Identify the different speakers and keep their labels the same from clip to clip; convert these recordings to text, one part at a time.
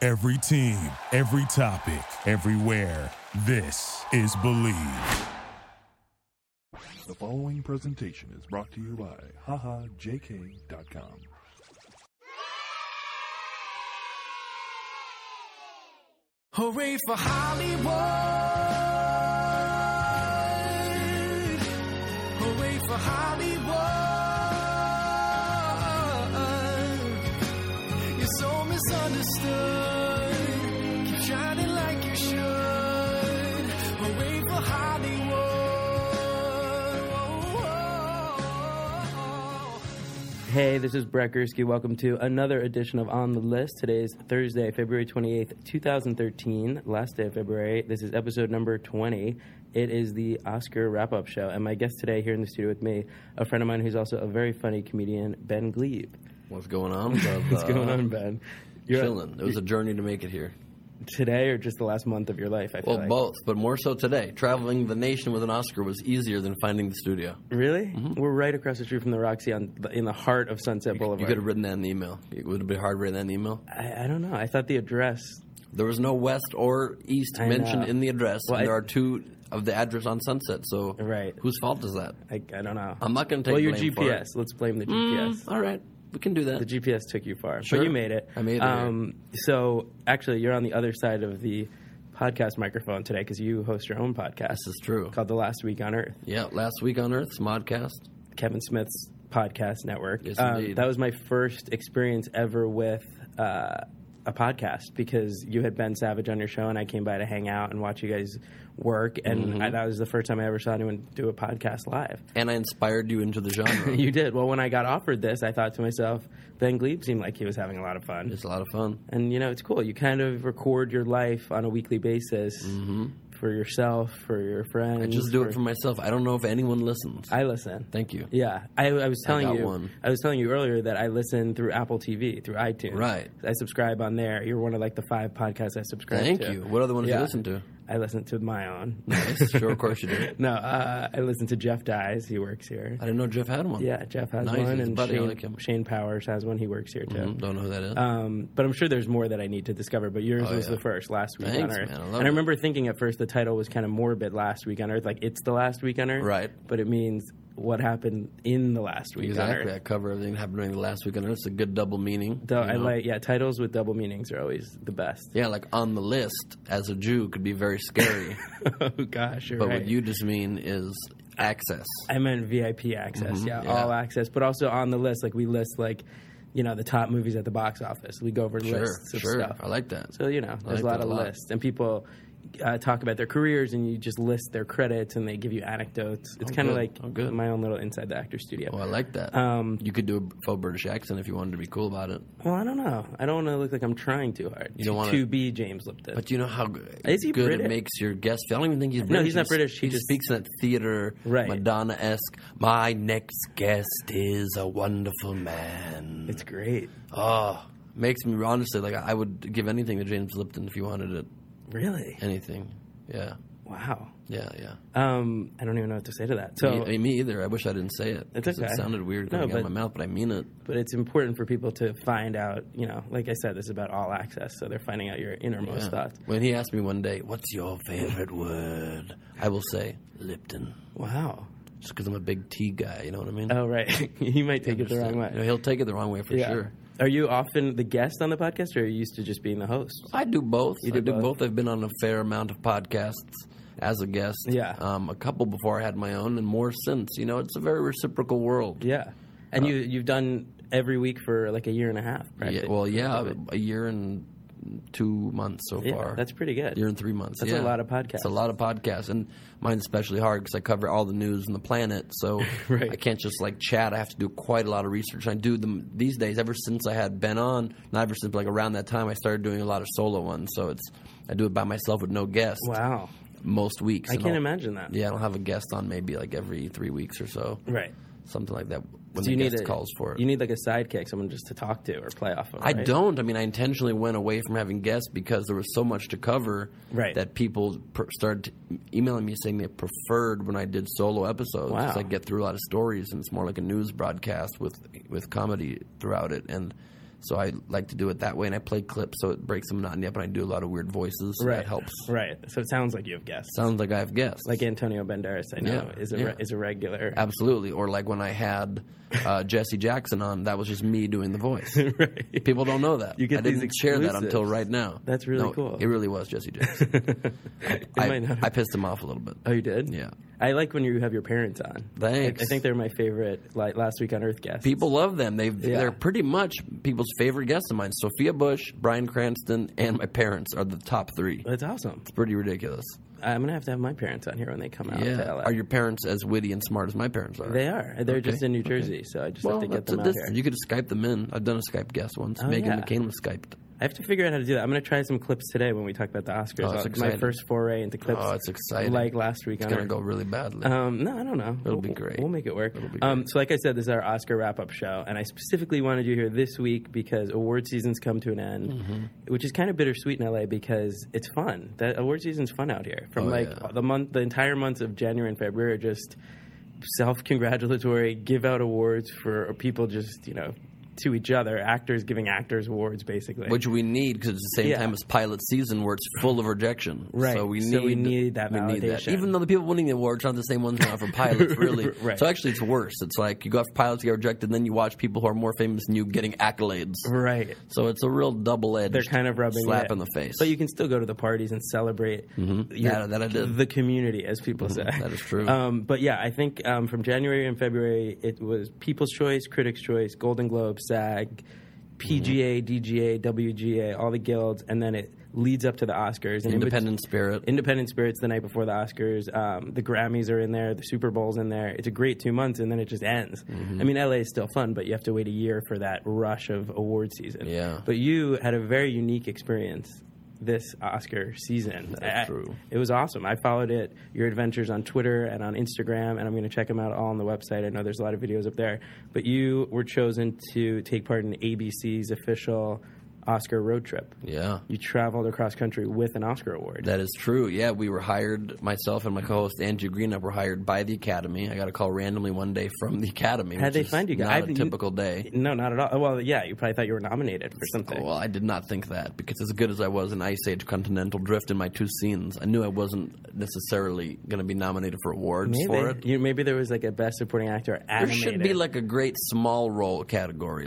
Speaker 1: Every team, every topic, everywhere. This is Believe.
Speaker 2: The following presentation is brought to you by HahaJK.com.
Speaker 3: Hooray for Hollywood! Hooray for Hollywood! You're so misunderstood. Keep shining like you should. Hooray for Hollywood!
Speaker 4: Hey, this is Brett Gursky. Welcome to another edition of On the List. Today is Thursday, February 28th, 2013, last day of February. This is episode number 20. It is the Oscar wrap up show. And my guest today here in the studio with me, a friend of mine who's also a very funny comedian, Ben Glebe.
Speaker 5: What's going on? Bub?
Speaker 4: What's
Speaker 5: Uh,
Speaker 4: going on, Ben? You're
Speaker 5: Chilling. It was a journey to make it here.
Speaker 4: today or just the last month of your life, I feel
Speaker 5: Well,
Speaker 4: like.
Speaker 5: both, but more so today. Traveling the nation with an Oscar was easier than finding the studio.
Speaker 4: Really? We're right across the street from the Roxy on the, in the heart of Sunset Boulevard.
Speaker 5: Mm-hmm. You could have written that in the email. It would have been hard writing that in the email.
Speaker 4: I, I don't know. I thought the address
Speaker 5: There was no west or east
Speaker 4: I
Speaker 5: mentioned
Speaker 4: know.
Speaker 5: in the address.
Speaker 4: Well,
Speaker 5: and
Speaker 4: I-
Speaker 5: there are two of the address on Sunset. So,
Speaker 4: Right.
Speaker 5: whose fault is that?
Speaker 4: I, I don't know.
Speaker 5: I'm not gonna take
Speaker 4: Well, your
Speaker 5: blame for it. Mm.
Speaker 4: GPS. Let's blame the GPS.
Speaker 5: All right, we can do that.
Speaker 4: The GPS took you far,
Speaker 5: Sure.
Speaker 4: but you made it.
Speaker 5: I made it.
Speaker 4: Um, so actually, you're on the other side of the podcast microphone today because you host your own podcast.
Speaker 5: this is true.
Speaker 4: called The Last Week on Earth,
Speaker 5: Yeah, last week on Earth's Modcast.
Speaker 4: Kevin Smith's podcast network. Um,
Speaker 5: Yes, indeed.
Speaker 4: that was my first experience ever with. Uh, a podcast because you had Ben Savage on your show and I came by to hang out and watch you guys work and
Speaker 5: Mm-hmm.
Speaker 4: I, that was the first time I ever saw anyone do a podcast live.
Speaker 5: And I inspired you into the genre.
Speaker 4: You did. Well, when I got offered this, I thought to myself, Ben Glebe seemed like he was having a lot of fun.
Speaker 5: it's a lot of fun.
Speaker 4: And, you know, it's cool. You kind of record your life on a weekly basis for yourself, for your friends.
Speaker 5: Mm-hmm. I just do it for myself. I don't know if anyone listens.
Speaker 4: I listen.
Speaker 5: Thank you.
Speaker 4: Yeah, I, I was telling
Speaker 5: got
Speaker 4: you.
Speaker 5: one.
Speaker 4: I was telling you earlier that I listen through Apple TV, through iTunes.
Speaker 5: Right.
Speaker 4: I subscribe on there. You're one of like the five podcasts I subscribe
Speaker 5: Thank
Speaker 4: to.
Speaker 5: you. What other one do
Speaker 4: Yeah.
Speaker 5: you listen to?
Speaker 4: I listen to my own.
Speaker 5: Nice. sure, of course you do.
Speaker 4: no, uh, I listen to Jeff Dyes. He works here.
Speaker 5: I didn't know Jeff had one.
Speaker 4: Yeah, Jeff has
Speaker 5: Uh, Nice,
Speaker 4: one,
Speaker 5: his
Speaker 4: and
Speaker 5: buddy, I
Speaker 4: Shane,
Speaker 5: like him.
Speaker 4: Shane Powers has one. He works here too.
Speaker 5: Mm, Don't know who that is.
Speaker 4: Um, but I'm sure there's more that I need to discover. But yours was
Speaker 5: Oh, yeah.
Speaker 4: the first last week
Speaker 5: Thanks,
Speaker 4: on Earth,
Speaker 5: man. I love
Speaker 4: and I
Speaker 5: it.
Speaker 4: remember thinking at first the title was kind of morbid. Last week on Earth, like it's the last week on Earth,
Speaker 5: Right.
Speaker 4: But it means what happened in the last week
Speaker 5: exactly.
Speaker 4: on
Speaker 5: I
Speaker 4: Earth.
Speaker 5: cover everything that happened during the last weekend. It's a good double meaning.
Speaker 4: So
Speaker 5: you
Speaker 4: I
Speaker 5: know?
Speaker 4: like yeah, titles with double meanings are always the best.
Speaker 5: Yeah, like on the list as a Jew could be very scary,
Speaker 4: oh gosh, you're
Speaker 5: but
Speaker 4: right.
Speaker 5: what you just mean is access.
Speaker 4: I meant VIP access, yeah,
Speaker 5: Mm-hmm. yeah.
Speaker 4: all access, but also on the list, like we list like you know the top movies at the box office. We go over
Speaker 5: Sure,
Speaker 4: lists of
Speaker 5: sure.
Speaker 4: stuff.
Speaker 5: I like that.
Speaker 4: So you know, there's a
Speaker 5: like
Speaker 4: lot
Speaker 5: that
Speaker 4: of
Speaker 5: a lot.
Speaker 4: lists, and people uh, talk about their careers, and you just list their credits, and they give you anecdotes. It's kind of
Speaker 5: good.
Speaker 4: like
Speaker 5: Oh, good.
Speaker 4: my own little inside the actor studio.
Speaker 5: Oh, I like that.
Speaker 4: Um,
Speaker 5: you could do a faux British accent if you wanted to be cool about it.
Speaker 4: well, I don't know. I don't want to look like I'm trying too hard.
Speaker 5: You don't
Speaker 4: to,
Speaker 5: wanna-
Speaker 4: to be James Lipton.
Speaker 5: But you know how good
Speaker 4: Is he
Speaker 5: good
Speaker 4: British?
Speaker 5: it makes your guest feel. I don't even think he's British.
Speaker 4: he's not British. He
Speaker 5: He,
Speaker 4: just-
Speaker 5: speaks in that theater,
Speaker 4: Right.
Speaker 5: Madonna esque. My next guest is a wonderful man.
Speaker 4: it's great. Ah.
Speaker 5: Oh, makes me honestly like I would give anything to James Lipton if he wanted it.
Speaker 4: Really?
Speaker 5: Anything. Yeah.
Speaker 4: Wow.
Speaker 5: Yeah, yeah.
Speaker 4: Um, I don't even know what to say to that. So,
Speaker 5: me, I mean, me either. I wish I didn't say it.
Speaker 4: It's
Speaker 5: 'cause
Speaker 4: okay.
Speaker 5: It sounded weird
Speaker 4: No,
Speaker 5: coming out
Speaker 4: but-
Speaker 5: of my mouth, but I mean it.
Speaker 4: but it's important for people to find out. You know, like I said, this is about all access, so they're finding out your innermost
Speaker 5: Yeah.
Speaker 4: thoughts.
Speaker 5: When he asked me one day, "What's your favorite word?" I will say Lipton,
Speaker 4: Wow.
Speaker 5: just because I'm a big tea guy. You know what I mean?
Speaker 4: Oh, right. you might take it the wrong way.
Speaker 5: You know, he'll take it the wrong way for sure.
Speaker 4: Are you often the guest on the podcast, or are you used to just being the host?
Speaker 5: I do both.
Speaker 4: do
Speaker 5: I do
Speaker 4: both.
Speaker 5: both. I've been on a fair amount of podcasts as a guest.
Speaker 4: Yeah.
Speaker 5: Um, a couple before I had my own, and more since. You know, it's a very reciprocal world.
Speaker 4: Yeah, and you you've done every week for like a year and a half.
Speaker 5: Yeah,
Speaker 4: practically.
Speaker 5: well, yeah, a year and two months so
Speaker 4: Yeah,
Speaker 5: far.
Speaker 4: that's pretty good.
Speaker 5: year and three months.
Speaker 4: That's a
Speaker 5: yeah.
Speaker 4: lot of podcasts.
Speaker 5: It's a lot of podcasts, and mine's especially hard because I cover all the news on the planet, so
Speaker 4: Right.
Speaker 5: I can't just like chat. I have to do quite a lot of research. I do them these days. Ever since I had Ben on, not ever since, but like around that time, I started doing a lot of solo ones. So it's I do it by myself with no guest.
Speaker 4: wow,
Speaker 5: Most weeks,
Speaker 4: I
Speaker 5: and
Speaker 4: can't
Speaker 5: I'll-
Speaker 4: imagine that.
Speaker 5: Yeah, I don't have a guest on maybe like every three weeks or so,
Speaker 4: right.
Speaker 5: something like that. When
Speaker 4: So
Speaker 5: the
Speaker 4: you need
Speaker 5: guest
Speaker 4: a,
Speaker 5: calls for it,
Speaker 4: You need like a sidekick, someone just to talk to or play off of.
Speaker 5: I
Speaker 4: right?
Speaker 5: don't. I mean, I intentionally went away from having guests because there was so much to cover
Speaker 4: Right.
Speaker 5: that people pr- started emailing me saying they preferred when I did solo episodes.
Speaker 4: Wow.
Speaker 5: 'cause I get through a lot of stories, and it's more like a news broadcast with with comedy throughout it. And So I like to do it that way, and I play clips so it breaks the monotony up, and I do a lot of weird voices. So That helps.
Speaker 4: Right. So it sounds like you have guests.
Speaker 5: Sounds like I've guessed.
Speaker 4: like Antonio Banderas, I know,
Speaker 5: Yeah,
Speaker 4: is a
Speaker 5: yeah.
Speaker 4: is a regular.
Speaker 5: Absolutely. Or like when I had uh, Jesse Jackson on, that was just me doing the voice.
Speaker 4: Right.
Speaker 5: People don't know that.
Speaker 4: You get
Speaker 5: I didn't
Speaker 4: these
Speaker 5: share that until
Speaker 4: exclusives.
Speaker 5: right now.
Speaker 4: That's really
Speaker 5: No,
Speaker 4: cool.
Speaker 5: It really was Jesse Jackson.
Speaker 4: It
Speaker 5: I,
Speaker 4: might not
Speaker 5: I
Speaker 4: have-
Speaker 5: pissed him off a little bit.
Speaker 4: oh, you did.
Speaker 5: Yeah.
Speaker 4: I like when you have your parents on.
Speaker 5: Thanks.
Speaker 4: I, I think they're my favorite. Like last week on Earth guests.
Speaker 5: People love them. They have
Speaker 4: Yeah.
Speaker 5: they're pretty much people's favorite guests of mine. Sophia Bush, Brian Cranston, and my parents are the top three.
Speaker 4: That's awesome.
Speaker 5: Pretty ridiculous.
Speaker 4: I'm gonna have to have my parents on here when they come out.
Speaker 5: Yeah.
Speaker 4: To LA.
Speaker 5: Are your parents as witty and smart as my parents are?
Speaker 4: They are. They're
Speaker 5: Okay.
Speaker 4: just in New Jersey, so I just
Speaker 5: Well,
Speaker 4: have to get
Speaker 5: that's
Speaker 4: them
Speaker 5: a
Speaker 4: out
Speaker 5: distance.
Speaker 4: here.
Speaker 5: You could Skype them in. I've done a Skype guest once.
Speaker 4: Oh,
Speaker 5: Megan
Speaker 4: yeah.
Speaker 5: McCain was Skyped.
Speaker 4: I have to figure out how to do that. I'm gonna try some clips today when we talk about the Oscars.
Speaker 5: Oh, that's
Speaker 4: Uh, my
Speaker 5: exciting.
Speaker 4: first foray into clips.
Speaker 5: Oh, it's exciting.
Speaker 4: Like last week.
Speaker 5: It's
Speaker 4: on
Speaker 5: gonna
Speaker 4: Earth.
Speaker 5: go really badly.
Speaker 4: Um, no, I don't know.
Speaker 5: It'll be
Speaker 4: We'll-
Speaker 5: great.
Speaker 4: We'll make it work.
Speaker 5: It'll be
Speaker 4: Um,
Speaker 5: great.
Speaker 4: so, like I said, this is our Oscar wrap up show, and I specifically wanted you here this week because award season's come to an end,
Speaker 5: Mm-hmm.
Speaker 4: which is kind of bittersweet in LA because it's fun. That award season's fun out here. From
Speaker 5: Oh,
Speaker 4: like
Speaker 5: yeah.
Speaker 4: the month, the entire months of January and February are just self-congratulatory, give out awards for people just you know to each other, actors giving actors awards basically.
Speaker 5: which we need because it's the same
Speaker 4: Yeah.
Speaker 5: time as pilot season where it's full of rejection.
Speaker 4: Right.
Speaker 5: So we need,
Speaker 4: So we need that validation.
Speaker 5: Even though the people winning the awards aren't the same ones now for pilots, really.
Speaker 4: Right.
Speaker 5: So actually, it's worse. It's like you go after pilots, you get rejected, then you watch people who are more famous than you getting accolades.
Speaker 4: right.
Speaker 5: So it's a real double edged.
Speaker 4: They're kind of rubbing
Speaker 5: slap
Speaker 4: it.
Speaker 5: in the face. Mm-hmm.
Speaker 4: But you can still go to the parties and celebrate your-
Speaker 5: That- that I did. Mm-hmm.
Speaker 4: the community, as people say.
Speaker 5: that is true.
Speaker 4: Um, but yeah, I think um, from January and February, it was People's Choice, Critics' Choice, Golden Globe, SAG,
Speaker 5: Mm-hmm.
Speaker 4: PGA, DGA, WGA, all the guilds, and then it leads up to the Oscars. And in bet-
Speaker 5: Independent spirit.
Speaker 4: Independent Spirits the night before the Oscars. Um, the Grammys are in there. The Super Bowl's in there. It's a great two months, and then it just ends.
Speaker 5: Mm-hmm.
Speaker 4: I mean, LA is still fun, but you have to wait a year for that rush of award season.
Speaker 5: Yeah.
Speaker 4: But you had a very unique experience this Oscar season.
Speaker 5: That's
Speaker 4: I-
Speaker 5: true.
Speaker 4: It was awesome. I followed it, your adventures on Twitter and on Instagram, and I'm going to check them out all on the website. I know there's a lot of videos up there. But you were chosen to take part in ABC's official Oscar road trip.
Speaker 5: yeah.
Speaker 4: You traveled across country with an Oscar award.
Speaker 5: That is true. Yeah, we were hired. Myself and my co-host Andrew Greenup were hired by the Academy. I got a call randomly one day from the Academy.
Speaker 4: How'd
Speaker 5: which
Speaker 4: they
Speaker 5: is
Speaker 4: find you guys?
Speaker 5: Not
Speaker 4: I've-
Speaker 5: a typical day.
Speaker 4: No, not at all. Oh, Well, yeah, you probably thought you were nominated for something.
Speaker 5: Well, I did not think that because as good as I was in Ice Age Continental Drift in my two scenes, I knew I wasn't necessarily going to be nominated for awards
Speaker 4: maybe.
Speaker 5: for it.
Speaker 4: You, maybe there was like a best supporting actor
Speaker 5: There
Speaker 4: animated.
Speaker 5: should be like a great small role category,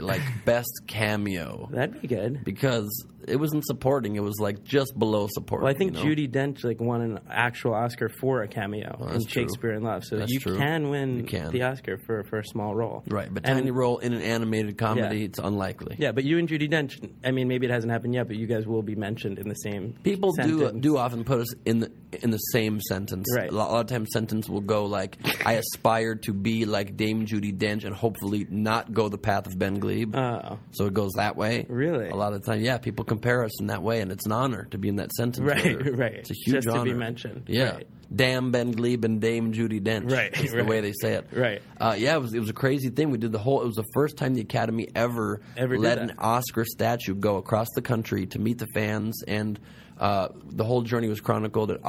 Speaker 5: like best cameo,
Speaker 4: That'd be good.
Speaker 5: because it wasn't supporting; it was like just below supporting.
Speaker 4: Well, I think
Speaker 5: you know?
Speaker 4: Judy Dench like won an actual Oscar for a cameo in
Speaker 5: that's true.
Speaker 4: Shakespeare in Love, so
Speaker 5: That's
Speaker 4: you
Speaker 5: true.
Speaker 4: can win
Speaker 5: You can.
Speaker 4: the Oscar for, for a small role.
Speaker 5: right, but
Speaker 4: And-
Speaker 5: tiny role in an animated comedy,
Speaker 4: Yeah.
Speaker 5: it's unlikely.
Speaker 4: Yeah, but you and Judy Dench. I mean, maybe it hasn't happened yet, but you guys will be mentioned in the same.
Speaker 5: People do uh,
Speaker 4: sentence.
Speaker 5: do often put us in the in the same sentence.
Speaker 4: Right.
Speaker 5: A lot, a lot of times, sentence will go like, "I aspire to be like Dame Judy Dench, and hopefully not go the path of Ben Glebe."
Speaker 4: Oh.
Speaker 5: So it goes that way.
Speaker 4: Really?
Speaker 5: A lot of time, yeah. People compare us in that way, and it's an honor to be in that sentence.
Speaker 4: Right,
Speaker 5: order.
Speaker 4: right.
Speaker 5: It's a huge
Speaker 4: Just to be
Speaker 5: honor.
Speaker 4: mentioned.
Speaker 5: Yeah.
Speaker 4: Right.
Speaker 5: Damn Ben Glebe and Dame Judy Dench.
Speaker 4: Right,
Speaker 5: That's
Speaker 4: right.
Speaker 5: the way they say it.
Speaker 4: Right.
Speaker 5: Uh, yeah, it was it was a crazy thing. We did the whole. It was the first time the Academy ever
Speaker 4: Ever did
Speaker 5: let
Speaker 4: that.
Speaker 5: an Oscar statue go across the country to meet the fans and. Uh, the whole journey was chronicled at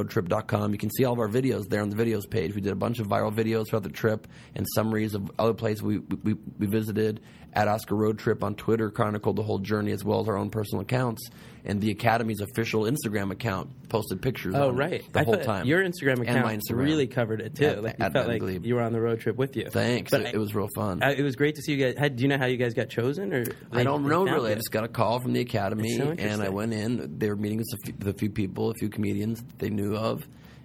Speaker 5: OscarRoadTrip.com. You can see all of our videos there on the videos page. We did a bunch of viral videos throughout the trip and summaries of other places we, we, we visited at Oscar Road Trip on Twitter, chronicled the whole journey as well as our own personal accounts. And the Academy's official Instagram account posted pictures
Speaker 4: Oh
Speaker 5: on it
Speaker 4: right,
Speaker 5: the
Speaker 4: I
Speaker 5: whole
Speaker 4: thought
Speaker 5: time.
Speaker 4: Your Instagram
Speaker 5: And
Speaker 4: account
Speaker 5: my Instagram.
Speaker 4: really covered it too.
Speaker 5: At-
Speaker 4: like you
Speaker 5: at
Speaker 4: felt
Speaker 5: Ben
Speaker 4: like
Speaker 5: Glebe.
Speaker 4: you were on the road trip with you.
Speaker 5: Thanks.
Speaker 4: But
Speaker 5: it,
Speaker 4: I-
Speaker 5: it was real fun.
Speaker 4: I, Uh, it was great to see you guys. How, do you know how you guys got chosen? Or
Speaker 5: I don't
Speaker 4: they
Speaker 5: know
Speaker 4: found
Speaker 5: really. I
Speaker 4: you?
Speaker 5: just got a call from the academy,
Speaker 4: It's so
Speaker 5: and I
Speaker 4: interesting.
Speaker 5: went in. They were meeting with a few, with a few people, a few comedians that they knew of,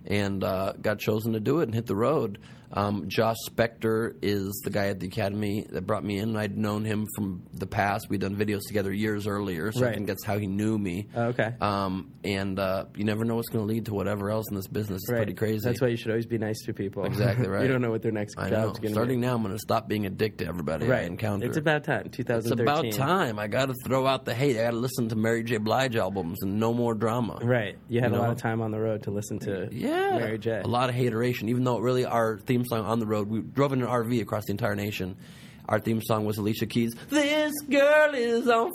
Speaker 5: and uh, got chosen to do it and hit the road. Um, Josh Spector is the guy at the academy that brought me in. I'd known him from the past. We'd done videos together years earlier, so
Speaker 4: Right.
Speaker 5: I think that's how he knew me.
Speaker 4: Oh, okay.
Speaker 5: Um, and uh, you never know what's going to lead to whatever else in this business. It's
Speaker 4: Right.
Speaker 5: pretty crazy.
Speaker 4: That's why you should always be nice to people.
Speaker 5: Exactly right.
Speaker 4: you don't know what their next
Speaker 5: I know.
Speaker 4: job's going to
Speaker 5: Starting
Speaker 4: be.
Speaker 5: now, I'm going to stop being a dick to everybody I
Speaker 4: right.
Speaker 5: encounter.
Speaker 4: It's about time. 2013.
Speaker 5: It's about time. I got to throw out the hate. I got to listen to Mary J. Blige albums and no more drama.
Speaker 4: Right. You had
Speaker 5: You
Speaker 4: a lot
Speaker 5: know?
Speaker 4: of time on the road to listen to
Speaker 5: Yeah.
Speaker 4: Mary J.
Speaker 5: A lot of hateration, even though really our theme song on the road, we drove in an RV across the entire nation. Our theme song was Alicia Keys. This girl is on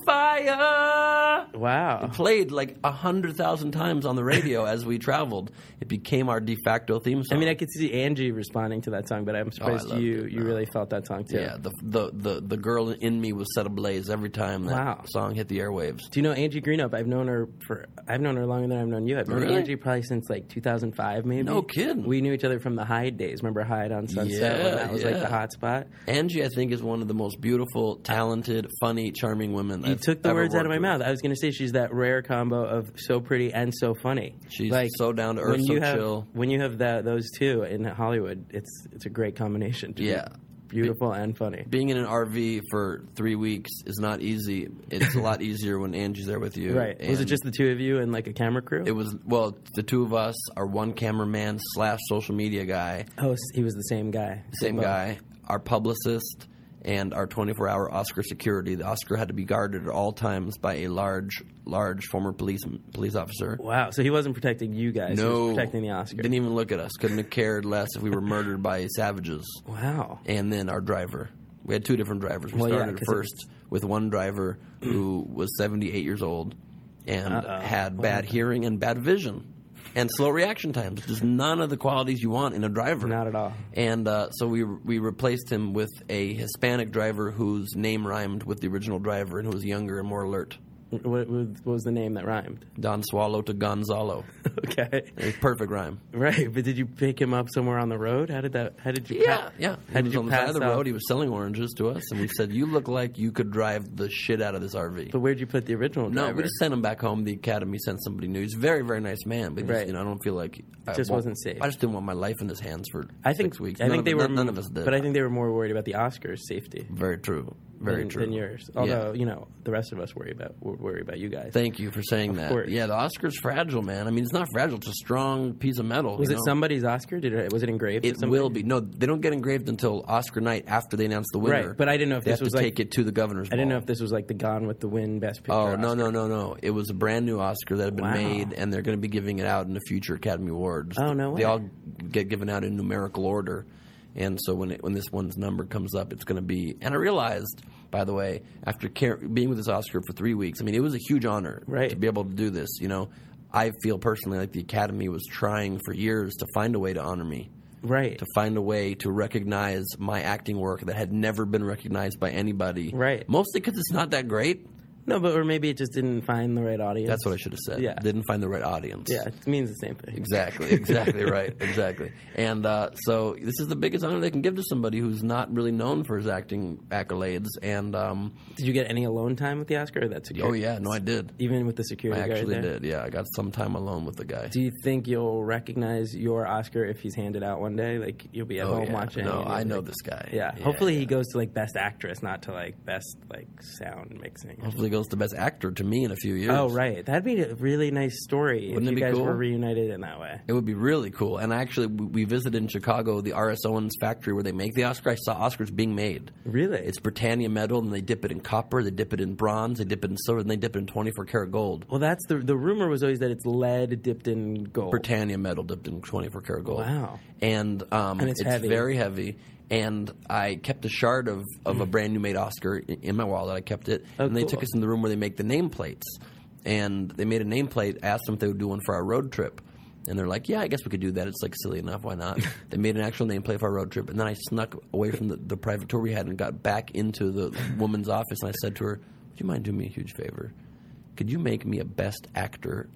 Speaker 5: fire.
Speaker 4: Wow.
Speaker 5: Played like a hundred thousand times on the radio as we traveled. It became our de facto theme
Speaker 4: I
Speaker 5: song.
Speaker 4: mean, I could see Angie responding to that song, but I'm surprised
Speaker 5: Oh, loved
Speaker 4: you
Speaker 5: it.
Speaker 4: you really felt that song too.
Speaker 5: yeah, the, the the the girl in me was set ablaze every time that
Speaker 4: Wow.
Speaker 5: song hit the airwaves.
Speaker 4: Do you know Angie Greenup? I've known her for I've known her longer than I've known you. I've known
Speaker 5: Really?
Speaker 4: Angie probably since like 2005, maybe.
Speaker 5: No kidding.
Speaker 4: We knew each other from the Hyde days. Remember Hyde on Sunset?
Speaker 5: Yeah,
Speaker 4: when that was like
Speaker 5: yeah.
Speaker 4: the hot spot.
Speaker 5: Angie, I think, is one of the most beautiful, talented, funny, charming women.
Speaker 4: You took the words out of my mouth. I was going to say she's that rare combo of so pretty and so funny.
Speaker 5: She's so down to earth,
Speaker 4: when you
Speaker 5: so
Speaker 4: have,
Speaker 5: chill.
Speaker 4: When you have that, those two in Hollywood, it's it's a great combination. To be
Speaker 5: Yeah.
Speaker 4: beautiful and funny.
Speaker 5: Being in an RV for three weeks is not easy. It's a lot easier when Angie's there with you.
Speaker 4: Right? Was it
Speaker 5: And
Speaker 4: just the two of you and like a camera crew?
Speaker 5: It was well, the two of us, our one cameraman slash social media guy,
Speaker 4: oh, s- he was the same guy.
Speaker 5: same
Speaker 4: Both.
Speaker 5: guy, our publicist, and our 24-hour Oscar security. The Oscar had to be guarded at all times by a large, large former police police officer.
Speaker 4: Wow. So he wasn't protecting you guys. he
Speaker 5: No,
Speaker 4: was protecting the Oscar.
Speaker 5: Didn't even look at us. Couldn't have cared less if we were murdered by savages.
Speaker 4: wow.
Speaker 5: and then our driver. We had two different drivers. We
Speaker 4: Well, yeah,
Speaker 5: started
Speaker 4: 'cause it
Speaker 5: first with one driver who was 78 years old and had bad hearing and bad vision and slow reaction times. Just none of the qualities you want in a driver.
Speaker 4: Not at all.
Speaker 5: And uh, so we we replaced him with a Hispanic driver whose name rhymed with the original driver and who was younger and more alert.
Speaker 4: What, what, what was the name that rhymed?
Speaker 5: Don Swallow to Gonzalo.
Speaker 4: Okay.
Speaker 5: It was perfect rhyme.
Speaker 4: Right, but did you pick him up somewhere on the road? How did that? How did you?
Speaker 5: Yeah,
Speaker 4: pa-
Speaker 5: yeah.
Speaker 4: How
Speaker 5: He
Speaker 4: did
Speaker 5: was
Speaker 4: you
Speaker 5: on the side
Speaker 4: pass
Speaker 5: of the
Speaker 4: out-
Speaker 5: road. He was selling oranges to us, and we said, "You look like you could drive the shit out of this RV."
Speaker 4: But where'd you put the original
Speaker 5: No,
Speaker 4: driver?
Speaker 5: we just sent him back home. The academy sent somebody new. He's a very, very nice man, but he just,
Speaker 4: Right.
Speaker 5: you know, I don't feel like I
Speaker 4: just
Speaker 5: want-
Speaker 4: wasn't safe.
Speaker 5: I just didn't want my life in his hands for
Speaker 4: I think
Speaker 5: six weeks.
Speaker 4: I
Speaker 5: None
Speaker 4: think
Speaker 5: of-
Speaker 4: they were,
Speaker 5: none, none of us did.
Speaker 4: but I think they were more worried about the Oscars' safety
Speaker 5: very true, very
Speaker 4: than,
Speaker 5: true.
Speaker 4: than yours.
Speaker 5: Yeah.
Speaker 4: Although you know the rest of us worry about wor- worry about you guys.
Speaker 5: Thank you for saying that.
Speaker 4: course.
Speaker 5: Yeah, the Oscar's fragile, man. I mean, it's not fragile; it's a strong piece of metal.
Speaker 4: was
Speaker 5: you
Speaker 4: it
Speaker 5: know?
Speaker 4: somebody's Oscar? Did it, was it engraved?
Speaker 5: It will be. No, they don't get engraved until Oscar night after they announce the winner.
Speaker 4: Right, but I didn't know if
Speaker 5: they
Speaker 4: this
Speaker 5: have
Speaker 4: was,
Speaker 5: to
Speaker 4: like-
Speaker 5: take it to the governor's.
Speaker 4: I didn't know
Speaker 5: ball.
Speaker 4: if this was like the Gone with the Wind Best Picture.
Speaker 5: Oh no
Speaker 4: Oscar.
Speaker 5: no no no! It was a brand new Oscar that had been
Speaker 4: Wow.
Speaker 5: made, and they're going to be giving it out in the future Academy Awards.
Speaker 4: Oh, no way.
Speaker 5: They all get given out in numerical order, and so when it, when this one's number comes up, it's going to be. And I realized, by the way, after care, being with this Oscar for three weeks, I mean, it was a huge honor
Speaker 4: Right.
Speaker 5: to be able to do this. You know, I feel personally like the Academy was trying for years to find a way to honor me.
Speaker 4: Right.
Speaker 5: To find a way to recognize my acting work that had never been recognized by anybody,
Speaker 4: Right.
Speaker 5: Mostly because it's not that great.
Speaker 4: No, but or maybe it just didn't find the right audience.
Speaker 5: That's what I should have said.
Speaker 4: Yeah.
Speaker 5: Didn't find the right audience.
Speaker 4: Yeah, it means the same thing.
Speaker 5: Exactly. Exactly right. Exactly. And uh, so this is the biggest honor they can give to somebody who's not really known for his acting accolades. And um,
Speaker 4: Did you get any alone time with the Oscar? Or that
Speaker 5: oh
Speaker 4: security?
Speaker 5: yeah, no, I did.
Speaker 4: Even with the security
Speaker 5: I
Speaker 4: guard
Speaker 5: actually
Speaker 4: there?
Speaker 5: did. Yeah, I got some time alone with the guy.
Speaker 4: Do you think you'll recognize your Oscar if he's handed out one day? Like you'll be at
Speaker 5: oh,
Speaker 4: home
Speaker 5: yeah.
Speaker 4: watching.
Speaker 5: No,
Speaker 4: and
Speaker 5: I
Speaker 4: you'll
Speaker 5: know
Speaker 4: be
Speaker 5: this guy.
Speaker 4: like- Yeah. Hopefully he goes to like best actress, not to like best like sound mixing.
Speaker 5: Hopefully, he goes to best actor to me in a few years.
Speaker 4: Oh right, that'd be a really nice story
Speaker 5: Wouldn't
Speaker 4: if
Speaker 5: it
Speaker 4: you
Speaker 5: be
Speaker 4: guys
Speaker 5: cool?
Speaker 4: were reunited in that way.
Speaker 5: It would be really cool. And I actually, we we visited in Chicago the R.S. Owens factory where they make the Oscar. I saw Oscars being made.
Speaker 4: Really?
Speaker 5: It's Britannia metal, and they dip it in copper, they dip it in bronze, they dip it in silver, and they dip it in 24 karat gold.
Speaker 4: well, that's the the rumor was always that it's lead dipped in gold.
Speaker 5: Britannia metal dipped in 24 karat gold.
Speaker 4: Wow.
Speaker 5: And, um,
Speaker 4: And
Speaker 5: it's,
Speaker 4: it's heavy.
Speaker 5: very heavy. And I kept a shard of, of a brand new made Oscar i- in my wallet. I kept it.
Speaker 4: Oh,
Speaker 5: and they
Speaker 4: cool.
Speaker 5: took us in the room where they make the nameplates. And they made a nameplate, asked them if they would do one for our road trip. And they're like, yeah, I guess we could do that. It's like silly enough. Why not? they made an actual nameplate for our road trip. And then I snuck away from the, the private tour we had and got back into the woman's office. And I said to her, would you mind doing me a huge favor? Could you make me a best actor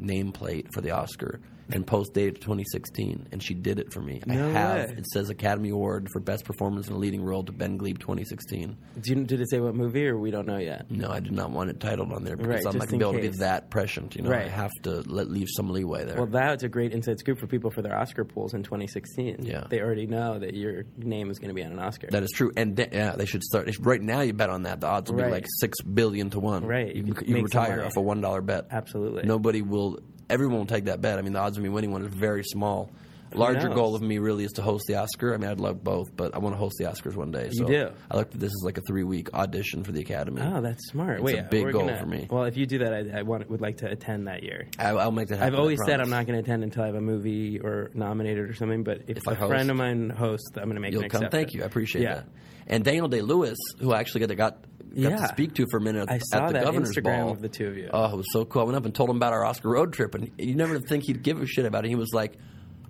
Speaker 5: nameplate for the Oscar and post dated 2016, and she did it for me.
Speaker 4: No
Speaker 5: I have
Speaker 4: way.
Speaker 5: it says Academy Award for Best Performance in a Leading Role to Ben Glebe 2016.
Speaker 4: Do you, did it say what movie or we don't know yet?
Speaker 5: No, I did not want it titled on there because
Speaker 4: Right,
Speaker 5: I'm
Speaker 4: just
Speaker 5: not
Speaker 4: in
Speaker 5: gonna be able to
Speaker 4: case.
Speaker 5: be that prescient. You know, I
Speaker 4: Right.
Speaker 5: have to let leave some leeway there.
Speaker 4: Well, that's a great inside scoop for people for their Oscar pools in 2016.
Speaker 5: Yeah.
Speaker 4: they already know that your name is going to be on an Oscar.
Speaker 5: that is true, and de- yeah, they should start they should- right now. You bet on that. The odds will
Speaker 4: Right.
Speaker 5: be like six billion to one.
Speaker 4: Right,
Speaker 5: you,
Speaker 4: you
Speaker 5: can-
Speaker 4: could
Speaker 5: you
Speaker 4: make some
Speaker 5: retire
Speaker 4: money.
Speaker 5: off a one dollar bet.
Speaker 4: Absolutely.
Speaker 5: nobody will. Everyone will take that bet. I mean, the odds of me winning one is very small. larger
Speaker 4: knows?
Speaker 5: goal of me really is to host the Oscar. I mean, I'd love both, but I want to host the Oscars one day. So
Speaker 4: do?
Speaker 5: I looked at this as like a three week audition for the Academy.
Speaker 4: Oh, that's smart.
Speaker 5: It's
Speaker 4: Wait,
Speaker 5: a big
Speaker 4: we're
Speaker 5: goal
Speaker 4: gonna-
Speaker 5: for me.
Speaker 4: Well, if you do that, I, I want would like to attend that year.
Speaker 5: I, I'll make that happen.
Speaker 4: I've
Speaker 5: I
Speaker 4: always said I'm
Speaker 5: promise.
Speaker 4: not going to attend until I have a movie or nominated or something. But if,
Speaker 5: If I
Speaker 4: a
Speaker 5: host-
Speaker 4: friend of mine hosts, I'm going to make
Speaker 5: You'll
Speaker 4: an
Speaker 5: come.
Speaker 4: exception.
Speaker 5: Thank you. I appreciate
Speaker 4: Yeah.
Speaker 5: that. And Daniel Day Lewis, who I actually got to, got, got
Speaker 4: Yeah.
Speaker 5: to speak to for a minute at,
Speaker 4: I saw
Speaker 5: at the
Speaker 4: that
Speaker 5: governor's
Speaker 4: Instagram
Speaker 5: ball
Speaker 4: of the two of you.
Speaker 5: Oh, it was so cool. I went up and told him about our Oscar road trip, and you never think he'd give a shit about it. He was like,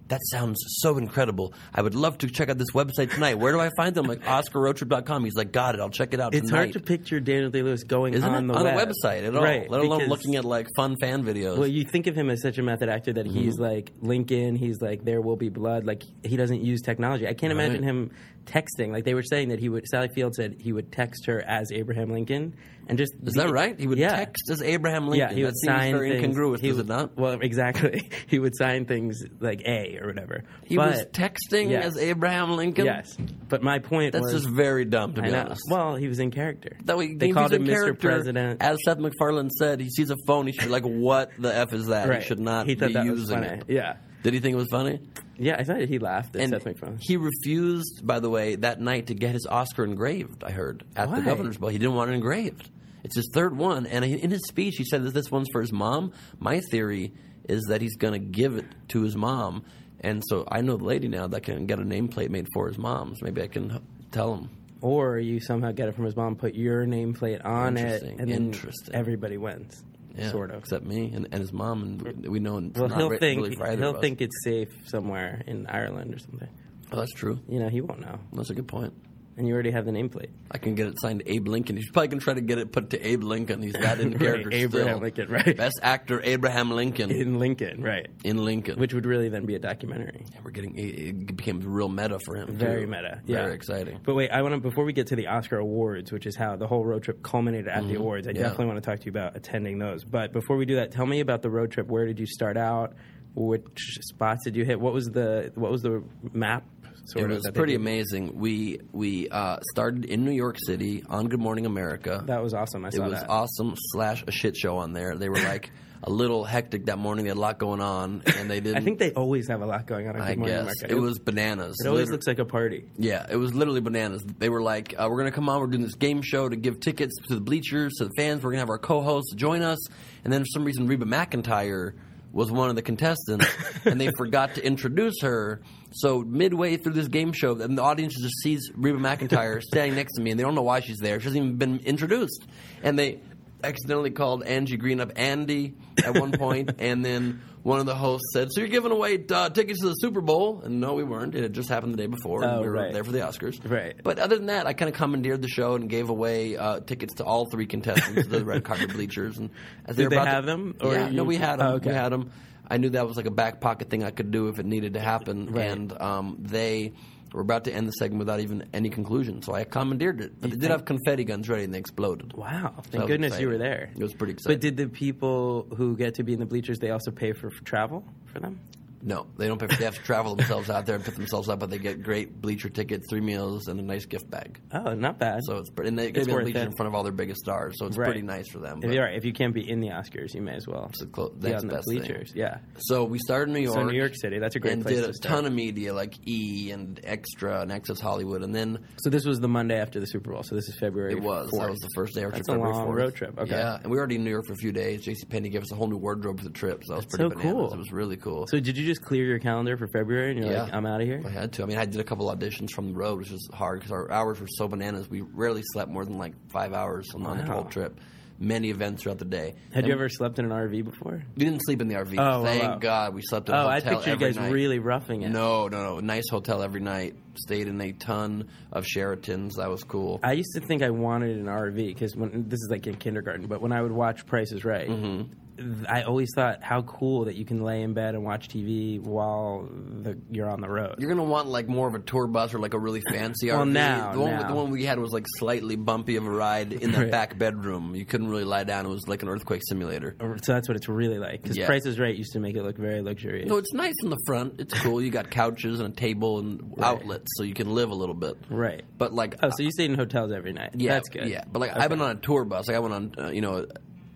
Speaker 5: "That sounds so incredible. I would love to check out this website tonight. Where do I find them?" I'm like OscarRoadTrip.com. He's like, "Got it. I'll check it out
Speaker 4: It's
Speaker 5: tonight."
Speaker 4: hard to picture Daniel Day Lewis going
Speaker 5: Isn't
Speaker 4: on
Speaker 5: it
Speaker 4: the
Speaker 5: on
Speaker 4: web.
Speaker 5: a website at all?
Speaker 4: Right,
Speaker 5: let alone
Speaker 4: because-
Speaker 5: looking at like fun fan videos.
Speaker 4: Well, you think of him as such a method actor that
Speaker 5: Mm-hmm.
Speaker 4: he's like Lincoln, he's like There Will Be Blood, like he doesn't use technology. I can't imagine him texting. Like they were saying that he would, Sally Field said he would text her as Abraham Lincoln and just.
Speaker 5: Is that right? He would
Speaker 4: yeah.
Speaker 5: text as Abraham Lincoln.
Speaker 4: Yeah, he
Speaker 5: that
Speaker 4: would
Speaker 5: seems
Speaker 4: sign
Speaker 5: very
Speaker 4: things.
Speaker 5: incongruous,
Speaker 4: he
Speaker 5: does
Speaker 4: would-
Speaker 5: it not?
Speaker 4: Well, exactly. he would sign things like A or whatever.
Speaker 5: He
Speaker 4: but,
Speaker 5: was texting
Speaker 4: Yes.
Speaker 5: as Abraham Lincoln.
Speaker 4: Yes, but my point
Speaker 5: That's
Speaker 4: was.
Speaker 5: just very dumb, to
Speaker 4: I
Speaker 5: be
Speaker 4: know.
Speaker 5: honest.
Speaker 4: Well, he was in character.
Speaker 5: that way,
Speaker 4: they
Speaker 5: he's
Speaker 4: called
Speaker 5: in
Speaker 4: him Mr.
Speaker 5: character.
Speaker 4: President.
Speaker 5: As Seth MacFarlane said, he sees a phone, he should be like, what the F is that?
Speaker 4: right.
Speaker 5: He should not
Speaker 4: He thought
Speaker 5: be
Speaker 4: that was
Speaker 5: using
Speaker 4: funny.
Speaker 5: it.
Speaker 4: Yeah.
Speaker 5: Did he think it was funny?
Speaker 4: Yeah, I thought he laughed at
Speaker 5: And
Speaker 4: Seth MacFarlane.
Speaker 5: he refused, by the way, that night to get his Oscar engraved, I heard, at
Speaker 4: Why?
Speaker 5: the governor's ball. He didn't want it engraved. It's his third one. And he- in his speech, he said that this one's for his mom. My theory is that he's going to give it to his mom. And so I know the lady now that can get a nameplate made for his mom. So maybe I can h- tell him.
Speaker 4: Or you somehow get it from his mom, put your nameplate on it,
Speaker 5: Interesting,
Speaker 4: and then
Speaker 5: interesting.
Speaker 4: everybody wins.
Speaker 5: Yeah,
Speaker 4: sort of.
Speaker 5: Except me and, and his mom. And we, we know it's
Speaker 4: well,
Speaker 5: not
Speaker 4: he'll
Speaker 5: re-
Speaker 4: think
Speaker 5: really for either of
Speaker 4: he'll
Speaker 5: us.
Speaker 4: think it's safe somewhere in Ireland or something.
Speaker 5: Oh, that's true.
Speaker 4: You know, he won't know,
Speaker 5: That's a good point.
Speaker 4: and you already have the nameplate.
Speaker 5: I can get it signed to Abe Lincoln. He's probably gonna try to get it put to Abe Lincoln. He's that in character
Speaker 4: Abraham
Speaker 5: still.
Speaker 4: Lincoln, right.
Speaker 5: Best actor Abraham Lincoln in,
Speaker 4: In Lincoln, right?
Speaker 5: Lincoln.
Speaker 4: Which would really then be a documentary.
Speaker 5: Yeah, we're getting it, it became real meta for him.
Speaker 4: Very
Speaker 5: too.
Speaker 4: meta. Yeah.
Speaker 5: Very exciting.
Speaker 4: But wait, I want to before we get to the Oscar awards, which is how the whole road trip culminated at the awards. I
Speaker 5: Mm-hmm. Yeah.
Speaker 4: definitely want to talk to you about attending those. But before we do that, tell me about the road trip. Where did you start out? Which spots did you hit? What was the what was the map? Sort
Speaker 5: It
Speaker 4: of
Speaker 5: was
Speaker 4: that they
Speaker 5: pretty
Speaker 4: gave you?
Speaker 5: amazing. We we uh, started in New York City on Good Morning America.
Speaker 4: That was awesome. I
Speaker 5: it
Speaker 4: saw
Speaker 5: was
Speaker 4: that.
Speaker 5: awesome slash a shit show on there. They were like a little hectic that morning. They had a lot going on, and they didn't.
Speaker 4: I think they always have a lot going on. on
Speaker 5: I
Speaker 4: Good Morning
Speaker 5: guess
Speaker 4: America.
Speaker 5: it was bananas.
Speaker 4: It always
Speaker 5: Liter-
Speaker 4: looks like a party.
Speaker 5: Yeah, it was literally bananas. They were like, uh, "We're gonna come on. We're doing this game show to give tickets to the bleachers, to the fans. We're gonna have our co-hosts join us." And then for some reason, Reba McIntyre was one of the contestants, and they forgot to introduce her. So midway through this game show, and the audience just sees Reba McIntyre standing next to me, and they don't know why she's there. She hasn't even been introduced, and they accidentally called Angie Green up Andy at one point, and then. One of the hosts said, "So you're giving away uh, tickets to the Super Bowl?" And no, we weren't. It had just happened the day before. and
Speaker 4: Oh,
Speaker 5: we were
Speaker 4: right.
Speaker 5: there for the Oscars.
Speaker 4: Right.
Speaker 5: But other than that, I kind of commandeered the show and gave away uh, tickets to all three contestants, the red carpet bleachers, and as
Speaker 4: Did
Speaker 5: were
Speaker 4: they
Speaker 5: about to-
Speaker 4: have them, or
Speaker 5: yeah, no,
Speaker 4: you-
Speaker 5: we had them.
Speaker 4: Oh, okay.
Speaker 5: We had them. I knew that was like a back pocket thing I could do if it needed to happen,
Speaker 4: Right.
Speaker 5: and um, they were about to end the segment without even any conclusion. So I commandeered it, but they did have confetti guns ready, and they exploded.
Speaker 4: Wow!
Speaker 5: that
Speaker 4: Thank
Speaker 5: was
Speaker 4: goodness
Speaker 5: exciting.
Speaker 4: you were there.
Speaker 5: It was pretty
Speaker 4: But
Speaker 5: exciting.
Speaker 4: did the people who get to be in the bleachers they also pay for, for travel for them?
Speaker 5: No, they don't pay. For, they have to travel themselves out there and put themselves up, but they get great bleacher tickets, three meals, and a nice gift bag.
Speaker 4: Oh, not bad.
Speaker 5: So it's pretty, and they
Speaker 4: It's
Speaker 5: get to be on the
Speaker 4: worth
Speaker 5: bleachers
Speaker 4: it.
Speaker 5: in front of all their biggest stars. So it's
Speaker 4: Right.
Speaker 5: pretty nice for them.
Speaker 4: If,
Speaker 5: but-
Speaker 4: you're right, if you can't be in the Oscars, you may as well
Speaker 5: the clo-
Speaker 4: be
Speaker 5: next
Speaker 4: on the
Speaker 5: best thing.
Speaker 4: bleachers. Yeah.
Speaker 5: So we started in New York.
Speaker 4: So New York City, that's a great
Speaker 5: and
Speaker 4: place
Speaker 5: did
Speaker 4: to
Speaker 5: a
Speaker 4: start.
Speaker 5: ton of media like E and Extra and Access Hollywood, and then
Speaker 4: So this was the Monday after the Super Bowl. So this is February.
Speaker 5: it was
Speaker 4: 4th.
Speaker 5: that was the first day of our
Speaker 4: That's
Speaker 5: trip.
Speaker 4: a
Speaker 5: February
Speaker 4: long
Speaker 5: 4th.
Speaker 4: road trip. Okay.
Speaker 5: Yeah, and we were already in New York for a few days. J.C. Penney gave us a whole new wardrobe for the trip, so that was pretty
Speaker 4: so
Speaker 5: bananas.
Speaker 4: cool.
Speaker 5: It was really cool.
Speaker 4: So did you just clear your calendar for February and you're like, I'm out of here?
Speaker 5: I had to. I mean, I did a couple auditions from the road, which was hard because our hours were so bananas. We rarely slept more than like five hours on the
Speaker 4: Wow.
Speaker 5: whole trip. Many events throughout the day.
Speaker 4: Had
Speaker 5: And
Speaker 4: you ever slept in an RV before?
Speaker 5: We didn't sleep in the RV.
Speaker 4: Oh, wow,
Speaker 5: Thank
Speaker 4: wow.
Speaker 5: God we slept in a
Speaker 4: Oh, I
Speaker 5: hotel
Speaker 4: picture you
Speaker 5: every
Speaker 4: guys
Speaker 5: night.
Speaker 4: really roughing it.
Speaker 5: No, no, no. Nice hotel every night. Stayed in a ton of Sheratons. That was cool.
Speaker 4: I used to think I wanted an RV because when this is like in kindergarten, but when I would watch Price is Right,
Speaker 5: Mm-hmm.
Speaker 4: th- I always thought how cool that you can lay in bed and watch TV while the, you're on the road.
Speaker 5: You're gonna want like more of a tour bus or like a really fancy
Speaker 4: Well,
Speaker 5: RV.
Speaker 4: now,
Speaker 5: the, one,
Speaker 4: now.
Speaker 5: the one we had was like slightly bumpy of a ride in the
Speaker 4: Right.
Speaker 5: back bedroom. You couldn't really lie down. It was like an earthquake simulator.
Speaker 4: Or- So that's what it's really like. Because
Speaker 5: Yeah.
Speaker 4: Price is Right used to make it look very luxurious.
Speaker 5: No, it's nice in the front. It's cool. You got couches and a table and outlets, so you can live a little bit.
Speaker 4: Right.
Speaker 5: But like,
Speaker 4: Oh, so you stayed in hotels every night.
Speaker 5: Yeah,
Speaker 4: That's good.
Speaker 5: Yeah, but like I've been on a tour bus. Like I went on, uh, you know,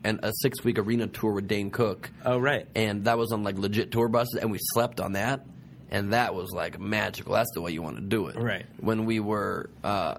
Speaker 5: an, a six week arena tour with Dane Cook,
Speaker 4: Oh, right.
Speaker 5: and that was on like legit tour buses, and we slept on that. and that was like magical. That's the way you want to do it.
Speaker 4: Right.
Speaker 5: When we were. Uh,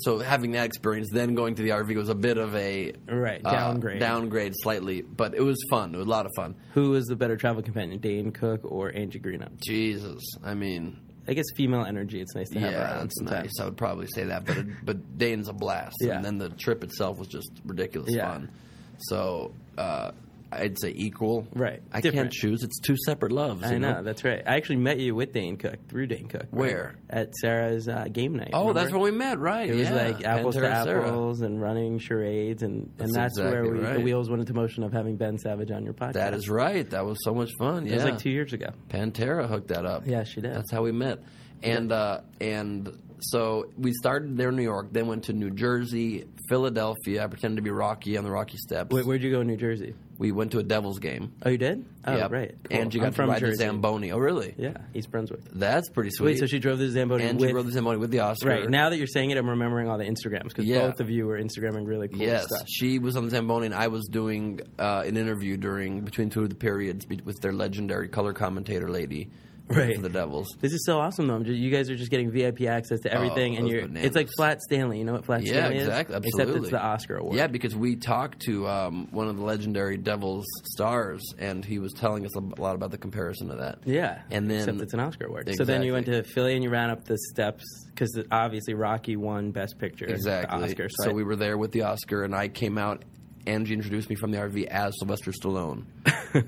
Speaker 5: so having that experience, then going to the RV was a bit of a
Speaker 4: Right,
Speaker 5: uh,
Speaker 4: downgrade.
Speaker 5: downgrade slightly, but it was fun. It was a lot of fun.
Speaker 4: Who is the better travel companion, Dane Cook or Angie Greenup?
Speaker 5: Jesus, I mean,
Speaker 4: I guess female energy. It's nice to have
Speaker 5: yeah,
Speaker 4: around
Speaker 5: that's
Speaker 4: sometimes.
Speaker 5: nice. I would probably say that, but but Dane's a blast,
Speaker 4: Yeah.
Speaker 5: and then the trip itself was just ridiculous
Speaker 4: Yeah.
Speaker 5: fun. So uh, I'd say equal,
Speaker 4: Right.
Speaker 5: I
Speaker 4: Different.
Speaker 5: can't choose. It's two separate loves.
Speaker 4: I
Speaker 5: you
Speaker 4: know, that's right. I actually met you with Dane Cook through Dane Cook. right?
Speaker 5: Where?
Speaker 4: At Sarah's uh, game night.
Speaker 5: Oh,
Speaker 4: remember?
Speaker 5: that's where we met, right?
Speaker 4: It was
Speaker 5: yeah.
Speaker 4: like apples to
Speaker 5: Pantera Sarah.
Speaker 4: apples and running charades, and, and that's,
Speaker 5: That's
Speaker 4: where
Speaker 5: exactly
Speaker 4: we, the
Speaker 5: right.
Speaker 4: wheels went into motion of having Ben Savage on your podcast.
Speaker 5: That is right. That was so much fun.
Speaker 4: It
Speaker 5: yeah,
Speaker 4: was like two years ago.
Speaker 5: Pantera hooked that up.
Speaker 4: Yeah, she did.
Speaker 5: That's how we met. And uh, and so we started there in New York, then went to New Jersey, Philadelphia. I pretended to be Rocky on the Rocky steps.
Speaker 4: Wait, where'd you go in New Jersey?
Speaker 5: We went to a Devils game.
Speaker 4: Oh, you did? Oh,
Speaker 5: Yep.
Speaker 4: right. Cool.
Speaker 5: Angie
Speaker 4: I'm
Speaker 5: got to ride the Zamboni. Oh, really?
Speaker 4: Yeah, East Brunswick.
Speaker 5: That's pretty sweet.
Speaker 4: Wait, so she drove the Zamboni
Speaker 5: Angie
Speaker 4: with...
Speaker 5: rode the Zamboni with the Oscar.
Speaker 4: right, now that you're saying it, I'm remembering all the Instagrams, because
Speaker 5: Yeah.
Speaker 4: both of you were Instagramming really cool
Speaker 5: Yes,
Speaker 4: stuff.
Speaker 5: she was on the Zamboni, and I was doing uh, an interview during between two of the periods be- with their legendary color commentator lady
Speaker 4: Right.
Speaker 5: for the Devils.
Speaker 4: This is so awesome, though. I'm ju- you guys are just getting VIP access to everything, and
Speaker 5: Oh, those
Speaker 4: you're
Speaker 5: bananas.
Speaker 4: it's like Flat Stanley. You know what Flat
Speaker 5: Yeah,
Speaker 4: Stanley
Speaker 5: exactly.
Speaker 4: is?
Speaker 5: Absolutely.
Speaker 4: Except it's the Oscar award.
Speaker 5: Yeah, because we talked to um, one of the legendary Devils stars, and he was telling us a lot about the comparison to that.
Speaker 4: Yeah,
Speaker 5: and then
Speaker 4: except it's an Oscar award. So then you went to
Speaker 5: Exactly.
Speaker 4: Philly and you ran up the steps because obviously Rocky won Best Picture, at the
Speaker 5: exactly.
Speaker 4: Oscar. So,
Speaker 5: so
Speaker 4: I-
Speaker 5: we were there with the Oscar, and I came out. Angie introduced me from the RV as Sylvester Stallone,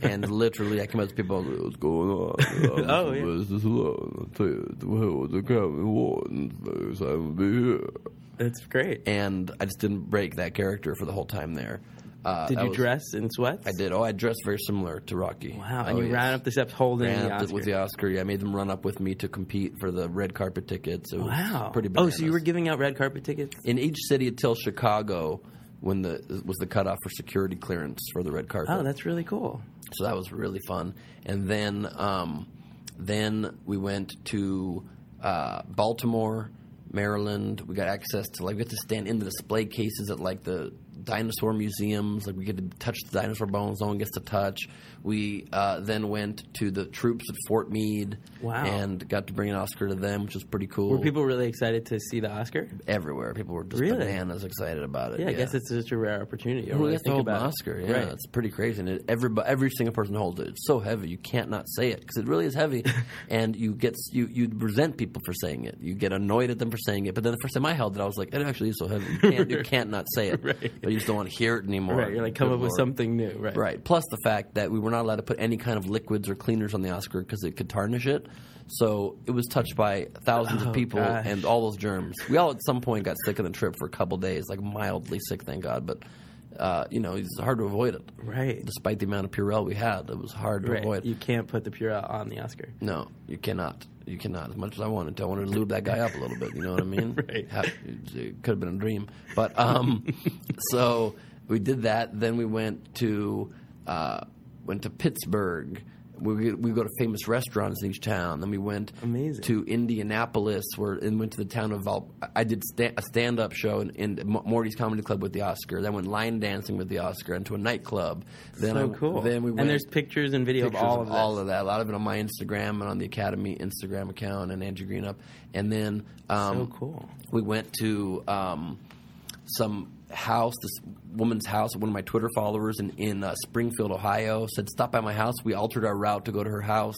Speaker 5: and literally I came out to people. What's going on? I'm
Speaker 4: Oh, yeah.
Speaker 5: Sylvester Stallone. I tell you, the hell with the Academy Award, and so I'm be here.
Speaker 4: that's great.
Speaker 5: And I just didn't break that character for the whole time there. Uh,
Speaker 4: did
Speaker 5: that
Speaker 4: you
Speaker 5: was-
Speaker 4: dress in sweats?
Speaker 5: I did. Oh, I dressed very similar to Rocky.
Speaker 4: Wow, and
Speaker 5: Oh,
Speaker 4: you
Speaker 5: yes.
Speaker 4: ran up the steps holding
Speaker 5: Ran
Speaker 4: the
Speaker 5: up
Speaker 4: Oscar.
Speaker 5: with the Oscar. Yeah, I made them run up with me to compete for the red carpet tickets. It was
Speaker 4: wow,
Speaker 5: pretty.
Speaker 4: oh,
Speaker 5: Bananas.
Speaker 4: so you were giving out red carpet tickets?
Speaker 5: in each city until Chicago when the was the cutoff for security clearance for the red carpet.
Speaker 4: Oh, that's really cool.
Speaker 5: so that was really fun. And then um, then we went to uh, Baltimore, Maryland. We got access to like we got to stand in the display cases at like the dinosaur museums. Like we get to touch the dinosaur bones. No one gets to touch. We uh, then went to the troops at Fort Meade.
Speaker 4: Wow.
Speaker 5: And got to bring an Oscar to them, which was pretty cool.
Speaker 4: Were people really excited to see the Oscar?
Speaker 5: everywhere? People were just
Speaker 4: Really?
Speaker 5: bananas excited about it.
Speaker 4: Yeah, I guess it's such a rare opportunity. I
Speaker 5: Who
Speaker 4: really
Speaker 5: gets to
Speaker 4: think
Speaker 5: hold an
Speaker 4: about it.
Speaker 5: Oscar? Yeah,
Speaker 4: right.
Speaker 5: it's pretty crazy. And it, every every single person holds it. It's so heavy, you can't not say it because it really is heavy. and you get you you resent people for saying it. You get annoyed at them for saying it. But then the first time I held it, I was like, it actually is so heavy. You can't, you can't not say it.
Speaker 4: Right.
Speaker 5: But you just don't want to hear it anymore.
Speaker 4: Right, you're like come
Speaker 5: Good
Speaker 4: up with
Speaker 5: Lord.
Speaker 4: something new, right?
Speaker 5: Right. Plus the fact that we were not allowed to put any kind of liquids or cleaners on the Oscar because it could tarnish it. So it was touched by thousands of people
Speaker 4: Oh, gosh.
Speaker 5: and all those germs. We all at some point got sick on the trip for a couple days, like mildly sick, thank God. But uh, you know, it's hard to avoid it.
Speaker 4: Right.
Speaker 5: Despite the amount of Purell we had, it was hard to
Speaker 4: Right.
Speaker 5: avoid.
Speaker 4: You can't put the Purell on the Oscar.
Speaker 5: no, you cannot. You cannot. As much as I wanted to, I wanted to lube that guy up a little bit. You know what I mean?
Speaker 4: Right.
Speaker 5: Ha- it could have been a dream, but um, so we did that. Then we went to uh, went to Pittsburgh. We we go to famous restaurants in each town. Then we went
Speaker 4: Amazing.
Speaker 5: to Indianapolis, where and went to the town of Val. I did sta- a stand up show in, in Mo- Morty's Comedy Club with the Oscar. Then went line dancing with the Oscar, and to a nightclub. Then
Speaker 4: So
Speaker 5: I-
Speaker 4: cool.
Speaker 5: Then we went
Speaker 4: and there's pictures and video of
Speaker 5: pictures
Speaker 4: all of, this.
Speaker 5: that. A lot of it on my Instagram and on the Academy Instagram account and Andrew Greenup. And then
Speaker 4: So
Speaker 5: um,
Speaker 4: Oh, cool.
Speaker 5: we went to um, some house, this woman's house, one of my Twitter followers in, in uh, Springfield, Ohio, said, Stop by my house. We altered our route to go to her house,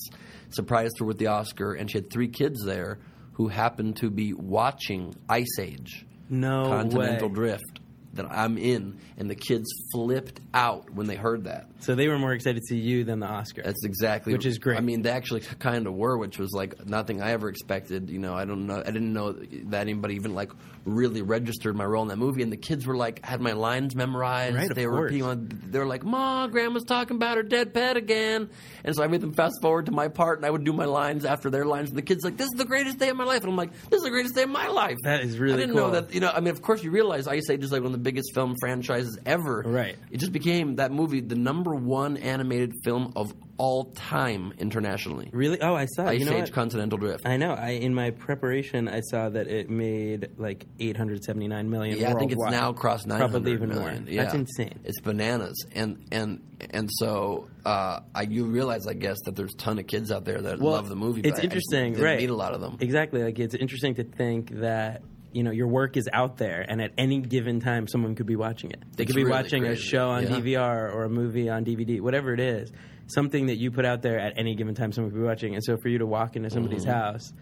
Speaker 5: surprised her with the Oscar, and she had three kids there who happened to be watching Ice Age
Speaker 4: No
Speaker 5: Continental
Speaker 4: way.
Speaker 5: Drift that I'm in. And the kids flipped out when they heard that.
Speaker 4: So they were more excited to see you than the Oscar.
Speaker 5: That's exactly
Speaker 4: Which is great.
Speaker 5: I mean, they actually kind of were, which was like nothing I ever expected. You know, I don't know, I didn't know that anybody even like really registered my role in that movie. And the kids were like had my lines memorized.
Speaker 4: Right, of
Speaker 5: they were
Speaker 4: course.
Speaker 5: repeating on. They were like, "Ma, Grandma's talking about her dead pet again." And so I made them fast forward to my part, and I would do my lines after their lines. And the kids like, "This is the greatest day of my life," and I'm like, "This is the greatest day of my life."
Speaker 4: That is really
Speaker 5: I didn't
Speaker 4: cool.
Speaker 5: know that. You know, I mean, of course you realize Ice Age is like one of the biggest film franchises ever.
Speaker 4: Right.
Speaker 5: It just became that movie the number one animated film of all time internationally.
Speaker 4: Really? Oh, I saw. it.
Speaker 5: Ice
Speaker 4: you know
Speaker 5: Age
Speaker 4: what?
Speaker 5: Continental Drift.
Speaker 4: I know. I in my preparation, I saw that it made like 879 million.
Speaker 5: Yeah, I think it's
Speaker 4: worldwide.
Speaker 5: now crossed nine hundred
Speaker 4: Probably
Speaker 5: million.
Speaker 4: even more.
Speaker 5: Yeah.
Speaker 4: That's insane.
Speaker 5: It's bananas, and and and so uh, I you realize, I guess, that there's a ton of kids out there that
Speaker 4: Well,
Speaker 5: love the movie.
Speaker 4: It's
Speaker 5: but I- I
Speaker 4: interesting,
Speaker 5: didn't
Speaker 4: right?
Speaker 5: Meet a lot of them.
Speaker 4: Exactly. Like it's interesting to think that you know your work is out there, and at any given time, someone could be watching it. They
Speaker 5: It's
Speaker 4: could be
Speaker 5: really
Speaker 4: watching a
Speaker 5: crazy.
Speaker 4: show on
Speaker 5: Yeah.
Speaker 4: DVR or a movie on DVD, whatever it is. Something that you put out there at any given time, someone could be watching. And so for you to walk into somebody's house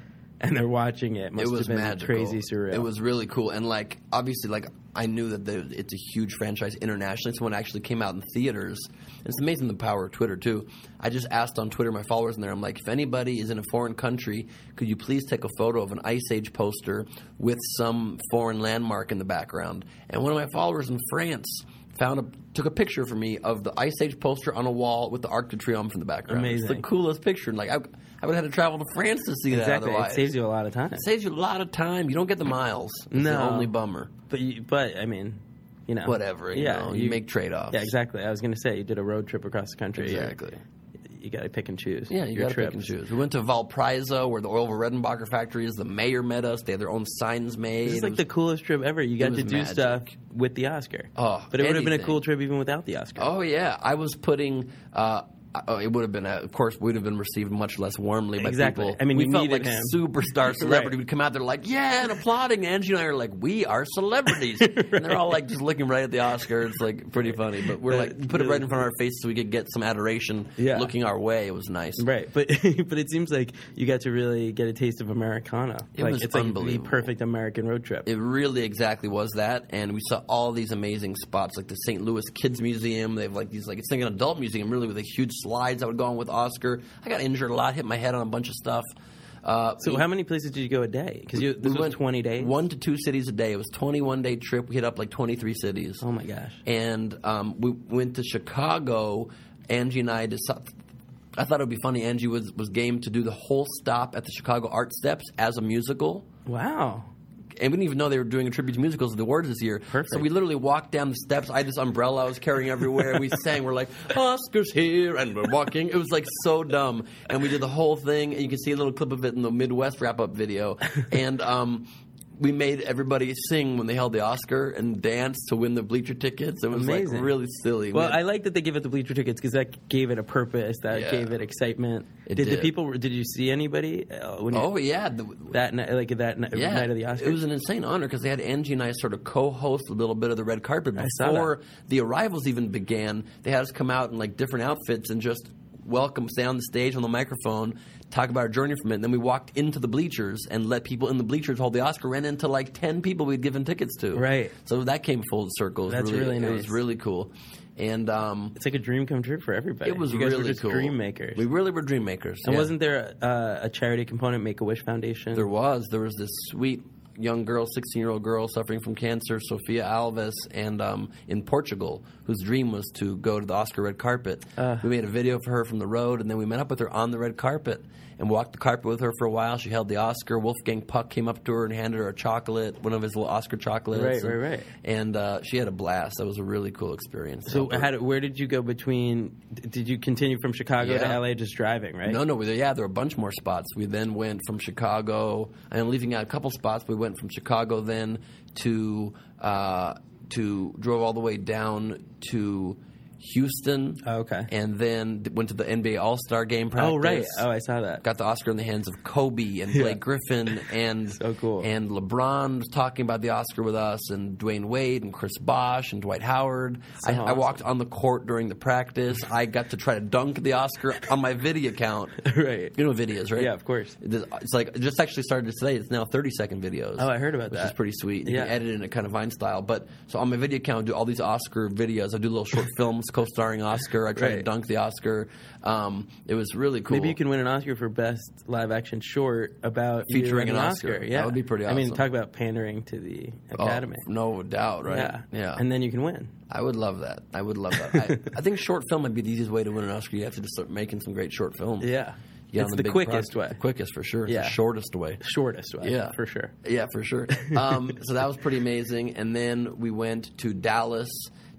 Speaker 4: and they're watching it must
Speaker 5: Mm-hmm. it was
Speaker 4: have been
Speaker 5: magical.
Speaker 4: crazy surreal.
Speaker 5: It was really cool, and like obviously, like I knew that the, it's a huge franchise internationally. So when it actually came out in theaters, it's amazing the power of Twitter too. I just asked on Twitter my followers, and there I'm like, if anybody is in a foreign country, could you please take a photo of an Ice Age poster with some foreign landmark in the background? And one of my followers in France. Found a, took a picture for me of the Ice Age poster on a wall with the Arc de Triomphe in the background. It's
Speaker 4: Amazing.
Speaker 5: the coolest picture. And like I, I would have had to travel to France to see that.
Speaker 4: exactly. It
Speaker 5: Otherwise,
Speaker 4: saves you a lot of time.
Speaker 5: it saves you a lot of time. You don't get the miles. It's the
Speaker 4: No.
Speaker 5: only bummer.
Speaker 4: But you, but I mean, you know,
Speaker 5: Whatever. You know, you, make trade offs.
Speaker 4: Yeah, exactly. I was going to say you did a road trip across the country.
Speaker 5: Exactly.
Speaker 4: You got to pick and choose.
Speaker 5: Yeah, you
Speaker 4: your
Speaker 5: got to pick and
Speaker 4: trips.
Speaker 5: choose. We went to Valparaiso, where the Olva Redenbacher factory is. The mayor met us. They had their own signs made.
Speaker 4: This is
Speaker 5: It
Speaker 4: like
Speaker 5: was-
Speaker 4: the coolest trip ever. You got
Speaker 5: was
Speaker 4: to do
Speaker 5: magic.
Speaker 4: stuff with the Oscar.
Speaker 5: Oh,
Speaker 4: but it would have been a
Speaker 5: anything.
Speaker 4: cool trip even without the Oscar.
Speaker 5: Oh yeah, I was putting. Uh, oh, it would have been, uh of course, would have been received much less warmly by
Speaker 4: Exactly.
Speaker 5: people.
Speaker 4: I mean,
Speaker 5: we
Speaker 4: you
Speaker 5: felt like
Speaker 4: needed him.
Speaker 5: superstar celebrity.
Speaker 4: Right.
Speaker 5: would come out there like, yeah, and applauding. And Angie and I are like, we are celebrities, and they're all like just looking right at the Oscar. It's like pretty funny, but we're like put it right in front of our faces so we could get some adoration
Speaker 4: Yeah.
Speaker 5: looking our way. It was nice.
Speaker 4: Right, but but it seems like you got to really get a taste of Americana.
Speaker 5: It
Speaker 4: like
Speaker 5: was
Speaker 4: it's like the
Speaker 5: unbelievable.
Speaker 4: perfect American road trip.
Speaker 5: It really exactly was that, and we saw all these amazing spots, like the St. Louis Kids Museum. They have like these, like it's like an adult museum, really, with a huge slides. I would go on with Oscar. I got injured a lot, hit my head on a bunch of stuff. Uh,
Speaker 4: so how many places did you go a day? Because this was
Speaker 5: went
Speaker 4: twenty days.
Speaker 5: one to two cities a day. It was twenty one day trip. We hit up like twenty three cities.
Speaker 4: Oh my gosh.
Speaker 5: and um, we went to Chicago. Angie and I decided. I thought it would be funny. Angie was, was game to do the whole stop at the Chicago Art Steps as a musical
Speaker 4: Wow.
Speaker 5: and we didn't even know they were doing a tribute to musicals of the awards this year.
Speaker 4: Perfect.
Speaker 5: So we literally walked down the steps. I had this umbrella I was carrying everywhere. and we sang. We're like, Oscar's here, and we're walking. It was like so dumb. And we did the whole thing. And you can see a little clip of it in the Midwest wrap up video. And, um, we made everybody sing when they held the Oscar and dance to win the bleacher tickets. It was
Speaker 4: Amazing.
Speaker 5: like really silly.
Speaker 4: Well,
Speaker 5: We-
Speaker 4: I like that they give it the bleacher tickets because that gave it a purpose. That
Speaker 5: Yeah.
Speaker 4: gave it excitement.
Speaker 5: It
Speaker 4: did, the
Speaker 5: did.
Speaker 4: people? Did you see anybody? uh, when you-
Speaker 5: oh yeah, the,
Speaker 4: that night, like that night,
Speaker 5: yeah,
Speaker 4: night of the Oscars.
Speaker 5: It was an insane honor because they had Angie and I sort of co-host a little bit of the red carpet
Speaker 4: saw that.
Speaker 5: before the arrivals even began. They had us come out in like different outfits and just welcome, stay on the stage on the microphone, talk about our journey from it. And then we walked into the bleachers and let people in the bleachers hold the Oscar. Ran into like ten people we'd given tickets to.
Speaker 4: Right.
Speaker 5: So that came full circle. It was
Speaker 4: That's really
Speaker 5: It
Speaker 4: nice.
Speaker 5: was really cool. And um,
Speaker 4: it's like a dream come true for everybody.
Speaker 5: it was
Speaker 4: you guys
Speaker 5: really
Speaker 4: were just
Speaker 5: cool.
Speaker 4: dream makers.
Speaker 5: We really were dream makers.
Speaker 4: and
Speaker 5: yeah.
Speaker 4: wasn't there uh, a charity component, Make a Wish Foundation?
Speaker 5: There was. There was this sweet young girl, 16 year old girl suffering from cancer, Sofia Alves, and um, in Portugal, whose dream was to go to the Oscar red carpet.
Speaker 4: Uh.
Speaker 5: we made a video for her from the road, and then we met up with her on the red carpet and walked the carpet with her for a while. She held the Oscar. Wolfgang Puck came up to her and handed her a chocolate, one of his little Oscar chocolates.
Speaker 4: Right,
Speaker 5: and,
Speaker 4: right, right.
Speaker 5: And uh, she had a blast. That was a really cool experience.
Speaker 4: so how did, where did you go between? d- Did you continue from Chicago
Speaker 5: Yeah.
Speaker 4: to LA just driving? Right.
Speaker 5: No, no, we- yeah, there were a bunch more spots. We then went from Chicago, and I'm leaving out a couple spots. We went from Chicago then to uh, to drove all the way down to Houston.
Speaker 4: Oh, okay.
Speaker 5: and then th- went to the NBA All Star Game practice.
Speaker 4: Oh right. Oh, I saw that.
Speaker 5: Got the Oscar in the hands of Kobe and Blake Griffin and
Speaker 4: So cool.
Speaker 5: and LeBron was talking about the Oscar with us and Dwayne Wade and Chris Bosh and Dwight Howard. I, I
Speaker 4: awesome.
Speaker 5: walked on the court during the practice. I got to try to dunk the Oscar on my video account.
Speaker 4: right.
Speaker 5: You know what video is, right?
Speaker 4: Yeah, of course.
Speaker 5: This- It's like it just actually started today. It's now thirty second videos.
Speaker 4: Oh, I heard about
Speaker 5: which
Speaker 4: that.
Speaker 5: is pretty sweet. You
Speaker 4: Yeah.
Speaker 5: can edit it in a kind of Vine style. But so on my video account, I do all these Oscar videos. I do little short films co-starring Oscar. I try to
Speaker 4: Right.
Speaker 5: dunk the Oscar. Um, it was really cool.
Speaker 4: Maybe you can win an Oscar for best live action short about you
Speaker 5: Featuring
Speaker 4: and
Speaker 5: an
Speaker 4: the
Speaker 5: Oscar.
Speaker 4: Yeah,
Speaker 5: That would be pretty
Speaker 4: I mean,
Speaker 5: awesome.
Speaker 4: talk about pandering to the
Speaker 5: Oh,
Speaker 4: Academy.
Speaker 5: no doubt, right?
Speaker 4: Yeah,
Speaker 5: yeah.
Speaker 4: And then you can win.
Speaker 5: I would love that. I would love that. I, I think short film would be the easiest way to win an Oscar. You have to just start making some great short films.
Speaker 4: Yeah.
Speaker 5: You get on
Speaker 4: it's
Speaker 5: the
Speaker 4: the,
Speaker 5: big
Speaker 4: quickest
Speaker 5: project.
Speaker 4: way,
Speaker 5: The quickest for sure. It's
Speaker 4: Yeah.
Speaker 5: the shortest way.
Speaker 4: shortest way.
Speaker 5: Yeah.
Speaker 4: for sure.
Speaker 5: Yeah, for sure. Um, so that was pretty amazing. And then we went to Dallas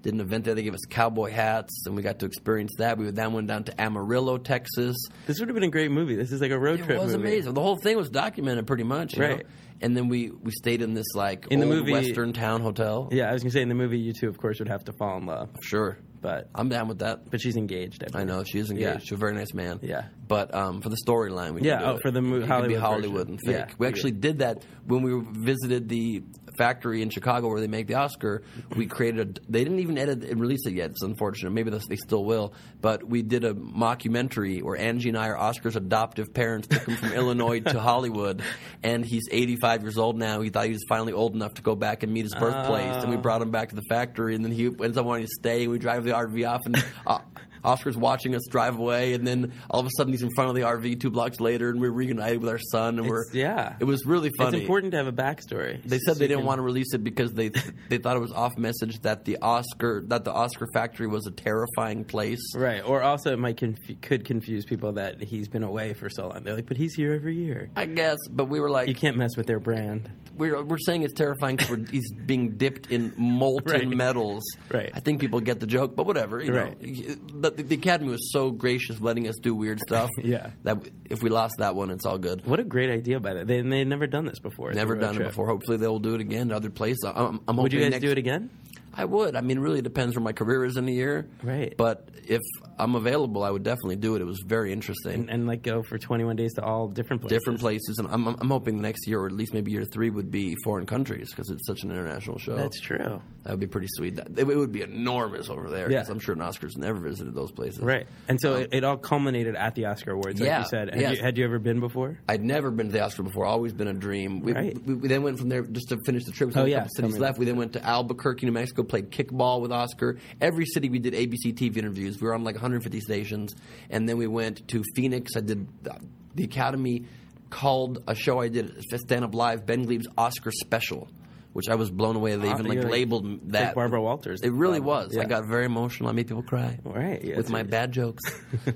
Speaker 5: Did an event there. They gave us cowboy hats, and we got to experience that. We then went down to Amarillo, Texas.
Speaker 4: This would have been a great movie. This is like a road
Speaker 5: It
Speaker 4: trip
Speaker 5: was
Speaker 4: movie.
Speaker 5: amazing. The whole thing was documented pretty much, you
Speaker 4: Right.
Speaker 5: know? And then we we stayed in this like
Speaker 4: In the
Speaker 5: old
Speaker 4: movie-
Speaker 5: Western town hotel.
Speaker 4: Yeah, I was gonna say in the movie, you two, of course, would have to fall in love,
Speaker 5: sure.
Speaker 4: but
Speaker 5: I'm down with that.
Speaker 4: but she's engaged. I,
Speaker 5: I
Speaker 4: believe.
Speaker 5: know she is engaged.
Speaker 4: Yeah.
Speaker 5: She's a very nice man.
Speaker 4: Yeah.
Speaker 5: But um, for the storyline, we
Speaker 4: Yeah,
Speaker 5: Can do
Speaker 4: oh,
Speaker 5: it.
Speaker 4: for the mo-
Speaker 5: It could be
Speaker 4: Hollywood
Speaker 5: Hollywood
Speaker 4: version.
Speaker 5: and fake.
Speaker 4: Yeah, we
Speaker 5: we actually did that when we visited the factory in Chicago where they make the Oscar. We created. A, they didn't even edit and release it yet. It's unfortunate. Maybe that's, they still will. But we did a mockumentary where Angie and I are Oscar's adoptive parents. Took him from Illinois to Hollywood, and he's 85 years old now. He thought he was finally old enough to go back and meet his birthplace, and we brought him back to the factory. And then he ends up wanting to stay. We drive the RV off and. Uh, Oscar's watching us drive away, and then all of a sudden he's in front of the RV two blocks later, and we're reunited with our son, and we're
Speaker 4: It's- yeah.
Speaker 5: it was really funny.
Speaker 4: It's important to have a backstory.
Speaker 5: They said they didn't want to release it because they they thought it was off message that the Oscar that the Oscar factory was a terrifying place.
Speaker 4: Right, or also it might conf- could confuse people that he's been away for so long. They're like, but he's here every year.
Speaker 5: I guess, but we were
Speaker 4: You
Speaker 5: like,
Speaker 4: can't mess with their brand.
Speaker 5: we're, we're saying it's terrifying because he's being dipped in molten
Speaker 4: Right.
Speaker 5: metals.
Speaker 4: Right.
Speaker 5: I think people get the joke, but whatever. You
Speaker 4: Right.
Speaker 5: Know. But the, the Academy was so gracious letting us do weird stuff.
Speaker 4: Yeah.
Speaker 5: That if we lost that one, it's all good.
Speaker 4: What a great idea by that. They they had never done this before. the
Speaker 5: Never
Speaker 4: road
Speaker 5: done it
Speaker 4: trip.
Speaker 5: before. Hopefully they'll do it again in other places. I'm, I'm
Speaker 4: Would you
Speaker 5: hoping
Speaker 4: guys
Speaker 5: next,
Speaker 4: do it again?
Speaker 5: I would. I mean, it really depends where my career is in a year.
Speaker 4: Right.
Speaker 5: But if I'm available, I would definitely do it. It was very interesting.
Speaker 4: And, and like go for 21 days to all different places.
Speaker 5: Different places, and I'm, I'm I'm hoping the next year, or at least maybe year three, would be foreign countries because it's such an international show.
Speaker 4: That's true.
Speaker 5: That would be pretty sweet. That, it would be enormous over there. 'cause
Speaker 4: Yeah.
Speaker 5: I'm sure an Oscars never visited those places.
Speaker 4: Right. And so it, it all culminated at the Oscar Awards, like
Speaker 5: Um, Yeah,
Speaker 4: you said. Had,
Speaker 5: yes.
Speaker 4: you, had you ever been before?
Speaker 5: I'd never been to the Oscar before. Always been a dream. We,
Speaker 4: Right.
Speaker 5: we, we then went from there just to finish the trip. so
Speaker 4: Oh,
Speaker 5: a
Speaker 4: yeah.
Speaker 5: couple cities
Speaker 4: Tell me
Speaker 5: left. We then went to Albuquerque, New Mexico. Played kickball with Oscar. Every city we did ABC TV interviews. We were on like 150 stations, and then we went to Phoenix. I did uh, the Academy called a show I did at Stand Up Live. Ben Glebe's Oscar special, which I was blown away. They
Speaker 4: Ah,
Speaker 5: even like
Speaker 4: you're-
Speaker 5: labeled
Speaker 4: Like
Speaker 5: that.
Speaker 4: Barbara Walters.
Speaker 5: It really
Speaker 4: Um,
Speaker 5: was. I
Speaker 4: yeah.
Speaker 5: got very emotional. I made people cry
Speaker 4: Right. yeah,
Speaker 5: with
Speaker 4: so
Speaker 5: my
Speaker 4: you-
Speaker 5: bad jokes.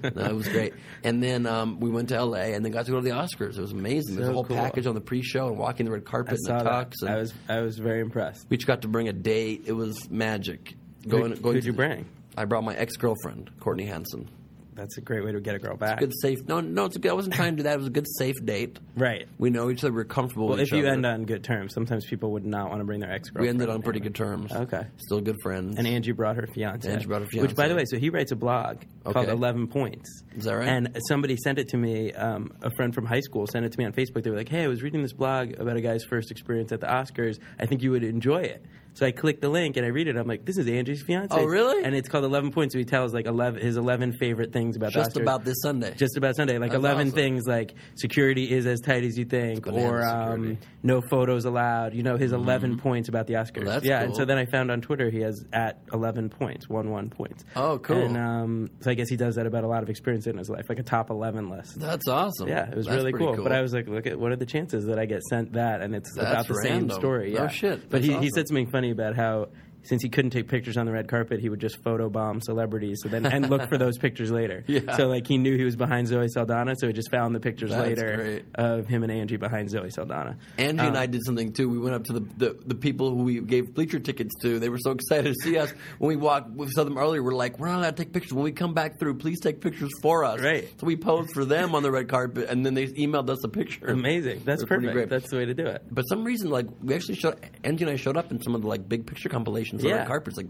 Speaker 5: no, it was great. And then um, we went to LA and then got to go to the Oscars. It was amazing. There's a
Speaker 4: So
Speaker 5: whole
Speaker 4: cool.
Speaker 5: package on the pre-show and walking the red
Speaker 4: I
Speaker 5: carpet
Speaker 4: saw
Speaker 5: and the
Speaker 4: that.
Speaker 5: talks. And
Speaker 4: I was I was very impressed.
Speaker 5: we each got to bring a date. It was magic. Going,
Speaker 4: Who-
Speaker 5: going
Speaker 4: who'd
Speaker 5: to
Speaker 4: you
Speaker 5: the-
Speaker 4: bring?
Speaker 5: I brought my ex-girlfriend, Courtney Hansen.
Speaker 4: That's a great way to get a girl back.
Speaker 5: Good safe. No, no, it's a good. I wasn't trying to do that. It was a good safe date.
Speaker 4: Right.
Speaker 5: We know each other. We're comfortable.
Speaker 4: Well, if
Speaker 5: with each
Speaker 4: you
Speaker 5: other.
Speaker 4: end on good terms, sometimes people would not want to bring their ex girlfriend.
Speaker 5: we ended on pretty good terms.
Speaker 4: Okay.
Speaker 5: Still good friends.
Speaker 4: And Angie brought her fiance.
Speaker 5: Angie brought her
Speaker 4: Which, by the
Speaker 5: fiancé.
Speaker 4: way, so he writes a blog called
Speaker 5: Okay.
Speaker 4: 11 Points.
Speaker 5: Is that right?
Speaker 4: And somebody sent it to me, um, a friend from high school sent it to me on Facebook. They were like, hey, I was reading this blog about a guy's first experience at the Oscars. I think you would enjoy it. So I clicked the link and I read it. I'm like, this is Angie's fiance.
Speaker 5: Oh, really?
Speaker 4: And it's called 11 Points. So he tells like 11, his 11 favorite things about the
Speaker 5: Just
Speaker 4: Oscars.
Speaker 5: about this Sunday.
Speaker 4: Just about Sunday. Like
Speaker 5: That's
Speaker 4: 11
Speaker 5: awesome.
Speaker 4: things like security is as tight as you think
Speaker 5: banana
Speaker 4: or um,
Speaker 5: security. Mm-hmm.
Speaker 4: no photos allowed. You know, his 11 points about the Oscars.
Speaker 5: Well, that's
Speaker 4: yeah, and
Speaker 5: cool.
Speaker 4: so then I found on Twitter he has at 11 points, 1 1 points.
Speaker 5: Oh, cool.
Speaker 4: And um, so I guess he does that about a lot of experience in his life, like a top 11 list.
Speaker 5: That's awesome.
Speaker 4: Yeah, it was
Speaker 5: That's
Speaker 4: really
Speaker 5: pretty
Speaker 4: cool. But I was like, look at what are the chances that I get sent that and it's
Speaker 5: That's
Speaker 4: about the
Speaker 5: random.
Speaker 4: same story.
Speaker 5: Oh,
Speaker 4: Yeah.
Speaker 5: shit.
Speaker 4: But
Speaker 5: That's
Speaker 4: he, he
Speaker 5: awesome.
Speaker 4: said something funny about how since he couldn't take pictures on the red carpet, he would just photobomb celebrities so then and look for those pictures later.
Speaker 5: Yeah.
Speaker 4: So like he knew he was behind Zoe Saldana, so he just found the pictures
Speaker 5: That's
Speaker 4: later
Speaker 5: great.
Speaker 4: of him and Angie behind Zoe Saldana. Uh,
Speaker 5: Angie and I did something too. We went up to the, the the people who we gave bleacher tickets to. They were so excited to see us. When we walked, we saw them earlier. We're like, we're not allowed to take pictures. When we come back through, please take pictures for us.
Speaker 4: Right.
Speaker 5: So we posed for them on the red carpet, and then they emailed us a picture.
Speaker 4: Amazing. That's
Speaker 5: They're pretty
Speaker 4: perfect.
Speaker 5: great.
Speaker 4: That's the way to do it.
Speaker 5: But some reason, like we actually showed Angie and I showed up in some of the like big picture compilations on
Speaker 4: Yeah.
Speaker 5: red carpets, like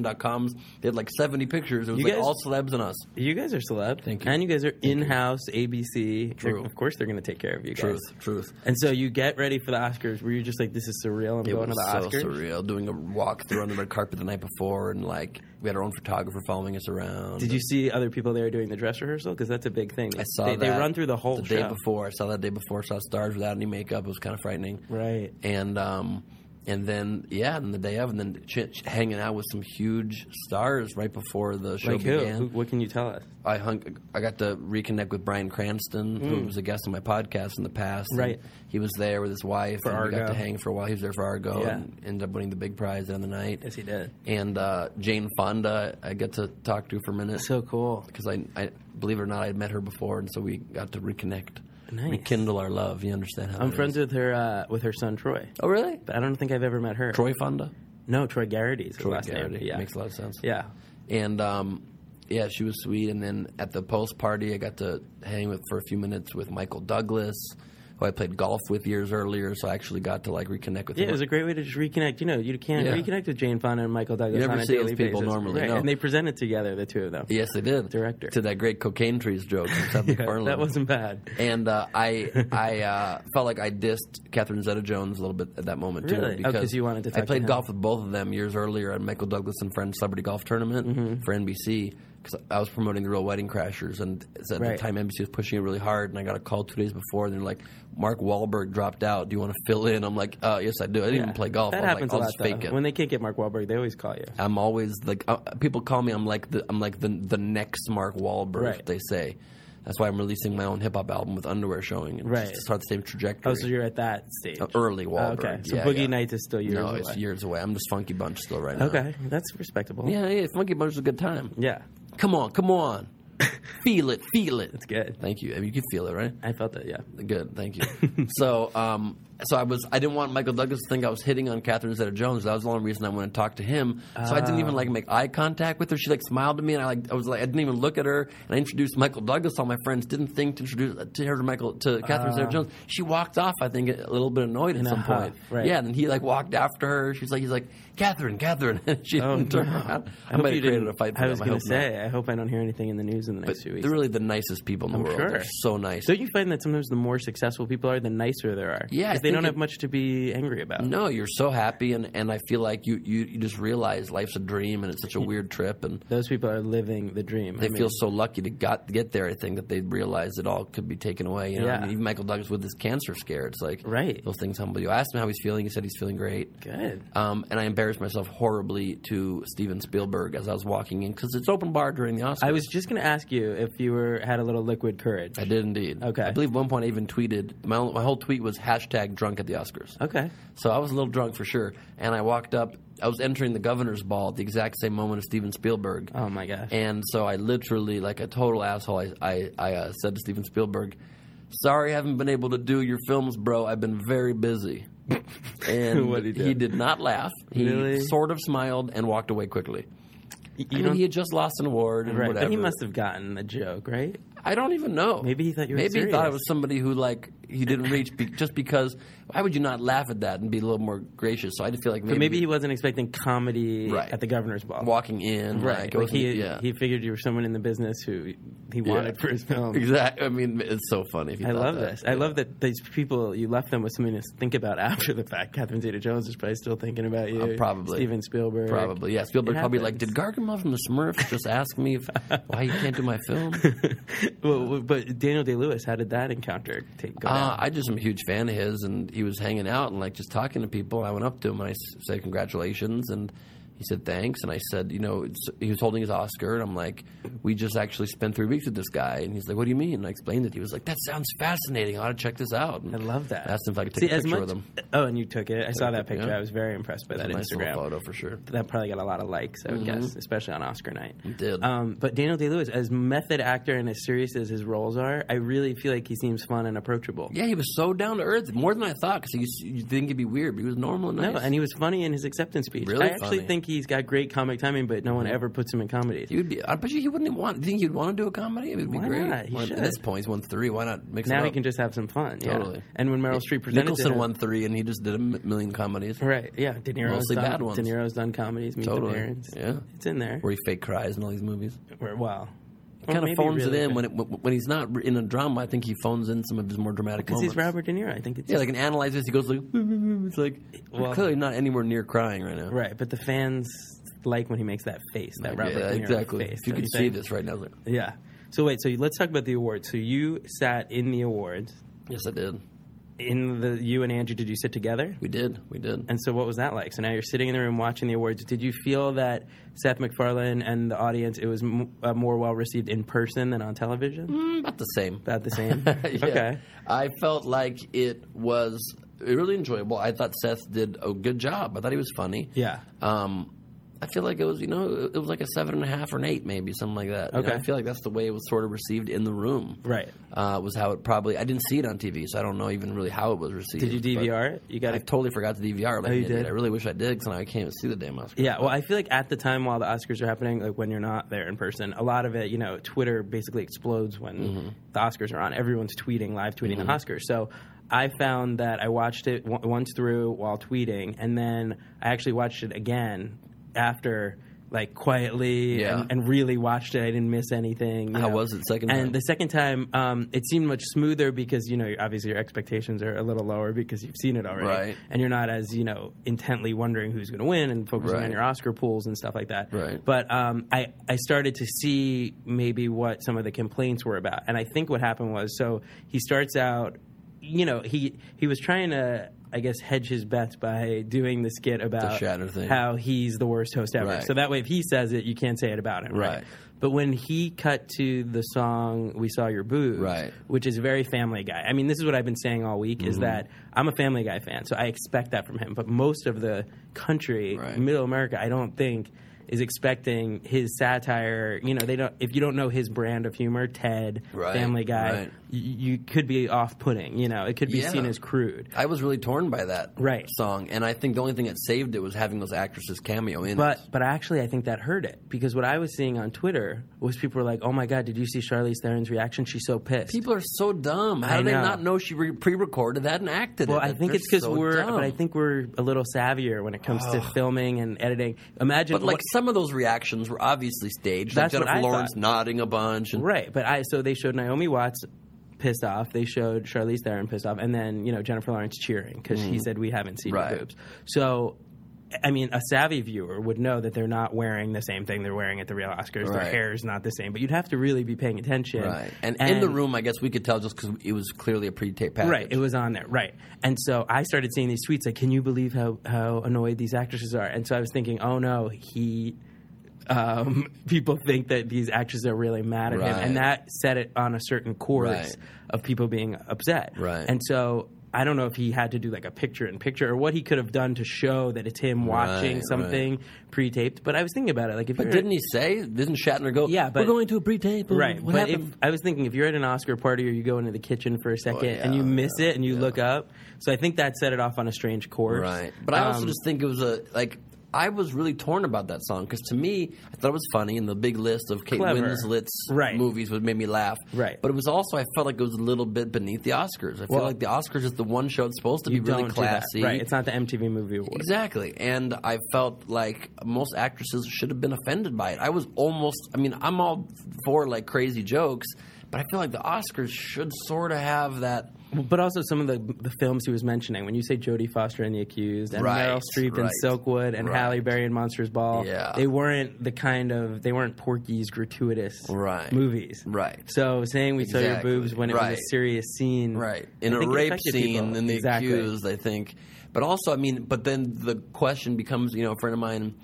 Speaker 5: CNN.com's. They had like seventy pictures. It was
Speaker 4: You
Speaker 5: like
Speaker 4: guys-
Speaker 5: all celebs and us.
Speaker 4: You guys are celeb.
Speaker 5: Thank you.
Speaker 4: And you guys are in house ABC.
Speaker 5: True.
Speaker 4: They're- Of course they're going to take care of you guys.
Speaker 5: Truth, truth.
Speaker 4: And so you get ready for the Oscars. Were you just like, this is surreal? I'm
Speaker 5: It
Speaker 4: going
Speaker 5: was
Speaker 4: to the
Speaker 5: so
Speaker 4: Oscars.
Speaker 5: surreal doing a walk through on the red carpet the night before, and like we had our own photographer following us around.
Speaker 4: Did you see other people there doing the dress rehearsal? Because that's a big thing.
Speaker 5: I saw
Speaker 4: they,
Speaker 5: that
Speaker 4: they run through the whole
Speaker 5: the day
Speaker 4: show.
Speaker 5: before. I saw that day before. I saw stars without any makeup. It was kind of frightening.
Speaker 4: Right.
Speaker 5: And um, and then yeah, and the day of, and then ch- ch- hanging out with some huge stars right before the show
Speaker 4: Like who?
Speaker 5: began.
Speaker 4: who? What can you tell us?
Speaker 5: I hung. I got to reconnect with Brian Cranston, who was a guest on my podcast in the past. and
Speaker 4: Mm. Right.
Speaker 5: He was there with his wife. and We got
Speaker 4: Argo.
Speaker 5: to hang for a while. He was there for Argo
Speaker 4: Yeah.
Speaker 5: and ended up winning the big prize on the night.
Speaker 4: Yes, he did.
Speaker 5: And uh, Jane Fonda, I got to talk to for a minute
Speaker 4: So cool.
Speaker 5: because I, I believe it or not, I had met her before, and so we got to reconnect,
Speaker 4: Nice.
Speaker 5: rekindle our love. You understand how
Speaker 4: I'm
Speaker 5: that
Speaker 4: friends
Speaker 5: is.
Speaker 4: with her uh, with her son Troy.
Speaker 5: Oh, really?
Speaker 4: But I don't think I've ever met her.
Speaker 5: Troy Fonda.
Speaker 4: No, Troy Garrity's his
Speaker 5: Troy
Speaker 4: last
Speaker 5: Garrity.
Speaker 4: name. Yeah,
Speaker 5: Makes a lot of sense.
Speaker 4: Yeah,
Speaker 5: And um, yeah, she was sweet. And then at the post party, I got to hang with for a few minutes with Michael Douglas, who I played golf with years earlier. So I actually got to like reconnect with
Speaker 4: yeah.
Speaker 5: him.
Speaker 4: It was a great way to just reconnect. You know, you can't
Speaker 5: Yeah.
Speaker 4: reconnect with Jane Fonda and Michael Douglas.
Speaker 5: You never
Speaker 4: on a
Speaker 5: see those
Speaker 4: daily
Speaker 5: people
Speaker 4: basis.
Speaker 5: normally,
Speaker 4: Right,
Speaker 5: no.
Speaker 4: and they presented together the two of them.
Speaker 5: yes, they did.
Speaker 4: Director.
Speaker 5: to that great cocaine trees joke from Seth MacFarlane.
Speaker 4: that wasn't bad.
Speaker 5: And uh, I, I uh, felt like I dissed Catherine Zeta-Jones a little bit at that moment too,
Speaker 4: Really? Oh, 'cause you wanted to
Speaker 5: I
Speaker 4: talk to
Speaker 5: played
Speaker 4: him.
Speaker 5: golf with both of them years earlier at Michael Douglas and Friends Celebrity Golf Tournament
Speaker 4: Mm-hmm.
Speaker 5: for NBC because I was promoting the Real Wedding Crashers, and it's at the
Speaker 4: Right.
Speaker 5: time NBC was pushing it really hard. And I got a call two days before, and they're like, "Mark Wahlberg dropped out. Do you want to fill in?" I'm like, uh, "Yes, I do. I didn't even
Speaker 4: Yeah.
Speaker 5: play golf.
Speaker 4: That
Speaker 5: I was
Speaker 4: happens
Speaker 5: like, I'll
Speaker 4: a lot.
Speaker 5: just fake
Speaker 4: though.
Speaker 5: it."
Speaker 4: When they can't get Mark Wahlberg, they always call you.
Speaker 5: I'm always like uh, people call me. I'm like the, I'm like the the next Mark Wahlberg.
Speaker 4: Right.
Speaker 5: They say that's why I'm releasing my own hip hop album with underwear showing. And
Speaker 4: Right.
Speaker 5: just to start the same trajectory.
Speaker 4: Oh, so you're at that stage. Oh,
Speaker 5: Uh, early Wahlberg.
Speaker 4: okay, so
Speaker 5: Yeah,
Speaker 4: Boogie
Speaker 5: yeah.
Speaker 4: Nights is still years
Speaker 5: no,
Speaker 4: away.
Speaker 5: it's years away. I'm just Funky Bunch still right now.
Speaker 4: Okay, that's respectable.
Speaker 5: Yeah, yeah. Funky Bunch is a good time.
Speaker 4: yeah,
Speaker 5: Come on, come on. feel it, feel it.
Speaker 4: it's good.
Speaker 5: Thank you. I mean, you can feel it, right?
Speaker 4: I felt that. Yeah.
Speaker 5: Good, thank you. so, um, so I was. I didn't want Michael Douglas to think I was hitting on Catherine Zeta-Jones. That was the only reason I wanted to talk to him. So I didn't
Speaker 4: Ah.
Speaker 5: even like make eye contact with her. She like smiled at me, and I like I was like I didn't even look at her. And I introduced Michael Douglas. All my friends didn't think to introduce to her to Michael to Catherine
Speaker 4: Ah.
Speaker 5: Zeta-Jones. She walked off. I think a little bit annoyed at
Speaker 4: a
Speaker 5: some
Speaker 4: huff,
Speaker 5: point.
Speaker 4: Uh-huh, right.
Speaker 5: Yeah, and he like walked after her. She's like he's like Catherine, Catherine. she
Speaker 4: Oh,
Speaker 5: didn't turn
Speaker 4: no.
Speaker 5: around. I,
Speaker 4: hope
Speaker 5: might
Speaker 4: you
Speaker 5: have created
Speaker 4: didn't-
Speaker 5: a fight. For
Speaker 4: I was
Speaker 5: them.
Speaker 4: going
Speaker 5: hope
Speaker 4: to
Speaker 5: not.
Speaker 4: say. I hope I don't hear anything in the news in the next few weeks.
Speaker 5: They're really the nicest people in the
Speaker 4: I'm
Speaker 5: world.
Speaker 4: sure.
Speaker 5: They're so nice.
Speaker 4: Don't you find that sometimes the more successful people are, the nicer they are?
Speaker 5: Yeah, I
Speaker 4: 'Cause they don't
Speaker 5: think
Speaker 4: have
Speaker 5: it-
Speaker 4: much to be angry about.
Speaker 5: No, you're so happy, and, and I feel like you, you, you just realize life's a dream, and it's such a weird trip, and
Speaker 4: Those people are living the dream.
Speaker 5: they
Speaker 4: I mean,
Speaker 5: feel so lucky to got, get there. I think that they realize it all could be taken away. You know, I
Speaker 4: Yeah.
Speaker 5: mean, even Michael Douglas with his cancer scare, it's like
Speaker 4: Right.
Speaker 5: Those things humble you. I asked him how he's feeling. He said he's feeling great.
Speaker 4: good.
Speaker 5: Um, and I embarrassed myself horribly to Steven Spielberg as I was walking in because it's open bar during the Oscars.
Speaker 4: I was just going to ask you if you were had a little liquid courage.
Speaker 5: I did indeed.
Speaker 4: Okay.
Speaker 5: I believe at one point I even tweeted my my whole tweet was hashtag drunk at the Oscars.
Speaker 4: Okay.
Speaker 5: So I was a little drunk for sure, and I walked up. I was entering the governor's ball at the exact same moment as Steven Spielberg.
Speaker 4: Oh my gosh.
Speaker 5: And so I literally, like a total asshole, I, I, I uh, said to Steven Spielberg, Sorry, I haven't been able to do your films, bro. I've been very busy. and
Speaker 4: What'd he do?
Speaker 5: did not laugh. He
Speaker 4: Really?
Speaker 5: sort of smiled and walked away quickly.
Speaker 4: you
Speaker 5: I mean,
Speaker 4: don't-
Speaker 5: he had just lost an award and
Speaker 4: right,
Speaker 5: whatever.
Speaker 4: but he must have gotten the joke, right?
Speaker 5: I don't even know.
Speaker 4: Maybe he thought you were
Speaker 5: Maybe he thought I
Speaker 4: serious.
Speaker 5: was somebody who like he didn't reach be- just because. Why would you not laugh at that and be a little more gracious? So I just feel like maybe,
Speaker 4: But maybe he wasn't expecting comedy
Speaker 5: Right.
Speaker 4: at the governor's ball.
Speaker 5: walking in,
Speaker 4: right.
Speaker 5: Like,
Speaker 4: Like
Speaker 5: it wasn't-
Speaker 4: he,
Speaker 5: yeah,
Speaker 4: he figured you were someone in the business who he wanted for his film.
Speaker 5: Exactly. I mean, it's so funny. If you
Speaker 4: I
Speaker 5: thought
Speaker 4: love
Speaker 5: that.
Speaker 4: this. I love that these people you left them with something to think about after the fact. Catherine Zeta-Jones is probably still thinking about you.
Speaker 5: Uh, probably.
Speaker 4: Steven Spielberg.
Speaker 5: Probably, yeah. Spielberg
Speaker 4: It
Speaker 5: probably like, did
Speaker 4: happens.
Speaker 5: Gargamel from the Smurfs just ask me if, why you can't do my film?
Speaker 4: well, well, but Daniel Day Lewis, how did that encounter take go
Speaker 5: Uh,
Speaker 4: down?
Speaker 5: I just am a huge fan of his, and he was hanging out and like just talking to people. I went up to him and I s- said congratulations, and he said thanks, and I said, you know, it's, he was holding his Oscar, and I'm like, we just actually spent three weeks with this guy, and he's like, what do you mean? And I explained it. He was like, that sounds fascinating. I ought to check this out. And
Speaker 4: I love that.
Speaker 5: Asked him if I could
Speaker 4: See,
Speaker 5: take a
Speaker 4: as
Speaker 5: picture
Speaker 4: much,
Speaker 5: with him.
Speaker 4: Oh, and you took it. I saw that picture.
Speaker 5: yeah.
Speaker 4: I was very impressed by that
Speaker 5: Nice little
Speaker 4: Instagram
Speaker 5: photo for sure.
Speaker 4: That probably got a lot of likes, I would guess, especially on Oscar night. It
Speaker 5: Mm-hmm. did.
Speaker 4: Um, but Daniel Day Lewis, as method actor and as serious as his roles are, I really feel like he seems fun and approachable.
Speaker 5: Yeah, he was so down to earth, more than I thought, because you think he'd be weird, but he was normal and nice.
Speaker 4: No, and he was funny in his acceptance speech.
Speaker 5: Really
Speaker 4: I actually
Speaker 5: funny. Mm-hmm.
Speaker 4: think he's got great comic timing, but no one ever puts him in comedies.
Speaker 5: He would be. I bet you he wouldn't even want. Do you think he'd want to do a comedy? It would be
Speaker 4: Why
Speaker 5: great.
Speaker 4: not? He
Speaker 5: Why-
Speaker 4: should.
Speaker 5: At this point, he's won three. Why not mix
Speaker 4: now
Speaker 5: him
Speaker 4: he
Speaker 5: up?
Speaker 4: can just have some fun. yeah.
Speaker 5: Totally.
Speaker 4: And when Meryl Streep presented to
Speaker 5: Nicholson
Speaker 4: him-
Speaker 5: won three, and he just did a m- million comedies
Speaker 4: Right, yeah. De Niro's
Speaker 5: Mostly
Speaker 4: done,
Speaker 5: bad ones.
Speaker 4: De Niro's done comedies. Meet
Speaker 5: Totally,
Speaker 4: the Parents.
Speaker 5: yeah.
Speaker 4: it's in there.
Speaker 5: where he fake cries in all these movies.
Speaker 4: Where- well,
Speaker 5: It kind of phones it in when, it, when when he's not in a drama. I think he phones in some of his more dramatic
Speaker 4: because
Speaker 5: moments.
Speaker 4: he's Robert De Niro. I think it's
Speaker 5: Yeah, like in Analyze This, he goes like, it's like you're
Speaker 4: Well-
Speaker 5: clearly not anywhere near crying right now.
Speaker 4: right. But the fans like when he makes that face, that Robert
Speaker 5: yeah,
Speaker 4: De Niro
Speaker 5: exactly.
Speaker 4: face.
Speaker 5: If you
Speaker 4: don't
Speaker 5: could see
Speaker 4: think?
Speaker 5: this right now, it's like,
Speaker 4: yeah. So wait, so let's talk about the awards. So you sat in the awards.
Speaker 5: yes, I did.
Speaker 4: In the you and Andrew, did you sit together?
Speaker 5: We did. We did.
Speaker 4: And so, what was that like? So now you're sitting in the room watching the awards. Did you feel that Seth MacFarlane and the audience it was m- uh, more well received in person than on television?
Speaker 5: Mm, about the same.
Speaker 4: About the same.
Speaker 5: Yeah.
Speaker 4: Okay.
Speaker 5: I felt like it was really enjoyable. I thought Seth did a good job. I thought he was funny.
Speaker 4: Yeah.
Speaker 5: Um, I feel like it was, you know, it was like a seven and a half or an eight, maybe something like that. And
Speaker 4: Okay.
Speaker 5: I feel like that's the way it was sort of received in the room.
Speaker 4: Right.
Speaker 5: Uh, was how it probably. I didn't see it on TV, so I don't know even really how it was received.
Speaker 4: Did you
Speaker 5: but
Speaker 4: DVR it? You got
Speaker 5: I
Speaker 4: to
Speaker 5: totally forgot to DVR. Like
Speaker 4: Oh, you
Speaker 5: an idiot.
Speaker 4: did?
Speaker 5: I really wish I did, because I can't even see the damn Oscar.
Speaker 4: Yeah, well, I feel like at the time while the Oscars are happening, like when you're not there in person, a lot of it, you know, Twitter basically explodes when
Speaker 5: Mm-hmm.
Speaker 4: the Oscars are on. Everyone's tweeting, live tweeting the Oscars. So I found that I watched it w- once through while tweeting, and then I actually watched it again after, like quietly,
Speaker 5: Yeah.
Speaker 4: and, and really watched it. I didn't miss anything. you
Speaker 5: How
Speaker 4: know.
Speaker 5: was it second
Speaker 4: and
Speaker 5: time?
Speaker 4: the second time, um, it seemed much smoother because you know your- obviously your expectations are a little lower because you've seen it already,
Speaker 5: Right.
Speaker 4: and you're not as you know intently wondering who's going to win and focusing on
Speaker 5: Right.
Speaker 4: your Oscar pools and stuff like that.
Speaker 5: Right.
Speaker 4: But um, I I started to see maybe what some of the complaints were about, and I think what happened was so he starts out, you know he he was trying to. I guess hedge his bets by doing the skit about
Speaker 5: shatter thing.
Speaker 4: how he's the worst host ever.
Speaker 5: Right.
Speaker 4: So that way, if he says it, you can't say it about him, right?
Speaker 5: Right.
Speaker 4: But when he cut to the song "We Saw Your Boobs,"
Speaker 5: Right. Mm-hmm.
Speaker 4: which is very Family Guy. I mean, this is what I've been saying all week: is that I'm a Family Guy fan, so I expect that from him. But most of the country,
Speaker 5: Right.
Speaker 4: middle America, I don't think is expecting his satire. You know, they don't. If you don't know his brand of humor, Ted,
Speaker 5: Right,
Speaker 4: Family Guy, y-
Speaker 5: right.
Speaker 4: you could be off-putting. You know, it could be
Speaker 5: Yeah.
Speaker 4: seen as crude.
Speaker 5: I was really torn by that
Speaker 4: Right.
Speaker 5: song, and I think the only thing that saved it was having those actresses cameo in
Speaker 4: But
Speaker 5: it.
Speaker 4: but actually, I think that hurt it because what I was seeing on Twitter was people were like, "Oh my god, did you see Charlize Theron's reaction? She's so pissed."
Speaker 5: People are so dumb. How
Speaker 4: I
Speaker 5: do they
Speaker 4: know.
Speaker 5: not know she re- pre-recorded that and acted
Speaker 4: well,
Speaker 5: it?
Speaker 4: I think
Speaker 5: They're
Speaker 4: it's because
Speaker 5: so
Speaker 4: we're,
Speaker 5: dumb.
Speaker 4: but I think we're a little savvier when it comes to filming and editing. Imagine,
Speaker 5: But like
Speaker 4: what-
Speaker 5: some of those reactions were obviously staged.
Speaker 4: That's what
Speaker 5: like Jennifer
Speaker 4: I
Speaker 5: Lawrence
Speaker 4: thought.
Speaker 5: nodding a bunch. And,
Speaker 4: right? But I so they showed Naomi Watts pissed off. They showed Charlize Theron pissed off, and then you know Jennifer Lawrence cheering because he said we haven't seen your
Speaker 5: Mm. Right.
Speaker 4: boobs. So. I mean, a savvy viewer would know that they're not wearing the same thing they're wearing at the real Oscars. Their
Speaker 5: Right.
Speaker 4: hair is not the same, but you'd have to really be paying attention.
Speaker 5: Right. And, in the room, I guess we could tell just because it was clearly a pre-tape package.
Speaker 4: Right, it was on there. Right, and so I started seeing these tweets like, "Can you believe how how annoyed these actresses are?" And so I was thinking, "Oh no, he." Um, people think that these actresses are really mad at him,
Speaker 5: Right.
Speaker 4: and that set it on a certain course
Speaker 5: Right.
Speaker 4: of people being upset.
Speaker 5: Right.
Speaker 4: and so I don't know if he had to do like a picture in picture or what he could have done to show that it's him watching
Speaker 5: right.
Speaker 4: something pre-taped. But I was thinking about it, like if
Speaker 5: But
Speaker 4: you're
Speaker 5: didn't he say? Didn't Shatner go?
Speaker 4: Yeah, but-
Speaker 5: we're going to a pre-tape. and
Speaker 4: Right,
Speaker 5: What
Speaker 4: but if,
Speaker 5: happened?
Speaker 4: I was thinking if you're at an Oscar party or you go into the kitchen for a second
Speaker 5: Oh, yeah,
Speaker 4: and you miss it and you look up, so I think that set it off on a strange course.
Speaker 5: Right. But I also
Speaker 4: Um,
Speaker 5: just think it was a like I was really torn about that song because to me I thought it was funny and the big list of Kate
Speaker 4: Clever.
Speaker 5: Winslet's
Speaker 4: Right.
Speaker 5: movies would made me laugh.
Speaker 4: Right.
Speaker 5: But it was also I felt like it was a little bit beneath the Oscars. I feel
Speaker 4: Well,
Speaker 5: like the Oscars is the one show it's supposed to be
Speaker 4: you
Speaker 5: really
Speaker 4: don't do that.
Speaker 5: classy.
Speaker 4: right? It's not the MTV Movie Award.
Speaker 5: Exactly. And I felt like most actresses should have been offended by it. I was almost, I mean, I'm all for like crazy jokes, but I feel like the Oscars should sort of have that.
Speaker 4: But also some of the the films he was mentioning when you say Jodie Foster and The Accused and
Speaker 5: Right,
Speaker 4: Meryl Streep and
Speaker 5: right,
Speaker 4: Silkwood and
Speaker 5: right.
Speaker 4: Halle Berry and Monsters Ball,
Speaker 5: Yeah.
Speaker 4: they weren't the kind of they weren't Porky's gratuitous
Speaker 5: Right.
Speaker 4: movies.
Speaker 5: Right.
Speaker 4: So saying we saw your
Speaker 5: Exactly,
Speaker 4: boobs when it
Speaker 5: right.
Speaker 4: was a serious scene,
Speaker 5: Right. In
Speaker 4: I
Speaker 5: a
Speaker 4: think it
Speaker 5: rape
Speaker 4: affected
Speaker 5: scene
Speaker 4: people.
Speaker 5: and the
Speaker 4: Exactly.
Speaker 5: accused, I think. But also, I mean, but then the question becomes, you know, a friend of mine,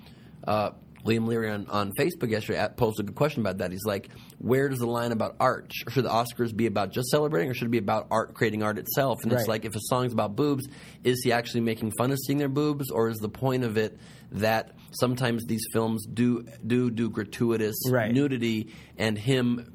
Speaker 5: uh, Liam Leary on, on Facebook yesterday at- posted a good question about that. He's like, where does the line about art? Sh- Should the Oscars be about just celebrating or should it be about art, creating art itself? And it's
Speaker 4: Right.
Speaker 5: like, if a song's about boobs, is he actually making fun of seeing their boobs or is the point of it that sometimes these films do do, do gratuitous
Speaker 4: Right.
Speaker 5: nudity and him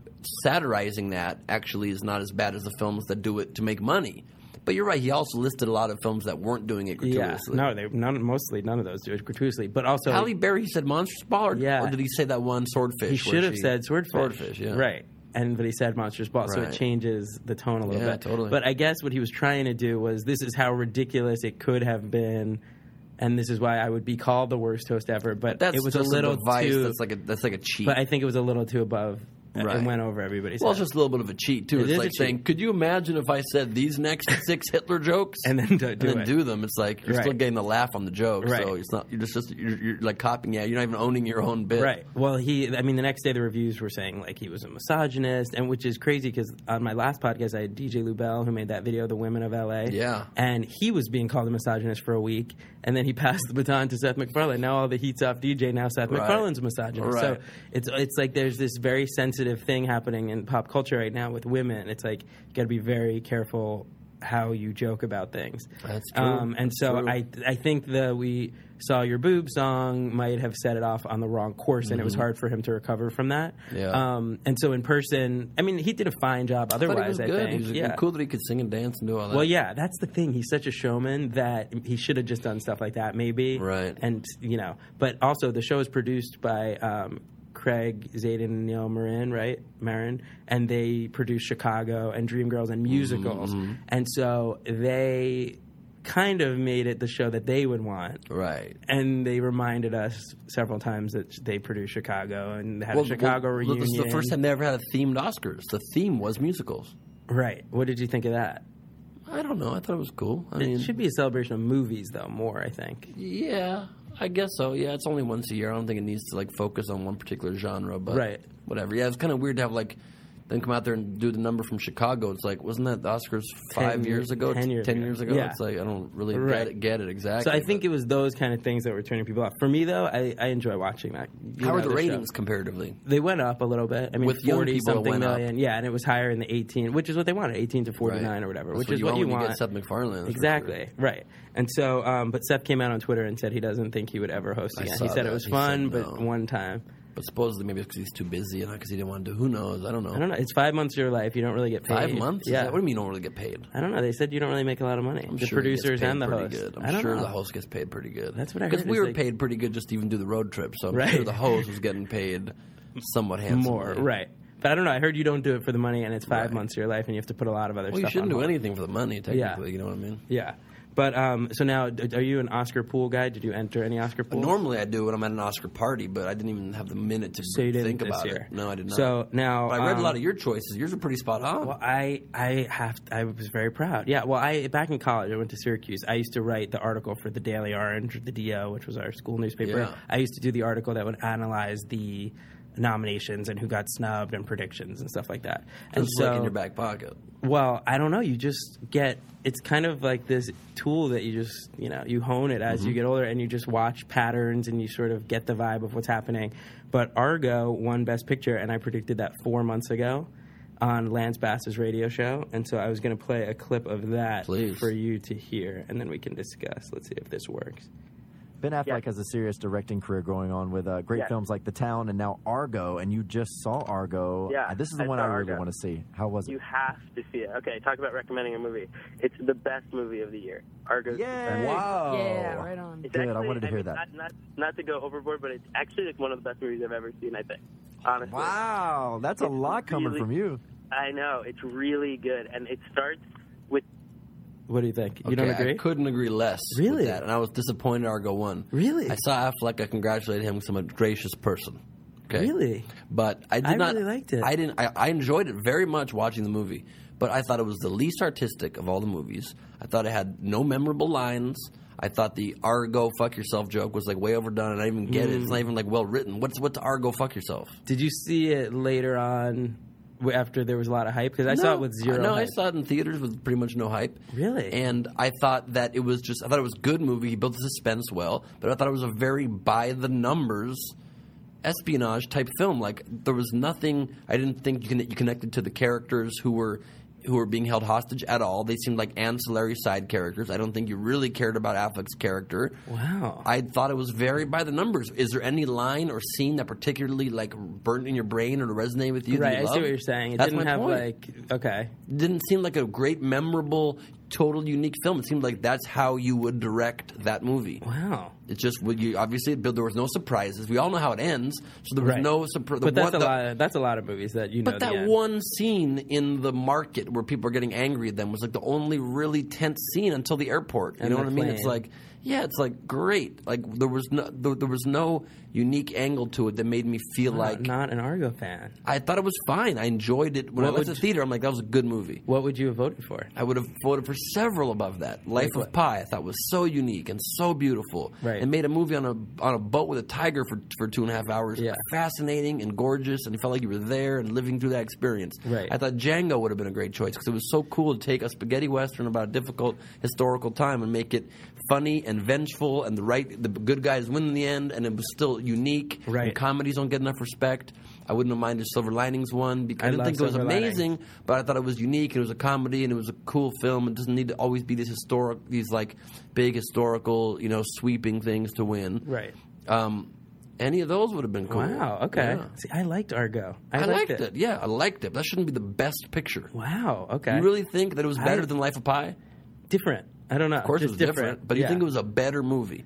Speaker 5: satirizing that actually is not as bad as the films that do it to make money. But you're right. He also listed a lot of films that weren't doing it
Speaker 4: Yeah,
Speaker 5: gratuitously.
Speaker 4: no, they none, mostly none of those do it gratuitously, but also
Speaker 5: Halle Berry he said Monster Ball, or,
Speaker 4: Yeah.
Speaker 5: or did he say that one
Speaker 4: he
Speaker 5: swordfish? where
Speaker 4: should have
Speaker 5: she-
Speaker 4: said swordfish,
Speaker 5: Swordfish, yeah.
Speaker 4: right. And but he said monstrous ball, so
Speaker 5: Right.
Speaker 4: it changes the tone a little
Speaker 5: Yeah,
Speaker 4: bit.
Speaker 5: totally.
Speaker 4: But I guess what he was trying to do was this is how ridiculous it could have been, and this is why I would be called the worst host ever. But
Speaker 5: That's
Speaker 4: it was a
Speaker 5: just
Speaker 4: little
Speaker 5: device
Speaker 4: too.
Speaker 5: That's like a that's like a cheat.
Speaker 4: but I think it was a little too above.
Speaker 5: Right.
Speaker 4: and went over everybody's
Speaker 5: well,
Speaker 4: head.
Speaker 5: it's just a little bit of a cheat too.
Speaker 4: It
Speaker 5: it's
Speaker 4: is
Speaker 5: like
Speaker 4: a cheat.
Speaker 5: saying, could you imagine if I said these next six Hitler jokes
Speaker 4: And then don't do
Speaker 5: and then
Speaker 4: it.
Speaker 5: do them? It's like you're still
Speaker 4: Right.
Speaker 5: getting the laugh on the joke,
Speaker 4: Right.
Speaker 5: so it's not you're just, just you're, you're like copying. Yeah, you're not even owning your own bit.
Speaker 4: Right. Well, he. I mean, the next day the reviews were saying like he was a misogynist, and which is crazy because on my last podcast I had DJ Lubell who made that video, "The Women of L.A."
Speaker 5: Yeah.
Speaker 4: And he was being called a misogynist for a week, and then he passed the baton to Seth MacFarlane. Now all the heat's off DJ. Now Seth
Speaker 5: Right.
Speaker 4: MacFarlane's a misogynist. So
Speaker 5: Right.
Speaker 4: it's it's like there's this very sensitive thing happening in pop culture right now with women. It's like you got to be very careful how you joke about things.
Speaker 5: That's true.
Speaker 4: Um, and
Speaker 5: That's
Speaker 4: so
Speaker 5: true.
Speaker 4: I I think the we saw your boob song might have set it off on the wrong course, and it was hard for him to recover from that.
Speaker 5: Mm-hmm. Yeah.
Speaker 4: Um, and so in person, I mean, he did a fine job.
Speaker 5: I thought he was
Speaker 4: Otherwise, I,
Speaker 5: good.
Speaker 4: think
Speaker 5: He was
Speaker 4: yeah.
Speaker 5: cool that he could sing and dance and do all that.
Speaker 4: Well, yeah, that's the thing. He's such a showman that he should have just done stuff like that, maybe.
Speaker 5: Right.
Speaker 4: And you know, but also the show is produced by um, Craig Zayden and Neil Marin, right? Marin, and they produce Chicago and Dreamgirls and musicals,
Speaker 5: Mm-hmm.
Speaker 4: and so they kind of made it the show that they would want.
Speaker 5: Right.
Speaker 4: And they reminded us several times that they produced Chicago and had a Chicago
Speaker 5: well,
Speaker 4: reunion.
Speaker 5: This is the first time they ever had a themed Oscars. The theme was musicals.
Speaker 4: right? What did you think of that?
Speaker 5: I don't know. I thought it was cool. I mean,
Speaker 4: it should be a celebration of movies, though. More, I think.
Speaker 5: yeah, I guess so. Yeah, it's only once a year. I don't think it needs to like focus on one particular genre. But
Speaker 4: Right.
Speaker 5: whatever. Yeah, it's kind of weird to have like them come out there and do the number from Chicago. It's like wasn't that the Oscars five
Speaker 4: Ten-
Speaker 5: years ago?
Speaker 4: ten years
Speaker 5: ten
Speaker 4: ago.
Speaker 5: years ago.
Speaker 4: Yeah.
Speaker 5: It's like I don't really
Speaker 4: Right.
Speaker 5: get, it, get it exactly.
Speaker 4: So I think it was those kind of things that were turning people off. For me, though, I, I enjoy watching that.
Speaker 5: but
Speaker 4: you
Speaker 5: how
Speaker 4: know,
Speaker 5: are the,
Speaker 4: show.
Speaker 5: ratings comparatively?
Speaker 4: They went up a little bit. I mean,
Speaker 5: With young
Speaker 4: forty
Speaker 5: people, it
Speaker 4: something
Speaker 5: went up.
Speaker 4: million. Yeah, and it was higher in the eighteen, which is what they wanted, eighteen to forty nine
Speaker 5: Right.
Speaker 4: or whatever,
Speaker 5: That's
Speaker 4: which is what
Speaker 5: want
Speaker 4: you
Speaker 5: when
Speaker 4: want.
Speaker 5: get Seth McFarlane. that's for sure.
Speaker 4: Exactly right, and so, um, but Seth came out on Twitter and said he doesn't think he would ever host again. He
Speaker 5: saw
Speaker 4: said it
Speaker 5: that.
Speaker 4: was
Speaker 5: He
Speaker 4: fun,
Speaker 5: said
Speaker 4: but
Speaker 5: no.
Speaker 4: one time.
Speaker 5: But supposedly maybe it's because he's too busy and not because he didn't want to. do Who knows? I don't know.
Speaker 4: I don't know. It's five months of your life. You don't really get paid.
Speaker 5: Oh. Five months? Is
Speaker 4: Yeah.
Speaker 5: that- what do you mean you don't really get paid?
Speaker 4: I don't know. They said you don't really make a lot of money.
Speaker 5: I'm
Speaker 4: the
Speaker 5: sure he gets
Speaker 4: producers
Speaker 5: paid
Speaker 4: and the
Speaker 5: pretty
Speaker 4: host.
Speaker 5: Good. I'm
Speaker 4: I am do not
Speaker 5: sure
Speaker 4: know.
Speaker 5: the host gets paid pretty good.
Speaker 4: That's what I
Speaker 5: Because
Speaker 4: heard,
Speaker 5: we
Speaker 4: is
Speaker 5: were
Speaker 4: like-
Speaker 5: paid pretty good just to even do the road trip, so I'm
Speaker 4: Right.
Speaker 5: sure the host was getting paid somewhat handsomely.
Speaker 4: more, right? But I don't know. I heard you don't do it for the money, and it's five
Speaker 5: Right.
Speaker 4: months of your life, and you have to put a lot of other
Speaker 5: Well, you
Speaker 4: stuff.
Speaker 5: shouldn't
Speaker 4: on
Speaker 5: do
Speaker 4: hold.
Speaker 5: anything for the money, technically. You know what I mean?
Speaker 4: Yeah, but um, so now, d- are you an Oscar pool guy? Did you enter any Oscar pool?
Speaker 5: Normally I do when I'm at an Oscar party, but I didn't even have the minute to
Speaker 4: so you didn't
Speaker 5: think
Speaker 4: this
Speaker 5: about
Speaker 4: year.
Speaker 5: it. No, I did not.
Speaker 4: So now,
Speaker 5: But I read
Speaker 4: um,
Speaker 5: a lot of your choices. Yours are pretty spot on.
Speaker 4: Well, I I have I was very proud. Yeah. Well, I back in college, I went to Syracuse. I used to write the article for the Daily Orange, the DO, which was our school newspaper.
Speaker 5: Yeah.
Speaker 4: I used to do the article that would analyze the nominations and who got snubbed and predictions and stuff like that. And
Speaker 5: it's
Speaker 4: so
Speaker 5: like in your back pocket.
Speaker 4: Well, I don't know. You just get it's kind of like this tool that you just you know you hone it as you
Speaker 5: Mm-hmm.
Speaker 4: get older, and you just watch patterns and you sort of get the vibe of what's happening. But Argo won Best Picture, and I predicted that four months ago on Lance Bass's radio show, and so I was going to play a clip of that
Speaker 5: Please.
Speaker 4: for you to hear, and then we can discuss. Let's see if this works.
Speaker 6: Ben Affleck has a serious directing career going on with uh, great films like The Town and now Argo, and you just saw Argo.
Speaker 7: Yeah,
Speaker 6: Uh, this is the
Speaker 7: I
Speaker 6: one
Speaker 7: saw
Speaker 6: I really
Speaker 7: Argo.
Speaker 6: want to see. How was
Speaker 7: You
Speaker 6: it?
Speaker 7: have to see it. Okay, talk about recommending a movie. It's the best movie of the year. Argo's the best.
Speaker 6: Yay! Wow.
Speaker 8: Yeah, right on.
Speaker 7: It's
Speaker 6: Good, I wanted to hear
Speaker 7: mean,
Speaker 6: that.
Speaker 7: Not, not, not to go overboard, but it's actually like one of the best movies I've ever seen. I think, honestly.
Speaker 6: Wow, that's a
Speaker 7: It's
Speaker 6: lot coming
Speaker 7: really-
Speaker 6: from you.
Speaker 7: I know it's really good, and it starts with
Speaker 4: What do you think? You don't
Speaker 5: Okay,
Speaker 4: agree?
Speaker 5: I couldn't agree less.
Speaker 4: Really?
Speaker 5: With that, and I was disappointed Argo won.
Speaker 4: Really?
Speaker 5: I saw Affleck. I congratulated him because I'm a gracious person. Okay.
Speaker 4: Really?
Speaker 5: But I did
Speaker 4: I
Speaker 5: not.
Speaker 4: really liked it.
Speaker 5: I didn't. I, I enjoyed it very much watching the movie, but I thought it was the least artistic of all the movies. I thought it had no memorable lines. I thought the Argo fuck yourself joke was like way overdone, and I didn't even get it. It's
Speaker 4: Mm.
Speaker 5: not even like well written. What's what's Argo fuck yourself?
Speaker 4: Did you see it later on? w- After there was a lot of hype, because I saw it with zero.
Speaker 5: No, I
Speaker 4: hype.
Speaker 5: saw it in theaters with pretty much no hype.
Speaker 4: Really?
Speaker 5: And I thought that it was just I thought it was a good movie. He built the suspense well, but I thought it was a very by the numbers espionage type film. Like there was nothing I didn't think you, con- you connected to the characters who were who were being held hostage at all. They seemed like ancillary side characters. I don't think you really cared about Affleck's character.
Speaker 4: Wow.
Speaker 5: I thought it was very by the numbers. Is there any line or scene that particularly like burnt in your brain or resonated with you? that
Speaker 4: Right,
Speaker 5: you
Speaker 4: I see
Speaker 5: loved?
Speaker 4: what you're saying. It
Speaker 5: That's
Speaker 4: didn't
Speaker 5: my
Speaker 4: have
Speaker 5: point
Speaker 4: like okay,
Speaker 5: didn't seem like a great, memorable, total, unique film. It seemed like that's how you would direct that movie.
Speaker 4: wow.
Speaker 5: It just would you obviously it built- there was no surprises. We all know how it ends, so there was
Speaker 4: Right.
Speaker 5: no surprise.
Speaker 4: But that's a lot. Of, that's a lot of movies that you know.
Speaker 5: But
Speaker 4: the
Speaker 5: that
Speaker 4: end.
Speaker 5: one scene in the market where people are getting angry at them was like the only really tense scene until the airport. You
Speaker 4: And the
Speaker 5: know what I mean? It's
Speaker 4: plane.
Speaker 5: like, yeah, it's like great. Like there was no there, there was no unique angle to it that made me feel like
Speaker 4: not an Argo fan.
Speaker 5: I thought it was fine. I enjoyed it when
Speaker 4: What
Speaker 5: I went to
Speaker 4: would-
Speaker 5: the theater. I'm like, that was a good movie.
Speaker 4: What would you have voted for?
Speaker 5: I would have voted for several above that. Life of Pi, I thought was so unique and so beautiful,
Speaker 4: Right.
Speaker 5: and made a movie on a on a boat with a tiger for for two and a half hours.
Speaker 4: Yeah.
Speaker 5: fascinating and gorgeous, and it felt like you were there and living through that experience.
Speaker 4: Right.
Speaker 5: I thought Django would have been a great choice because it was so cool to take a spaghetti western about a difficult historical time and make it funny and vengeful, and the right the good guys win in the end, and it was still unique.
Speaker 4: Right.
Speaker 5: And comedies don't get enough respect. I wouldn't have minded Silver Linings one because I,
Speaker 4: I
Speaker 5: didn't
Speaker 4: love
Speaker 5: think it was
Speaker 4: Silver Linings.
Speaker 5: amazing, but I thought it was unique. and It was a comedy and it was a cool film. It doesn't need to always be these historic, these like big historical, you know, sweeping things to win.
Speaker 4: Right.
Speaker 5: Um, any of those would have been cool.
Speaker 4: Wow. Okay.
Speaker 5: Yeah.
Speaker 4: See, I liked Argo. I,
Speaker 5: I, liked, it. Yeah, I liked it. That shouldn't be the best picture.
Speaker 4: Wow. Okay.
Speaker 5: You really think that it was better
Speaker 4: I-
Speaker 5: than Life of Pi?
Speaker 4: different. I don't know.
Speaker 5: Of course, it was different, but you think it was a better movie.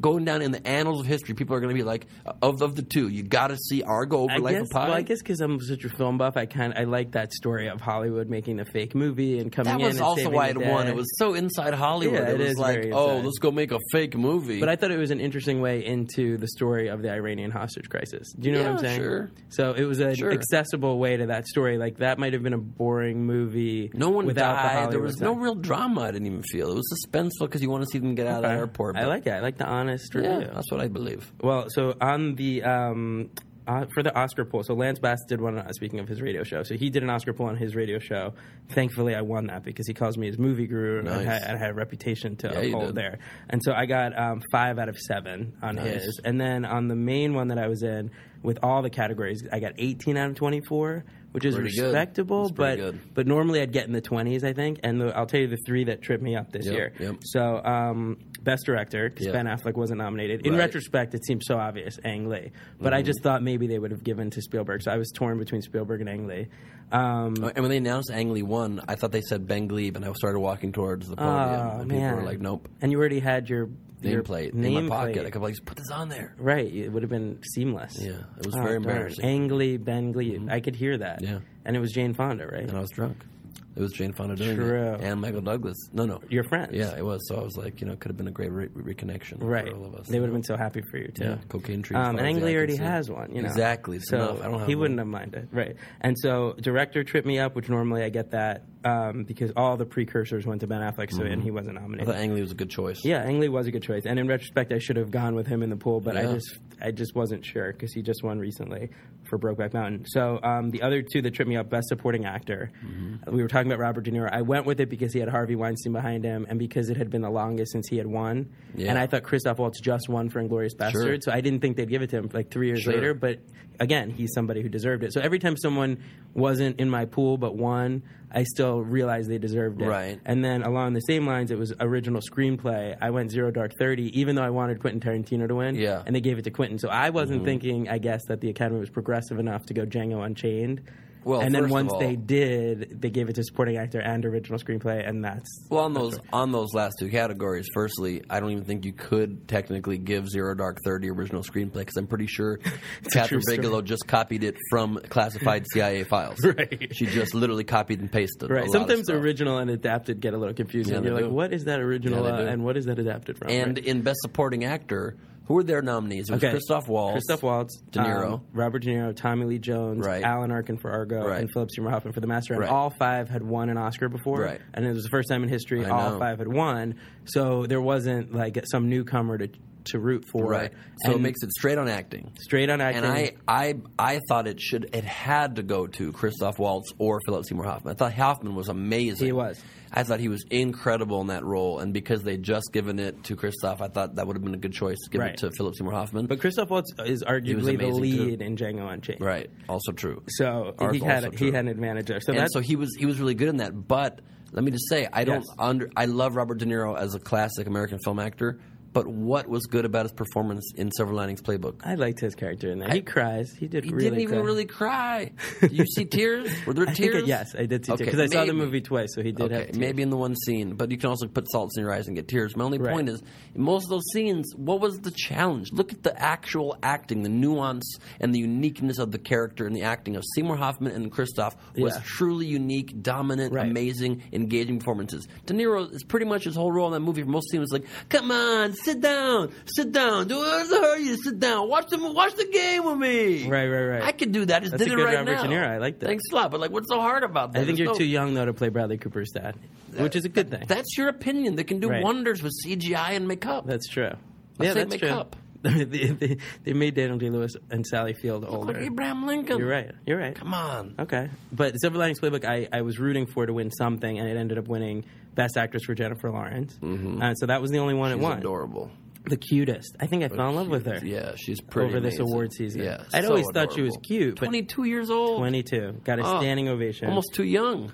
Speaker 5: Going down in the annals of history, people are going to be like, uh, of of the two, you got to see Argo over
Speaker 4: I
Speaker 5: Life
Speaker 4: guess,
Speaker 5: of Pi.
Speaker 4: well, I guess because I'm such a film buff, I kind I like that story of Hollywood making a fake movie and coming
Speaker 5: that
Speaker 4: in.
Speaker 5: was
Speaker 4: and
Speaker 5: also
Speaker 4: saving
Speaker 5: why it
Speaker 4: the
Speaker 5: won.
Speaker 4: day.
Speaker 5: It was so inside Hollywood.
Speaker 4: Yeah, it
Speaker 5: it, was
Speaker 4: is
Speaker 5: like,
Speaker 4: very
Speaker 5: oh,
Speaker 4: inside.
Speaker 5: let's go make a fake movie.
Speaker 4: But I thought it was an interesting way into the story of the Iranian hostage crisis. Do you know what
Speaker 5: Yeah,
Speaker 4: I'm saying?
Speaker 5: sure.
Speaker 4: So it was an
Speaker 5: Sure.
Speaker 4: accessible way to that story. Like that might have been a boring movie.
Speaker 5: no one
Speaker 4: without The
Speaker 5: died.
Speaker 4: Hollywood
Speaker 5: there was no
Speaker 4: side.
Speaker 5: real drama. I didn't even feel it was suspenseful because you want to see them get out of the airport.
Speaker 4: I
Speaker 5: but-
Speaker 4: like it. I like the honest review.
Speaker 5: Yeah, that's what I believe.
Speaker 4: Well, so on the um, uh, for the Oscar poll, so Lance Bass did one. Uh, speaking of his radio show, so he did an Oscar poll on his radio show. Thankfully, I won that because he calls me his movie guru,
Speaker 5: Nice.
Speaker 4: and I, had- I had a reputation to
Speaker 5: Yeah, you did.
Speaker 4: uphold there. And so I got um, five out of seven on
Speaker 5: Nice.
Speaker 4: his, and then on the main one that I was in with all the categories, I got eighteen out of twenty four. Which is
Speaker 5: Pretty good.
Speaker 4: respectable,
Speaker 5: That's
Speaker 4: but
Speaker 5: pretty good.
Speaker 4: but normally I'd get in the twenties, I think. And the, I'll tell you the three that tripped me up this
Speaker 5: Yep,
Speaker 4: year.
Speaker 5: yep.
Speaker 4: So um, best director because
Speaker 5: Yeah.
Speaker 4: Ben Affleck wasn't nominated. In
Speaker 5: Right. Mm-hmm.
Speaker 4: retrospect, it seems so obvious, Ang Lee. But I just thought maybe they would have given to Spielberg. So I was torn between Spielberg and Ang Lee. Um,
Speaker 5: And when they announced Ang Lee won, I thought they said Ben Glebe, and I started walking towards the podium.
Speaker 4: oh,
Speaker 5: and people
Speaker 4: man.
Speaker 5: were like, nope.
Speaker 4: And you already had your your
Speaker 5: Nameplate in my pocket. I
Speaker 4: nameplate.
Speaker 5: could like, just put this on there.
Speaker 4: Right, it would have been seamless. Oh,
Speaker 5: Yeah, it was very
Speaker 4: darn.
Speaker 5: embarrassing. Mm-hmm.
Speaker 4: Ang Lee, Ben Glebe. I could hear that.
Speaker 5: Yeah.
Speaker 4: and it was Jane Fonda, right?
Speaker 5: And I was drunk. It was Jane Fonda doing
Speaker 4: True.
Speaker 5: it. And Michael Douglas. No, no.
Speaker 4: Your friends.
Speaker 5: Yeah, it was. So I was like, you know, it could have been a great re- reconnection
Speaker 4: Right,
Speaker 5: for all of us.
Speaker 4: they would have been so happy for you too.
Speaker 5: Yeah, cocaine trees.
Speaker 4: Um, and
Speaker 5: Fonzie,
Speaker 4: Ang
Speaker 5: I
Speaker 4: Lee
Speaker 5: can
Speaker 4: already
Speaker 5: see.
Speaker 4: has one, you know.
Speaker 5: Exactly. It's
Speaker 4: so
Speaker 5: enough. I don't have
Speaker 4: he
Speaker 5: one.
Speaker 4: wouldn't have minded, right? And so director tripped me up, which normally I get that um, because all the precursors went to Ben Affleck, so and he wasn't
Speaker 5: I thought
Speaker 4: nominated.
Speaker 5: Ang Lee was a good choice.
Speaker 4: Yeah, Ang Lee was a good choice, and in retrospect, I should have gone with him in the pool, but
Speaker 5: Yeah.
Speaker 4: I just I just wasn't sure because he just won recently for Brokeback Mountain. So um, the other two that tripped me up, Best Supporting Actor,
Speaker 5: Mm-hmm.
Speaker 4: we were talking about Robert De Niro. I went with it because he had Harvey Weinstein behind him, and because it had been the longest since he had won,
Speaker 5: Yeah.
Speaker 4: and I thought Christoph Waltz just won for Inglorious Bastard, so I didn't think they'd give it to him like three years
Speaker 5: Sure.
Speaker 4: later. But again, he's somebody who deserved it. So every time someone wasn't in my pool but won, I still realized they deserved it.
Speaker 5: Right.
Speaker 4: And then along the same lines, it was original screenplay. I went Zero Dark Thirty, even though I wanted Quentin Tarantino to win.
Speaker 5: Yeah. Mm-hmm.
Speaker 4: And they gave it to Quentin. So I wasn't thinking, I guess, that the Academy was progressive enough to go Django Unchained.
Speaker 5: Well,
Speaker 4: and then
Speaker 5: first of
Speaker 4: once
Speaker 5: all-
Speaker 4: they did, they gave it to supporting actor and original screenplay, and that's
Speaker 5: Well, on those on those last two categories, firstly, I don't even think you could technically give Zero Dark Thirty original screenplay because I'm pretty sure Catherine
Speaker 4: story.
Speaker 5: Bigelow just copied it from classified CIA files.
Speaker 4: Right.
Speaker 5: She just literally copied and pasted. a lot
Speaker 4: right.
Speaker 5: of
Speaker 4: Sometimes
Speaker 5: stuff.
Speaker 4: original and adapted get a little confusing.
Speaker 5: Yeah, they
Speaker 4: You're like,
Speaker 5: do.
Speaker 4: what is that original
Speaker 5: Yeah, they
Speaker 4: uh,
Speaker 5: do.
Speaker 4: and what is that adapted from?
Speaker 5: And
Speaker 4: Right.
Speaker 5: in Best Supporting Actor, who were their nominees? It was Christoph Waltz.
Speaker 4: Christoph Waltz,
Speaker 5: De Niro.
Speaker 4: um, Robert De Niro, Tommy Lee Jones,
Speaker 5: Right.
Speaker 4: Alan Arkin for Argo,
Speaker 5: Right.
Speaker 4: and Philip Seymour Hoffman for The Master. And
Speaker 5: Right.
Speaker 4: all five had won an Oscar before,
Speaker 5: Right.
Speaker 4: and it was the first time in history
Speaker 5: I
Speaker 4: all
Speaker 5: know.
Speaker 4: five had won. So there wasn't like some newcomer to to root for.
Speaker 5: Right. So it
Speaker 4: And
Speaker 5: makes it straight on acting.
Speaker 4: straight on acting.
Speaker 5: And I, I, I thought it should, it had to go to Christoph Waltz or Philip Seymour Hoffman. I thought Hoffman was amazing.
Speaker 4: He was.
Speaker 5: I thought he was incredible in that role, and because they just given it to Christoph, I thought that would have been a good choice to give
Speaker 4: Right.
Speaker 5: it to Philip Seymour Hoffman.
Speaker 4: but Christoph Waltz is
Speaker 5: was
Speaker 4: arguably the
Speaker 5: amazing, too.
Speaker 4: lead in Django Unchained.
Speaker 5: right, also true.
Speaker 4: So
Speaker 5: Arthur
Speaker 4: he had
Speaker 5: also
Speaker 4: he
Speaker 5: true.
Speaker 4: had an advantage there. So
Speaker 5: and
Speaker 4: that's
Speaker 5: so he was he was really good in that. But let me just say, I don't
Speaker 4: Yes.
Speaker 5: under I love Robert De Niro as a classic American film actor. But what was good about his performance in Silver Linings Playbook?
Speaker 4: I liked his character in there. he cries. He did.
Speaker 5: He
Speaker 4: really
Speaker 5: didn't even
Speaker 4: cry.
Speaker 5: really cry. Did you see tears? Were there
Speaker 4: I think
Speaker 5: tears?
Speaker 4: it- yes, I did see
Speaker 5: Okay,
Speaker 4: because I saw the
Speaker 5: maybe.
Speaker 4: movie twice, so he did have
Speaker 5: Okay,
Speaker 4: tears.
Speaker 5: maybe in the one scene, but you can also put salts in your eyes and get tears. My only
Speaker 4: Right.
Speaker 5: point is, in most of those scenes, what was the challenge? Look at the actual acting, the nuance and the uniqueness of the character and the acting of Seymour Hoffman and Christoph was
Speaker 4: Yeah.
Speaker 5: truly unique, dominant,
Speaker 4: Right.
Speaker 5: amazing, engaging performances. De Niro is pretty much his whole role in that movie. For most scenes, like, come on, sit down, sit down, do it hurry you, sit down, watch the watch the game with me.
Speaker 4: Right, right, right.
Speaker 5: I could do that. I just
Speaker 4: That's
Speaker 5: did
Speaker 4: a
Speaker 5: it
Speaker 4: good
Speaker 5: right
Speaker 4: Robert
Speaker 5: now.
Speaker 4: De Niro. I like that.
Speaker 5: Thanks a lot. But like, what's so hard about that?
Speaker 4: I think
Speaker 5: There's
Speaker 4: you're
Speaker 5: no-
Speaker 4: too young though to play Bradley Cooper's dad, which is a good thing.
Speaker 5: That's your opinion. They can do
Speaker 4: Right.
Speaker 5: wonders with CGI and makeup.
Speaker 4: that's true.
Speaker 5: I
Speaker 4: yeah,
Speaker 5: say
Speaker 4: that's
Speaker 5: make
Speaker 4: true.
Speaker 5: up.
Speaker 4: they, they, they made Daniel Day Lewis and Sally Field
Speaker 5: Look
Speaker 4: older.
Speaker 5: at Abraham Lincoln.
Speaker 4: You're right. You're right.
Speaker 5: Come on.
Speaker 4: Okay, but Silver Linings Playbook, I, I was rooting for to win something, and it ended up winning Best Actress for Jennifer Lawrence. Mm-hmm. Uh, so that was the only one it
Speaker 5: He's
Speaker 4: won.
Speaker 5: adorable.
Speaker 4: the cutest. I think I fell in love with her.
Speaker 5: Yeah, she's pretty.
Speaker 4: Over this
Speaker 5: amazing.
Speaker 4: award season.
Speaker 5: Yeah,
Speaker 4: I'd
Speaker 5: so
Speaker 4: always thought she was
Speaker 5: adorable.
Speaker 4: cute, but-
Speaker 5: Twenty-two years old.
Speaker 4: 22. Got a
Speaker 5: Oh,
Speaker 4: standing ovation.
Speaker 5: Almost too young.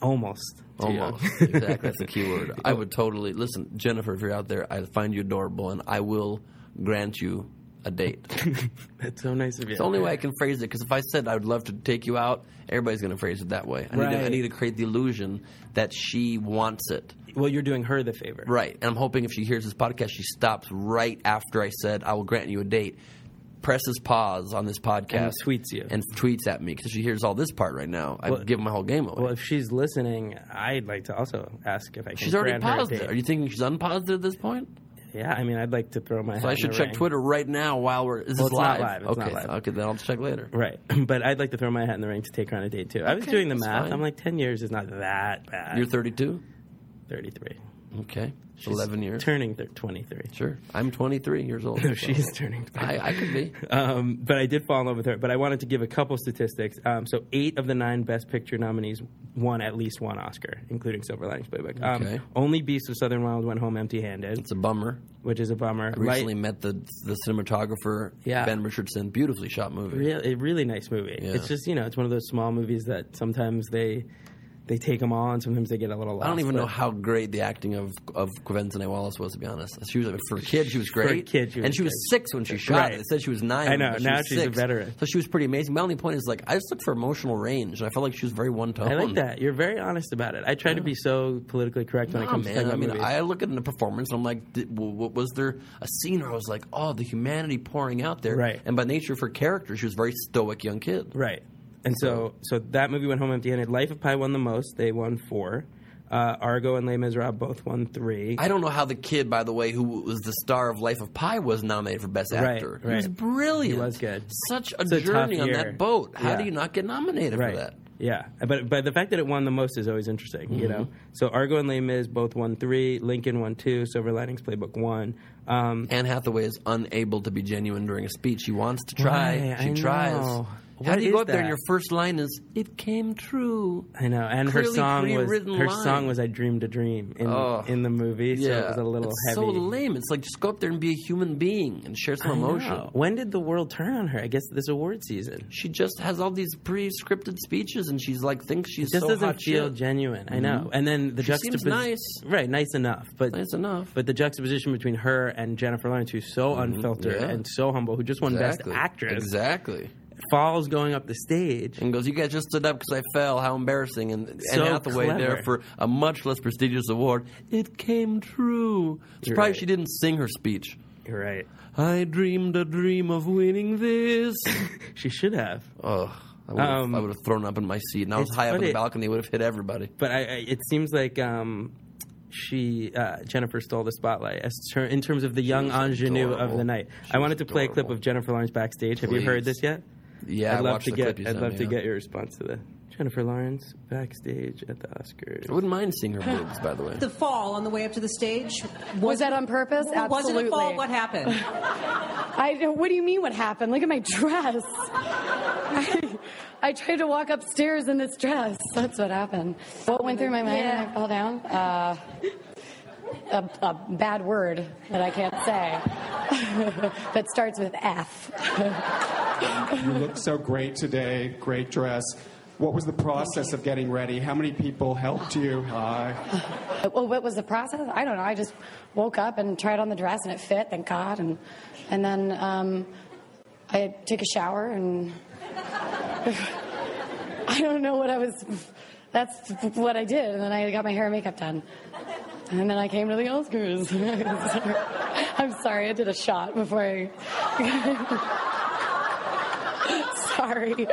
Speaker 4: Almost.
Speaker 5: Almost. exactly. That's the key word. I would totally listen, Jennifer. If you're out there, I find you adorable, and I will grant you a date. It's
Speaker 4: That's so nice of you.
Speaker 5: the only way I can phrase it because if I said I would love to take you out, everybody's going to phrase it that way. I, need to, I
Speaker 4: Right.
Speaker 5: need to create the illusion that she wants it.
Speaker 4: Well, you're doing her the favor.
Speaker 5: Right. And I'm hoping if she hears this podcast, she stops right after I said, I will grant you a date, presses pause on this podcast,
Speaker 4: And tweets you.
Speaker 5: and tweets at me because she hears all this part right now. I've
Speaker 4: Well-
Speaker 5: given my whole game away.
Speaker 4: Well, if she's listening, I'd like to also ask if I can.
Speaker 5: she's already
Speaker 4: grant her a
Speaker 5: paused it.
Speaker 4: date.
Speaker 5: Are you thinking she's unpaused it at this point?
Speaker 4: Yeah, I mean, I'd like to throw my.
Speaker 5: So
Speaker 4: hat
Speaker 5: I
Speaker 4: in
Speaker 5: should
Speaker 4: the
Speaker 5: check
Speaker 4: ring.
Speaker 5: Twitter right now while we're. Is
Speaker 4: Well,
Speaker 5: this
Speaker 4: it's not
Speaker 5: live?
Speaker 4: live. It's
Speaker 5: okay.
Speaker 4: not live.
Speaker 5: Okay, then I'll check later.
Speaker 4: Right, but I'd like to throw my hat in the ring to take her on a date too. I was doing the
Speaker 5: that's
Speaker 4: math.
Speaker 5: fine.
Speaker 4: I'm like, ten years is not that bad.
Speaker 5: You're 32?
Speaker 4: 33.
Speaker 5: Okay. 11 years.
Speaker 4: Turning th- 23.
Speaker 5: sure. I'm 23 years old.
Speaker 4: No,
Speaker 5: so
Speaker 4: she's turning. 23.
Speaker 5: I, I could be.
Speaker 4: Um, but I did fall in love with her. But I wanted to give a couple statistics. Um, so eight of the nine Best Picture nominees won at least one Oscar, including Silver Linings Playbook. Um,
Speaker 5: Okay.
Speaker 4: Only Beast of Southern Wild went home empty-handed,
Speaker 5: It's a bummer.
Speaker 4: which is a bummer.
Speaker 5: I recently met the the cinematographer,
Speaker 4: Yeah.
Speaker 5: Ben Richardson. Beautifully shot movie.
Speaker 4: Real, a really nice movie.
Speaker 5: Yeah.
Speaker 4: It's just you know, it's one of those small movies that sometimes they they take them all, and sometimes they get a little lost.
Speaker 5: I don't even
Speaker 4: but
Speaker 5: know how great the acting of of Quentin Wallace was. To be honest, she was for a kid. She was
Speaker 4: a
Speaker 5: great.
Speaker 4: kid, she was
Speaker 5: and she was six when she shot.
Speaker 4: Right.
Speaker 5: it. They said she was nine.
Speaker 4: I know,
Speaker 5: but she
Speaker 4: now
Speaker 5: was
Speaker 4: she's a
Speaker 5: six.
Speaker 4: veteran.
Speaker 5: So she was pretty amazing. My only point is like I just looked for emotional range, and I felt like she was very one tone.
Speaker 4: I like that. You're very honest about it. I try to be so politically correct when it
Speaker 5: Nah,
Speaker 4: comes to talking
Speaker 5: man. I
Speaker 4: about
Speaker 5: mean,
Speaker 4: movies.
Speaker 5: I look at the performance. and I'm like, did, w- w- was there a scene where I was like, oh, the humanity pouring out there?
Speaker 4: Right.
Speaker 5: And by nature of her character, she was a very stoic young kid.
Speaker 4: Right. And so, so that movie went home empty-handed. Life of Pi won the most; they won four. Uh, Argo and Les Miserables both won three.
Speaker 5: I don't know how the kid, by the way, who was the star of Life of Pi, was nominated for Best
Speaker 4: Right,
Speaker 5: Actor. He
Speaker 4: right.
Speaker 5: was brilliant.
Speaker 4: He was good.
Speaker 5: Such a
Speaker 4: It's a tough
Speaker 5: journey on
Speaker 4: year.
Speaker 5: that boat. How
Speaker 4: Yeah.
Speaker 5: do you not get nominated
Speaker 4: right.
Speaker 5: for that?
Speaker 4: Yeah, but but the fact that it won the most is always interesting, you know.
Speaker 5: Mm-hmm.
Speaker 4: So Argo and Les Mis both won three. Lincoln won two. Silver Linings Playbook one. Um,
Speaker 5: Anne Hathaway is unable to be genuine during a speech. She wants to try.
Speaker 4: Right,
Speaker 5: she
Speaker 4: I
Speaker 5: tries.
Speaker 4: know.
Speaker 5: How
Speaker 4: What
Speaker 5: do you
Speaker 4: is
Speaker 5: go up there and
Speaker 4: that?
Speaker 5: your first line is "It came true"?
Speaker 4: I know, and her
Speaker 5: Clearly
Speaker 4: song was
Speaker 5: pre-written
Speaker 4: her
Speaker 5: line.
Speaker 4: song was "I Dreamed a Dream" in
Speaker 5: Oh.
Speaker 4: in the movie, so it was a little
Speaker 5: it's
Speaker 4: heavy.
Speaker 5: so lame. It's like just go up there and be a human being and share some
Speaker 4: I know.
Speaker 5: emotion.
Speaker 4: When did the world turn on her? I guess this award season.
Speaker 5: She just has all these pre-scripted speeches, and she's like thinks she's
Speaker 4: This
Speaker 5: so
Speaker 4: doesn't
Speaker 5: hot
Speaker 4: feel
Speaker 5: shit. Mm-hmm.
Speaker 4: genuine. I know. And then the
Speaker 5: She seems
Speaker 4: juxtaposition,
Speaker 5: nice.
Speaker 4: right? Nice enough, but
Speaker 5: Nice enough.
Speaker 4: But the juxtaposition between her and Jennifer Lawrence, who's so unfiltered
Speaker 5: Mm-hmm. yeah.
Speaker 4: and so humble, who just won
Speaker 5: Exactly.
Speaker 4: Best Actress,
Speaker 5: Exactly.
Speaker 4: falls going up the stage.
Speaker 5: and goes, "You guys just stood up because I fell. How embarrassing!" And
Speaker 4: So
Speaker 5: Anne Hathaway there
Speaker 4: clever.
Speaker 5: for a much less prestigious award. It came true. It's
Speaker 4: You're
Speaker 5: probably
Speaker 4: right.
Speaker 5: she didn't sing her speech.
Speaker 4: You're right.
Speaker 5: I dreamed a dream of winning this.
Speaker 4: She should have.
Speaker 5: Ugh. I would, have,
Speaker 4: Um,
Speaker 5: I would have thrown up in my seat, and I was
Speaker 4: it's
Speaker 5: high up in the
Speaker 4: funny.
Speaker 5: balcony. Would have hit everybody.
Speaker 4: But I, I, it seems like um, she uh, Jennifer stole the spotlight as ter- in terms of the young
Speaker 5: was
Speaker 4: ingenue of
Speaker 5: adorable.
Speaker 4: the night.
Speaker 5: She
Speaker 4: I
Speaker 5: was
Speaker 4: wanted to play a clip
Speaker 5: adorable.
Speaker 4: of Jennifer Lawrence backstage. Have you heard
Speaker 5: Please.
Speaker 4: this yet?
Speaker 5: Yeah, I
Speaker 4: I'd love
Speaker 5: watched
Speaker 4: to
Speaker 5: the
Speaker 4: get.
Speaker 5: clip you
Speaker 4: I'd
Speaker 5: sent
Speaker 4: love
Speaker 5: me,
Speaker 4: to
Speaker 5: yeah.
Speaker 4: get your response to the Jennifer Lawrence backstage at the Oscars.
Speaker 5: I wouldn't mind seeing her boobs, by the way.
Speaker 8: the fall on the way up to the stage.
Speaker 9: Was that on purpose?
Speaker 8: Was it a fall?
Speaker 9: Absolutely.
Speaker 8: What happened?
Speaker 9: I don't- what do you mean what happened? Look at my dress. I, I tried to walk upstairs in this dress. That's what happened. What went through my mind when I fell down? Uh, a, a bad word that I can't say that starts with F.
Speaker 10: You look so great today, great dress. What was the process of getting ready? How many people helped you? Hi.
Speaker 9: Well, what was the process? I don't know. I just woke up and tried on the dress and it fit, thank God. And, and then um, I took a shower and I don't know what I was. That's what I did. And then I got my hair and makeup done. And then I came to the Oscars. I'm sorry, I did a shot before I. sorry.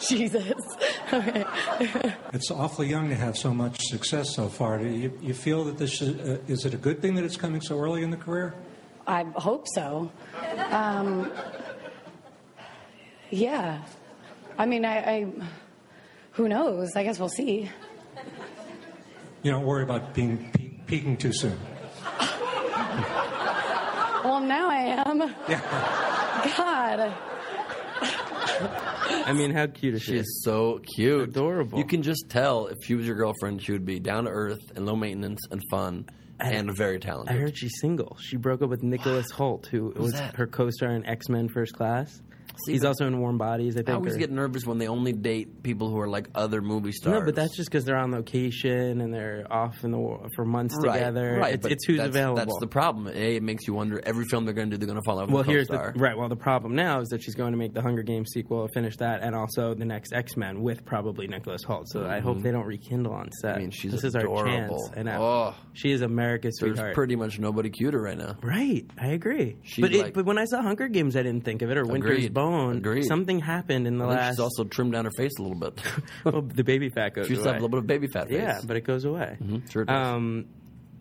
Speaker 9: Jesus. Okay.
Speaker 11: It's awfully young to have so much success so far. Do you, you feel that this is, uh, is it a good thing that it's coming so early in the career?
Speaker 9: I hope so. Um, yeah. I mean, I, I. Who knows? I guess we'll see.
Speaker 11: You don't worry about being pe- peaking too soon.
Speaker 9: Well, now I am. God.
Speaker 4: I mean, how cute is she?
Speaker 5: She is so cute,
Speaker 4: Adorable.
Speaker 5: You can just tell if she was your girlfriend, she would be down to earth and low maintenance and fun. and very talented.
Speaker 4: I heard she's single. She broke up with Nicholas Holt, who was
Speaker 5: that?
Speaker 4: her co-star in X Men First Class.
Speaker 5: See,
Speaker 4: He's
Speaker 5: but-
Speaker 4: also in Warm Bodies. I think.
Speaker 5: I always
Speaker 4: or-
Speaker 5: get nervous when they only date people who are like other movie stars.
Speaker 4: no, but that's just because they're on location and they're off in the war for months
Speaker 5: right,
Speaker 4: together.
Speaker 5: Right,
Speaker 4: it's,
Speaker 5: but
Speaker 4: it's who's
Speaker 5: that's,
Speaker 4: available.
Speaker 5: That's the problem. A, it makes you wonder every film they're going to do, they're going to fall in love with
Speaker 4: well,
Speaker 5: a
Speaker 4: here's the
Speaker 5: co-star.
Speaker 4: right. Well, the problem now is that she's going to make the Hunger Games sequel, finish that, and also the next X Men with probably Nicholas Holt. So I hope
Speaker 5: Mhm.
Speaker 4: they don't rekindle on set.
Speaker 5: I mean, she's
Speaker 4: this is our
Speaker 5: adorable.
Speaker 4: chance. And I-
Speaker 5: Oh.
Speaker 4: she is America's
Speaker 5: There's
Speaker 4: sweetheart.
Speaker 5: pretty much nobody cuter right now.
Speaker 4: Right, I agree.
Speaker 5: She,
Speaker 4: but it,
Speaker 5: like-
Speaker 4: but when I saw Hunger Games, I didn't think of it or Winter's
Speaker 5: Agreed.
Speaker 4: Bone.
Speaker 5: Agreed.
Speaker 4: Something happened in the
Speaker 5: I think
Speaker 4: last.
Speaker 5: She's also trimmed down her face a little bit.
Speaker 4: well, the baby fat goes
Speaker 5: she used to
Speaker 4: away.
Speaker 5: have a little bit of baby fat face.
Speaker 4: Yeah, but it goes away.
Speaker 5: Mhm, sure does.
Speaker 4: Um,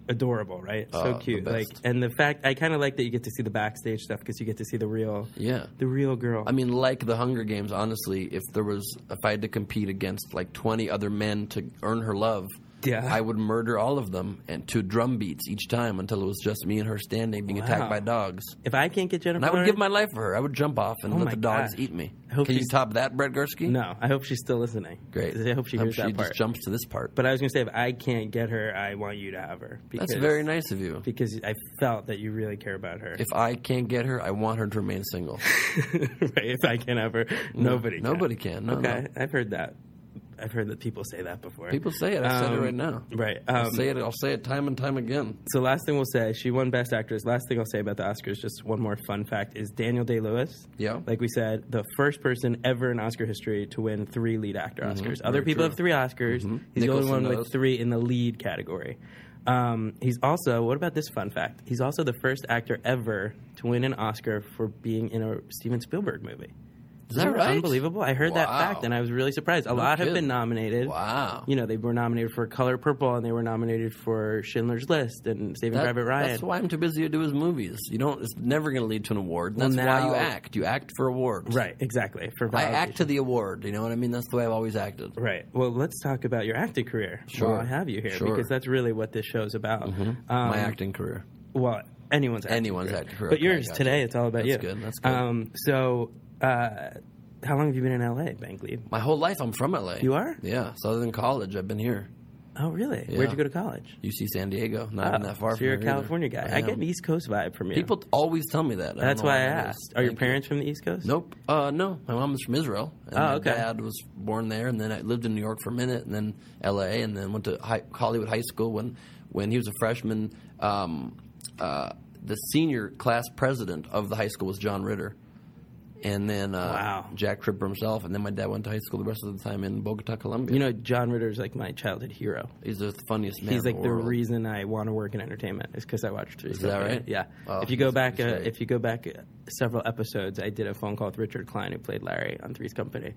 Speaker 4: adorable, right?
Speaker 5: Uh,
Speaker 4: so
Speaker 5: the
Speaker 4: cute. Like,
Speaker 5: best.
Speaker 4: and the fact I kind of like that you get to see the backstage stuff because you get to see the real,
Speaker 5: yeah.
Speaker 4: the real girl.
Speaker 5: I mean, like the Hunger Games, honestly, if there was, if I had to compete against like 20 other men to earn her love,
Speaker 4: Yeah.
Speaker 5: I would murder all of them and to drum beats each time until it was just me and her standing being attacked
Speaker 4: Wow.
Speaker 5: by dogs.
Speaker 4: if I can't get Jennifer,
Speaker 5: And I would
Speaker 4: Lawrence-
Speaker 5: give my life for her. I would jump off and
Speaker 4: Oh
Speaker 5: let
Speaker 4: my
Speaker 5: the dogs
Speaker 4: God.
Speaker 5: eat me.
Speaker 4: I hope
Speaker 5: Can you
Speaker 4: she's-
Speaker 5: top that, Brett Gursky?
Speaker 4: no, I hope she's still listening.
Speaker 5: Great.
Speaker 4: I hope she hears that
Speaker 5: she
Speaker 4: part.
Speaker 5: just jumps to this part.
Speaker 4: But I was gonna say, if I can't get her, I want you to have her. Because,
Speaker 5: That's very nice of you.
Speaker 4: Because I felt that you really care about her.
Speaker 5: If I can't get her, I want her to remain single.
Speaker 4: right? If I can ever, nobody, can.
Speaker 5: Mm, nobody can. No,
Speaker 4: okay, I've heard that. I've heard that people say that before.
Speaker 5: People say it. I said it
Speaker 4: Um,
Speaker 5: right now.
Speaker 4: Right.
Speaker 5: I'll
Speaker 4: um,
Speaker 5: say it. I'll say it time and time again.
Speaker 4: So last thing we'll say, she won Best Actress. Last thing I'll say about the Oscars, just one more fun fact, is Daniel Day Lewis.
Speaker 5: Yeah.
Speaker 4: Like we said, the first person ever in Oscar history to win three lead actor Oscars. Other
Speaker 5: Mm-hmm.
Speaker 4: people
Speaker 5: very true. Mm-hmm.
Speaker 4: have three Oscars. He's the only
Speaker 5: Nicholson
Speaker 4: one with
Speaker 5: does.
Speaker 4: three in the lead category. Um, he's also, what about this fun fact? He's also the first actor ever to win an Oscar for being in a Steven Spielberg movie.
Speaker 5: Is that right?
Speaker 4: Unbelievable. I heard that
Speaker 5: Wow.
Speaker 4: fact and I was really surprised. A lot have
Speaker 5: kidding.
Speaker 4: been nominated.
Speaker 5: Wow.
Speaker 4: You know, they were nominated for Color Purple and they were nominated for Schindler's List and Saving
Speaker 5: That-
Speaker 4: Private Ryan.
Speaker 5: That's why I'm too busy to do his movies. You don't. It's never going to lead to an award.
Speaker 4: Well,
Speaker 5: That's why you
Speaker 4: now-
Speaker 5: act. You act for awards.
Speaker 4: Right, exactly. For
Speaker 5: I
Speaker 4: validation.
Speaker 5: act to the award. You know what I mean? That's the way I've always acted.
Speaker 4: Right. Well, let's talk about your acting career
Speaker 5: Sure.
Speaker 4: while I have you here,
Speaker 5: Sure. Mm-hmm.
Speaker 4: because that's really what this show's about. Um,
Speaker 5: My acting career.
Speaker 4: Well, anyone's acting
Speaker 5: Anyone's
Speaker 4: career.
Speaker 5: acting career.
Speaker 4: but
Speaker 5: Okay,
Speaker 4: yours
Speaker 5: gotcha.
Speaker 4: today, it's all about
Speaker 5: That's
Speaker 4: you.
Speaker 5: good, that's good.
Speaker 4: Um, so, uh, how long have you been in LA, Bangley?
Speaker 5: My whole life, I'm from LA.
Speaker 4: You are?
Speaker 5: Yeah. So other than college, I've been here.
Speaker 4: Oh, really?
Speaker 5: Yeah.
Speaker 4: Where'd you go to college?
Speaker 5: UC San Diego, not even
Speaker 4: Oh,
Speaker 5: that far.
Speaker 4: so you're
Speaker 5: from
Speaker 4: a
Speaker 5: here either.
Speaker 4: California guy. I,
Speaker 5: am.
Speaker 4: get an East Coast vibe from you.
Speaker 5: People always tell me that. I don't
Speaker 4: that's
Speaker 5: know
Speaker 4: why I
Speaker 5: that is.
Speaker 4: asked. Are your
Speaker 5: Thank you.
Speaker 4: parents from the East Coast?
Speaker 5: Nope. Uh, no, my mom is from Israel. And
Speaker 4: Oh,
Speaker 5: my
Speaker 4: okay.
Speaker 5: dad was born there, and then I lived in New York for a minute, and then L.A., and then went to high, Hollywood High School when when he was a freshman. Um, uh, the senior class president of the high school was John Ritter, and then uh,
Speaker 4: Wow.
Speaker 5: Jack Tripper himself, and then my dad went to high school the rest of the time in Bogota, Colombia.
Speaker 4: You know, John Ritter's like my childhood hero.
Speaker 5: he's the funniest man.
Speaker 4: He's
Speaker 5: in
Speaker 4: like the
Speaker 5: world.
Speaker 4: reason I want to work in entertainment is because I watched Three's
Speaker 5: that
Speaker 4: Company.
Speaker 5: right?
Speaker 4: Yeah.
Speaker 5: Oh,
Speaker 4: if you go
Speaker 5: that's
Speaker 4: back, uh,
Speaker 5: great.
Speaker 4: if you go back uh, several episodes, I did a phone call with Richard Klein, who played Larry on Three's Company.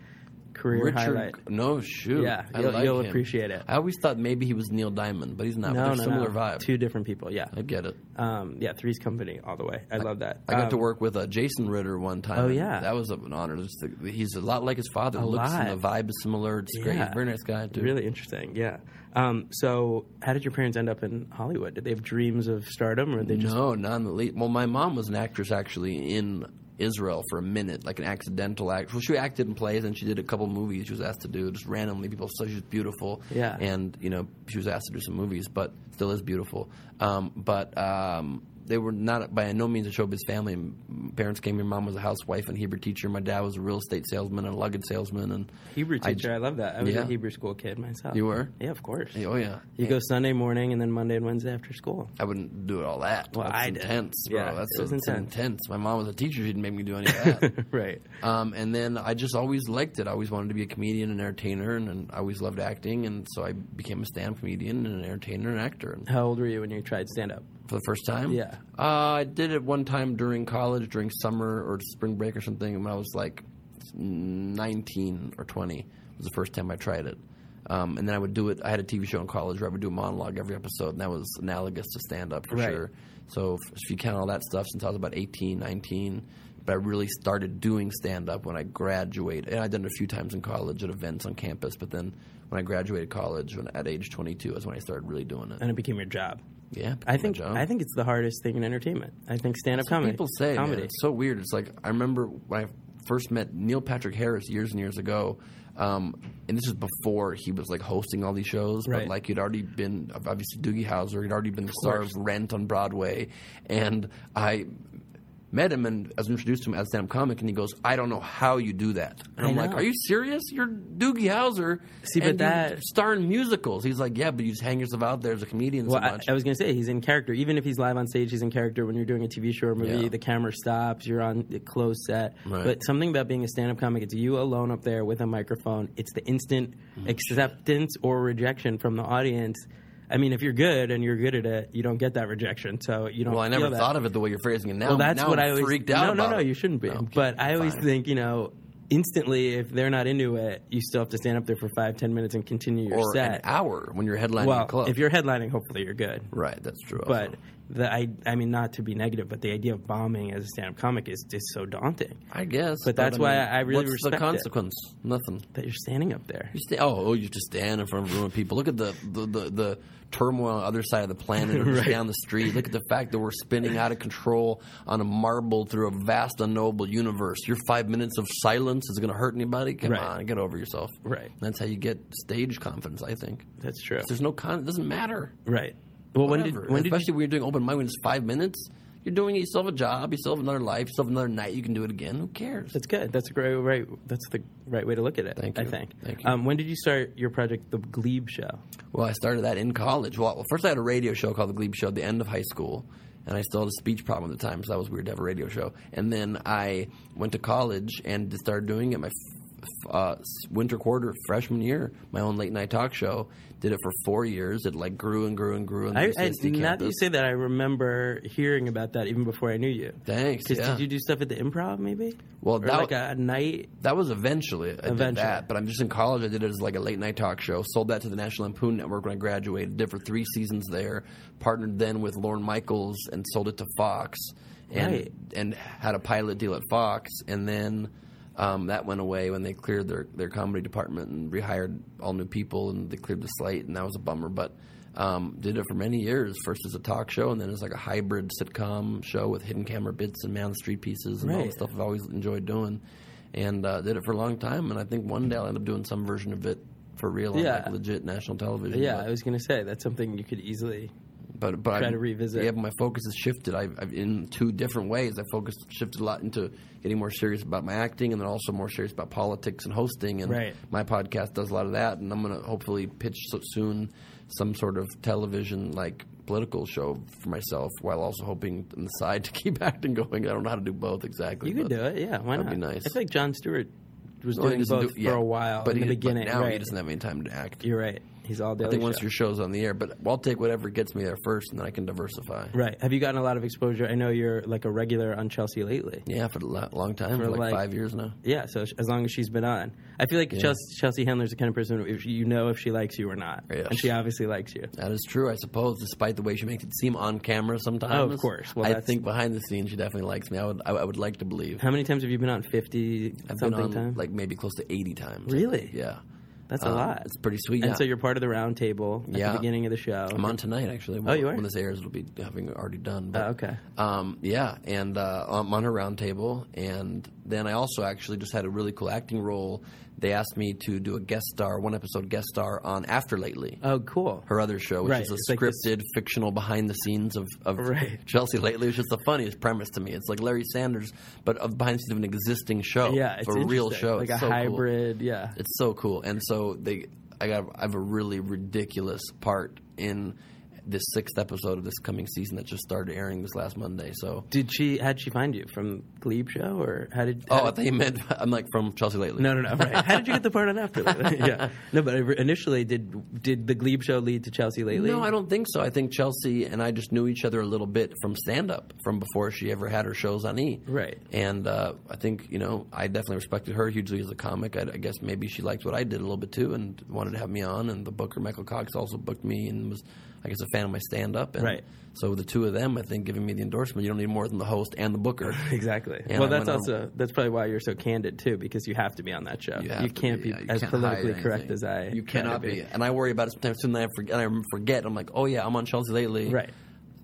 Speaker 4: Career
Speaker 5: Richard,
Speaker 4: highlight.
Speaker 5: no shoot.
Speaker 4: Yeah,
Speaker 5: I
Speaker 4: you'll-
Speaker 5: like
Speaker 4: you'll
Speaker 5: him.
Speaker 4: appreciate it.
Speaker 5: I always thought maybe he was Neil Diamond, but he's not.
Speaker 4: No,
Speaker 5: but
Speaker 4: no,
Speaker 5: they're similar
Speaker 4: no.
Speaker 5: vibe.
Speaker 4: Two different people. Yeah.
Speaker 5: I get it.
Speaker 4: Um, yeah, Three's Company all the way. I, love that.
Speaker 5: I got to
Speaker 4: Um,
Speaker 5: work with uh, Jason Ritter one time.
Speaker 4: Oh,
Speaker 5: and
Speaker 4: yeah.
Speaker 5: that was an honor. Just the, he's a lot like his father.
Speaker 4: A
Speaker 5: Looks
Speaker 4: lot.
Speaker 5: and the vibe is similar. It's great. He's
Speaker 4: Yeah.
Speaker 5: a very nice guy too.
Speaker 4: Really interesting. Yeah. Um, so, how did your parents end up in Hollywood? Did they have dreams of stardom, or they just
Speaker 5: No, not in the least. Well, my mom was an actress actually in Israel for a minute, like an accidental act. Well, she acted in plays and she did a couple movies. She was asked to do just randomly. People said she was beautiful.
Speaker 4: Yeah.
Speaker 5: and you know she was asked to do some movies, but still is beautiful. Um, but um, they were not by no means a showbiz family. M- Parents came. Your mom was a housewife and Hebrew teacher. My dad was a real estate salesman and a luggage salesman. And
Speaker 4: Hebrew
Speaker 5: I-
Speaker 4: teacher? I, love that. I was
Speaker 5: Yeah.
Speaker 4: a Hebrew school kid myself.
Speaker 5: You were?
Speaker 4: Yeah, of course.
Speaker 5: Yeah, oh yeah,
Speaker 4: You go Sunday morning and then Monday and Wednesday after school.
Speaker 5: I wouldn't do all that.
Speaker 4: Well,
Speaker 5: That's
Speaker 4: I did.
Speaker 5: intense, bro.
Speaker 4: Yeah,
Speaker 5: That's
Speaker 4: it was
Speaker 5: that's
Speaker 4: intense.
Speaker 5: intense. My mom was a teacher. She didn't make me do any of that.
Speaker 4: right.
Speaker 5: Um, and then I just always liked it. I always wanted to be a comedian and entertainer, and, and I always loved acting. And so I became a stand-up comedian and an entertainer and actor. And
Speaker 4: How old were you when you tried stand up?
Speaker 5: for the first time,
Speaker 4: Yeah.
Speaker 5: uh, I did it one time during college, during summer or spring break or something. When I was like nineteen or twenty, was the first time I tried it. Um, and then I would do it. I had a TV show in college where I would do a monologue every episode, and that was analogous to stand up for
Speaker 4: Right.
Speaker 5: sure. So if, if you count all that stuff, since I was about 18, 19, but I really started doing stand up when I graduated. And I'd done it a few times in college at events on campus, but then when I graduated college when, at age 22 is when I started really doing it.
Speaker 4: And it became your job.
Speaker 5: yeah, it
Speaker 4: I
Speaker 5: became
Speaker 4: think
Speaker 5: my job.
Speaker 4: I think it's the hardest thing in entertainment. I think stand up comedy.
Speaker 5: People say man,
Speaker 4: comedy.
Speaker 5: it's so weird. It's like I remember when I first met Neil Patrick Harris years and years ago. Um, and this is before he was like hosting all these shows,
Speaker 4: Right.
Speaker 5: but like he'd already been obviously Doogie Howser, he'd already been the star of Rent on Broadway, and I met him and as introduced to him as stand-up comic, and he goes, "I don't know how you do that." And
Speaker 4: I
Speaker 5: I'm like,
Speaker 4: know.
Speaker 5: "Are you serious? You're Doogie Howser,
Speaker 4: See, but
Speaker 5: and you
Speaker 4: that-
Speaker 5: star in musicals." He's like, "Yeah, but you just hang yourself out there as a comedian
Speaker 4: Well,
Speaker 5: so
Speaker 4: I,
Speaker 5: much."
Speaker 4: I was gonna say he's in character. Even if he's live on stage, he's in character. When you're doing a TV show or movie,
Speaker 5: Yeah.
Speaker 4: the camera stops. You're on a closed set.
Speaker 5: Right.
Speaker 4: But something about being a stand-up comic, it's you alone up there with a microphone. It's the instant
Speaker 5: Mm,
Speaker 4: acceptance or rejection from the audience. I mean, if you're good and you're good at it, you don't get that rejection. So you don't.
Speaker 5: well, I
Speaker 4: feel
Speaker 5: never
Speaker 4: that.
Speaker 5: thought of it the way you're phrasing it now.
Speaker 4: Well, that's
Speaker 5: Now
Speaker 4: what
Speaker 5: I'm
Speaker 4: I always
Speaker 5: freaked out
Speaker 4: No,
Speaker 5: about
Speaker 4: no, no.
Speaker 5: it.
Speaker 4: You shouldn't be.
Speaker 5: No, I'm kidding.
Speaker 4: but I always
Speaker 5: Fine.
Speaker 4: think you know. Instantly, if they're not into it, you still have to stand up there for five, ten minutes and continue your
Speaker 5: or
Speaker 4: set.
Speaker 5: an hour when you're headlining
Speaker 4: well,
Speaker 5: a club.
Speaker 4: if you're headlining, hopefully you're good.
Speaker 5: right, that's true. also.
Speaker 4: But the I I mean not to be negative, but the idea of bombing as a stand-up comic is just so daunting.
Speaker 5: I guess.
Speaker 4: But that's why I really
Speaker 5: what's
Speaker 4: respect
Speaker 5: the
Speaker 4: it.
Speaker 5: consequence. Nothing.
Speaker 4: That you're standing up there.
Speaker 5: You stay, oh, oh, you just stand in front of a room of people. Look at the the, the, the turmoil on the other side of the planet or just
Speaker 4: Right.
Speaker 5: down the street. Look at the fact that we're spinning out of control on a marble through a vast, unknowable universe. Your five minutes of silence is going to hurt anybody? Come
Speaker 4: Right.
Speaker 5: on, get over yourself.
Speaker 4: Right.
Speaker 5: That's how you get stage confidence, I think.
Speaker 4: That's true.
Speaker 5: There's no con. It doesn't matter.
Speaker 4: Right. Well, when
Speaker 5: Whatever.
Speaker 4: did when did
Speaker 5: Especially when you're doing open mic when it's five minutes, you're doing yourself a job, yourself another life, yourself another night. You can do it again. Who cares?
Speaker 4: that's good. That's a great right. That's the right way to look at it.
Speaker 5: Thank
Speaker 4: I
Speaker 5: you.
Speaker 4: think.
Speaker 5: Thank you.
Speaker 4: Um, when did you start your project, The Glebe Show?
Speaker 5: Well, I started that in college. Well, well, first I had a radio show called The Glebe Show at the end of high school, and I still had a speech problem at the time, so that was weird to have a radio show. And then I went to college and just started doing it my f- f- uh, s- winter quarter freshman year, my own late night talk show. Did it for four years. It like grew and grew and grew. And
Speaker 4: I, I not that you say that. I remember hearing about that even before I knew you.
Speaker 5: Thanks.
Speaker 4: 'Cause
Speaker 5: yeah.
Speaker 4: did you do stuff at the Improv maybe?
Speaker 5: Well,
Speaker 4: or
Speaker 5: that-
Speaker 4: like a night.
Speaker 5: That was eventually. I did
Speaker 4: Eventually.
Speaker 5: that, but I'm just in college. I did it as like a late night talk show. Sold that to the National Lampoon Network when I graduated. Did for three seasons there. Partnered then with Lorne Michaels and sold it to Fox. And
Speaker 4: Right.
Speaker 5: and had a pilot deal at Fox, and then um, that went away when they cleared their their comedy department and rehired all new people, and they cleared the slate, and that was a bummer. But um, did it for many years, first as a talk show, and then as like a hybrid sitcom show with hidden camera bits and man on the street pieces and all the
Speaker 4: Right.
Speaker 5: stuff I've always enjoyed doing, and uh, did it for a long time. And I think one day I'll end up doing some version of it for real, on
Speaker 4: Yeah.
Speaker 5: like legit national television.
Speaker 4: Yeah,
Speaker 5: but-
Speaker 4: I was gonna say that's something you could easily.
Speaker 5: but but
Speaker 4: Try
Speaker 5: I've-
Speaker 4: to revisit.
Speaker 5: Yeah, but my focus has shifted. I've, I've in two different ways. I focused shifted a lot into getting more serious about my acting, and then also more serious about politics and hosting. And
Speaker 4: Right.
Speaker 5: my podcast does a lot of that. And I'm going to hopefully pitch so soon some sort of television like political show for myself, while also hoping on the side to keep acting going. I don't know how to do both exactly.
Speaker 4: You could
Speaker 5: but
Speaker 4: do it. Yeah, why
Speaker 5: that'd
Speaker 4: not?
Speaker 5: be nice.
Speaker 4: I feel like John Stewart was
Speaker 5: Well, he
Speaker 4: doing
Speaker 5: doesn't
Speaker 4: both
Speaker 5: do-
Speaker 4: for
Speaker 5: yeah,
Speaker 4: a while
Speaker 5: but
Speaker 4: in the
Speaker 5: he- but
Speaker 4: beginning.
Speaker 5: now he
Speaker 4: right.
Speaker 5: doesn't have any time to act.
Speaker 4: You're right. He's all daily.
Speaker 5: I think once
Speaker 4: show.
Speaker 5: your show's on the air, but I'll take whatever gets me there first, and then I can diversify.
Speaker 4: right. Have you gotten a lot of exposure? I know you're like a regular on Chelsea lately.
Speaker 5: Yeah, for a lo- long time, for, like,
Speaker 4: like-
Speaker 5: five years now.
Speaker 4: Yeah, so sh- as long as she's been on, I feel like Chelsea, Chelsea Handler's the kind of person if you know if she likes you or not,
Speaker 5: Yes.
Speaker 4: and she obviously likes you.
Speaker 5: That is true, I suppose, despite the way she makes it seem on camera sometimes.
Speaker 4: Oh, of course. Well,
Speaker 5: I
Speaker 4: that's-
Speaker 5: think behind the scenes she definitely likes me. I would, I, I would like to believe.
Speaker 4: How many times have you been on? Fifty
Speaker 5: I've been
Speaker 4: something
Speaker 5: on
Speaker 4: times.
Speaker 5: like maybe close to eighty times.
Speaker 4: Really?
Speaker 5: Yeah,
Speaker 4: That's a
Speaker 5: Um,
Speaker 4: lot.
Speaker 5: It's pretty sweet.
Speaker 4: And
Speaker 5: yeah.
Speaker 4: so you're part of the round table at
Speaker 5: Yeah.
Speaker 4: the beginning of the show.
Speaker 5: I'm on tonight, actually.
Speaker 4: Oh, you are?
Speaker 5: When this airs, it'll be having already done.
Speaker 4: Oh, okay.
Speaker 5: Um, yeah, and uh, I'm on a round table, and then I also actually just had a really cool acting role. They asked me to do a guest star, one episode guest star on After Lately.
Speaker 4: Oh, cool.
Speaker 5: her other show, which
Speaker 4: Right,
Speaker 5: is a
Speaker 4: it's like this-
Speaker 5: scripted, fictional behind the scenes of, of
Speaker 4: Right.
Speaker 5: Chelsea lately. It's just the funniest premise to me. It's like Larry Sanders, but of behind the scenes of an existing show.
Speaker 4: Yeah, it's
Speaker 5: a real
Speaker 4: interesting.
Speaker 5: show,
Speaker 4: like
Speaker 5: It's
Speaker 4: a
Speaker 5: so cool.
Speaker 4: hybrid. Yeah,
Speaker 5: It's so cool, and so they, I got, I have a really ridiculous part in this sixth episode of this coming season that just started airing this last Monday. So.
Speaker 4: Did she? How'd she find you from Glebe show, or how did?
Speaker 5: Oh,
Speaker 4: how
Speaker 5: I
Speaker 4: did-
Speaker 5: thought you meant I'm like from Chelsea lately.
Speaker 4: No, no, no. Right. How did you get the part on after? Lately? yeah. No, but initially, did did the Glebe show lead to Chelsea lately?
Speaker 5: No, I don't think so. I think Chelsea and I just knew each other a little bit from stand up from before she ever had her shows on E.
Speaker 4: Right.
Speaker 5: And uh, I think, you know, I definitely respected her hugely as a comic. I, I guess maybe she liked what I did a little bit too and wanted to have me on. And the booker, Michael Cox, also booked me and was, I guess, a fan of my stand up.
Speaker 4: Right.
Speaker 5: So the two of them, I think, giving me the endorsement, you don't need more than the host and the booker.
Speaker 4: Exactly.
Speaker 5: And
Speaker 4: well,
Speaker 5: I
Speaker 4: that's
Speaker 5: went on-
Speaker 4: also that's probably why you're so candid too, because you have to be on that show.
Speaker 5: You
Speaker 4: You,
Speaker 5: have to
Speaker 4: can't be,
Speaker 5: yeah, you
Speaker 4: as
Speaker 5: can't
Speaker 4: politically
Speaker 5: hide
Speaker 4: correct
Speaker 5: anything.
Speaker 4: as I.
Speaker 5: You
Speaker 4: try to
Speaker 5: cannot be. And I worry about it sometimes. Soon I forget. And I forget. I'm like, oh yeah, I'm on Chelsea lately.
Speaker 4: Right.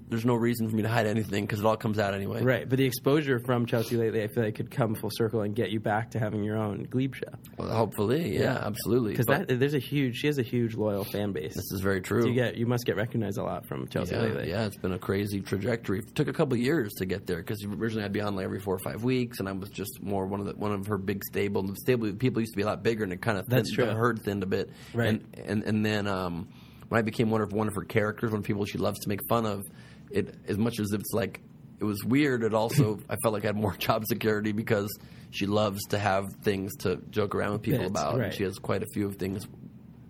Speaker 5: there's no reason for me to hide anything because it all comes out anyway.
Speaker 4: Right, but the exposure from Chelsea lately, I feel like, could come full circle and get you back to having your own Glebe show.
Speaker 5: Well, hopefully, yeah, absolutely.
Speaker 4: Because
Speaker 5: But-
Speaker 4: that there's a huge, she has a huge loyal fan base.
Speaker 5: This is very true.
Speaker 4: So you get, you must get recognized a lot from Chelsea
Speaker 5: yeah,
Speaker 4: lately.
Speaker 5: yeah, it's been a crazy trajectory. Took a couple years to get there because originally I'd be on like every four or five weeks, and I was just more one of the, one of her big stable. And the stable people used to be a lot bigger, and it kind of thinned,
Speaker 4: That's true.
Speaker 5: the herd thinned a bit.
Speaker 4: Right.
Speaker 5: And and and then um, when I became one of one of her characters, one of the people she loves to make fun of, it as much as it's like it was weird. It also I felt like I had more job security because she loves to have things to joke around with people
Speaker 4: Bits,
Speaker 5: about,
Speaker 4: right.
Speaker 5: and she has quite a few of things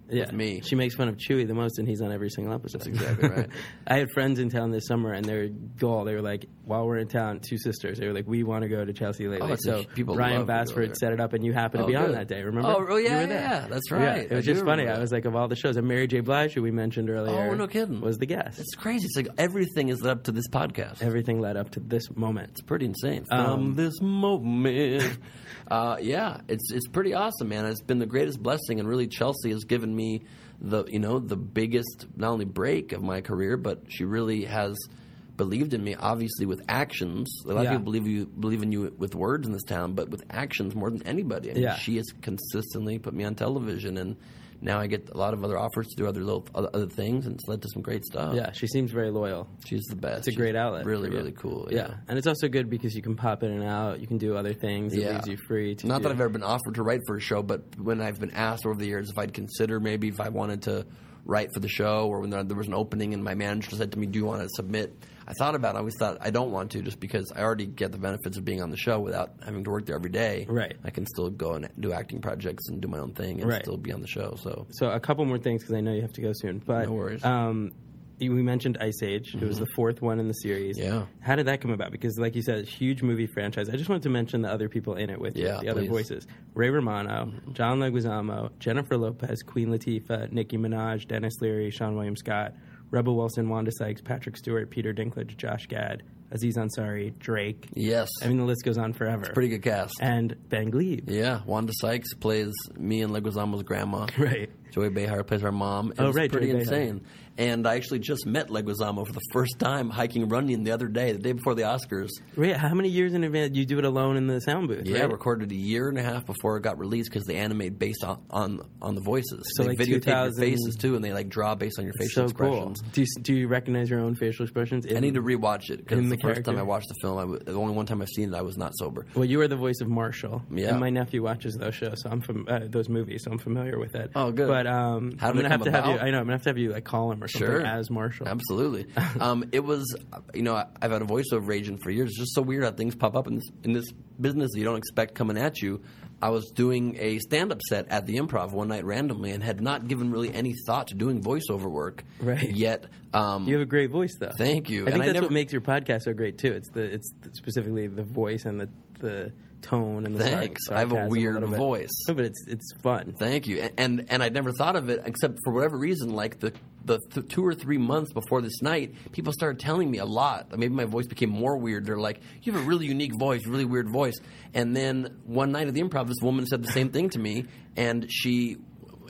Speaker 4: Yeah.
Speaker 5: with me.
Speaker 4: She makes fun of Chewy the most, and he's on every single episode. That's
Speaker 5: exactly right.
Speaker 4: I had friends in town this summer, and their goal, they were like, while we're in town, two sisters, they were like, we want to go to Chelsea lately.
Speaker 5: Oh, it's
Speaker 4: so
Speaker 5: a- people
Speaker 4: Ryan
Speaker 5: love to go there.
Speaker 4: Basford set it up, and you happened to
Speaker 5: Oh,
Speaker 4: be on
Speaker 5: good.
Speaker 4: that day. Remember?
Speaker 5: Oh,
Speaker 4: You
Speaker 5: oh, yeah,
Speaker 4: were
Speaker 5: yeah,
Speaker 4: there.
Speaker 5: yeah, that's
Speaker 4: Yeah,
Speaker 5: right.
Speaker 4: it was
Speaker 5: I do
Speaker 4: just funny.
Speaker 5: remember
Speaker 4: I
Speaker 5: that.
Speaker 4: was like, of all the shows, and Mary J. Blige, who we mentioned earlier,
Speaker 5: Oh, no kidding.
Speaker 4: was the guest.
Speaker 5: It's crazy. It's like everything is led up to this podcast.
Speaker 4: Everything led up to this moment.
Speaker 5: It's pretty insane. From
Speaker 4: Um,
Speaker 5: this moment, uh, yeah, it's it's pretty awesome, man. It's been the greatest blessing, and really, Chelsea has given me the you know the biggest not only break of my career, but she really has believed in me. Obviously, with actions, a lot
Speaker 4: Yeah.
Speaker 5: of people believe you believe in you with words in this town, but with actions more than anybody. I mean,
Speaker 4: Yeah.
Speaker 5: she has consistently put me on television, and now I get a lot of other offers to do other little other, other things, and it's led to some great stuff.
Speaker 4: Yeah, she seems very loyal.
Speaker 5: She's the best.
Speaker 4: It's a
Speaker 5: She's
Speaker 4: great outlet.
Speaker 5: Really,
Speaker 4: for you.
Speaker 5: really cool.
Speaker 4: Yeah. and it's also good because you can pop in and out. You can do other things. It
Speaker 5: Yeah.
Speaker 4: leaves you free to.
Speaker 5: Not
Speaker 4: do-
Speaker 5: that I've ever been offered to write for a show, but when I've been asked over the years if I'd consider maybe if I wanted to write for the show or when there, there was an opening and my manager said to me, Do you want to submit? I thought about it. I always thought I don't want to just because I already get the benefits of being on the show without having to work there every day.
Speaker 4: Right.
Speaker 5: I can still go and do acting projects and do my own thing and
Speaker 4: Right.
Speaker 5: still be on the show. So
Speaker 4: So a couple more things because I know you have to go soon. But
Speaker 5: No worries. Mm-hmm.
Speaker 4: Um, you- we mentioned Ice Age. It was the fourth one in the series.
Speaker 5: Yeah.
Speaker 4: How did that come about? Because, like you said, huge movie franchise. I just wanted to mention the other people in it with you,
Speaker 5: Yeah,
Speaker 4: the other
Speaker 5: please.
Speaker 4: voices: Ray Romano, John Leguizamo, Jennifer Lopez, Queen Latifah, Nicki Minaj, Dennis Leary, Sean William Scott, Rebel Wilson, Wanda Sykes, Patrick Stewart, Peter Dinklage, Josh Gad, Aziz Ansari, Drake.
Speaker 5: Yes.
Speaker 4: I mean, the list goes on forever.
Speaker 5: pretty good cast.
Speaker 4: And Ben Glebe.
Speaker 5: yeah. Wanda Sykes plays me and Leguizamo's grandma.
Speaker 4: Right.
Speaker 5: Joey Behar plays our mom. It
Speaker 4: Oh,
Speaker 5: was
Speaker 4: right,
Speaker 5: pretty
Speaker 4: Joey Behar.
Speaker 5: insane. And I actually just met Leguizamo for the first time hiking Runyon the other day, the day before the Oscars.
Speaker 4: Right. How many years in advance? You do it alone in the sound booth.
Speaker 5: Yeah, I
Speaker 4: right?
Speaker 5: recorded a year and a half before it got released because they animate based on, on on the voices.
Speaker 4: So,
Speaker 5: they
Speaker 4: like,
Speaker 5: videotape
Speaker 4: 2000
Speaker 5: your faces too, and they like draw based on your facial
Speaker 4: so cool.
Speaker 5: expressions.
Speaker 4: Do you, do you recognize your own facial expressions?
Speaker 5: I need to rewatch it because
Speaker 4: In
Speaker 5: the,
Speaker 4: the
Speaker 5: first time
Speaker 4: character?
Speaker 5: I watched the film, I w- the only one time I've seen it, I was not sober.
Speaker 4: Well, you are the voice of Marshall.
Speaker 5: Yeah.
Speaker 4: And my nephew watches those shows, so I'm from uh, those movies, so I'm familiar with it.
Speaker 5: Oh, good.
Speaker 4: But um,
Speaker 5: How
Speaker 4: I'm
Speaker 5: did
Speaker 4: gonna
Speaker 5: it
Speaker 4: have
Speaker 5: come
Speaker 4: to have you.
Speaker 5: about?
Speaker 4: I know I'm gonna have to have you like call him or something
Speaker 5: Sure.
Speaker 4: as Marshall.
Speaker 5: Absolutely. um, it was, you know, I- I've had a voiceover agent for years. It's just so weird how things pop up in this, in this business that you don't expect coming at you. I was doing a stand up set at the improv one night randomly and had not given really any thought to doing voiceover work.
Speaker 4: Right.
Speaker 5: Yet, um,
Speaker 4: You have a great voice, though.
Speaker 5: Thank you.
Speaker 4: I think
Speaker 5: And I
Speaker 4: that's
Speaker 5: never-
Speaker 4: what makes your podcast so great too. It's the it's th- specifically the voice and the the tone and the sar-
Speaker 5: Thanks. I have a
Speaker 4: sarcasm
Speaker 5: weird
Speaker 4: little bit.
Speaker 5: voice.
Speaker 4: No, but it's it's fun.
Speaker 5: Thank you. A- And and I'd never thought of it except for whatever reason, like the the th- two or three months before this night, people started telling me a lot. Maybe my voice became more weird. They're like, "You have a really unique voice, really weird voice." And then one night at the improv, this woman said the same thing to me, and she.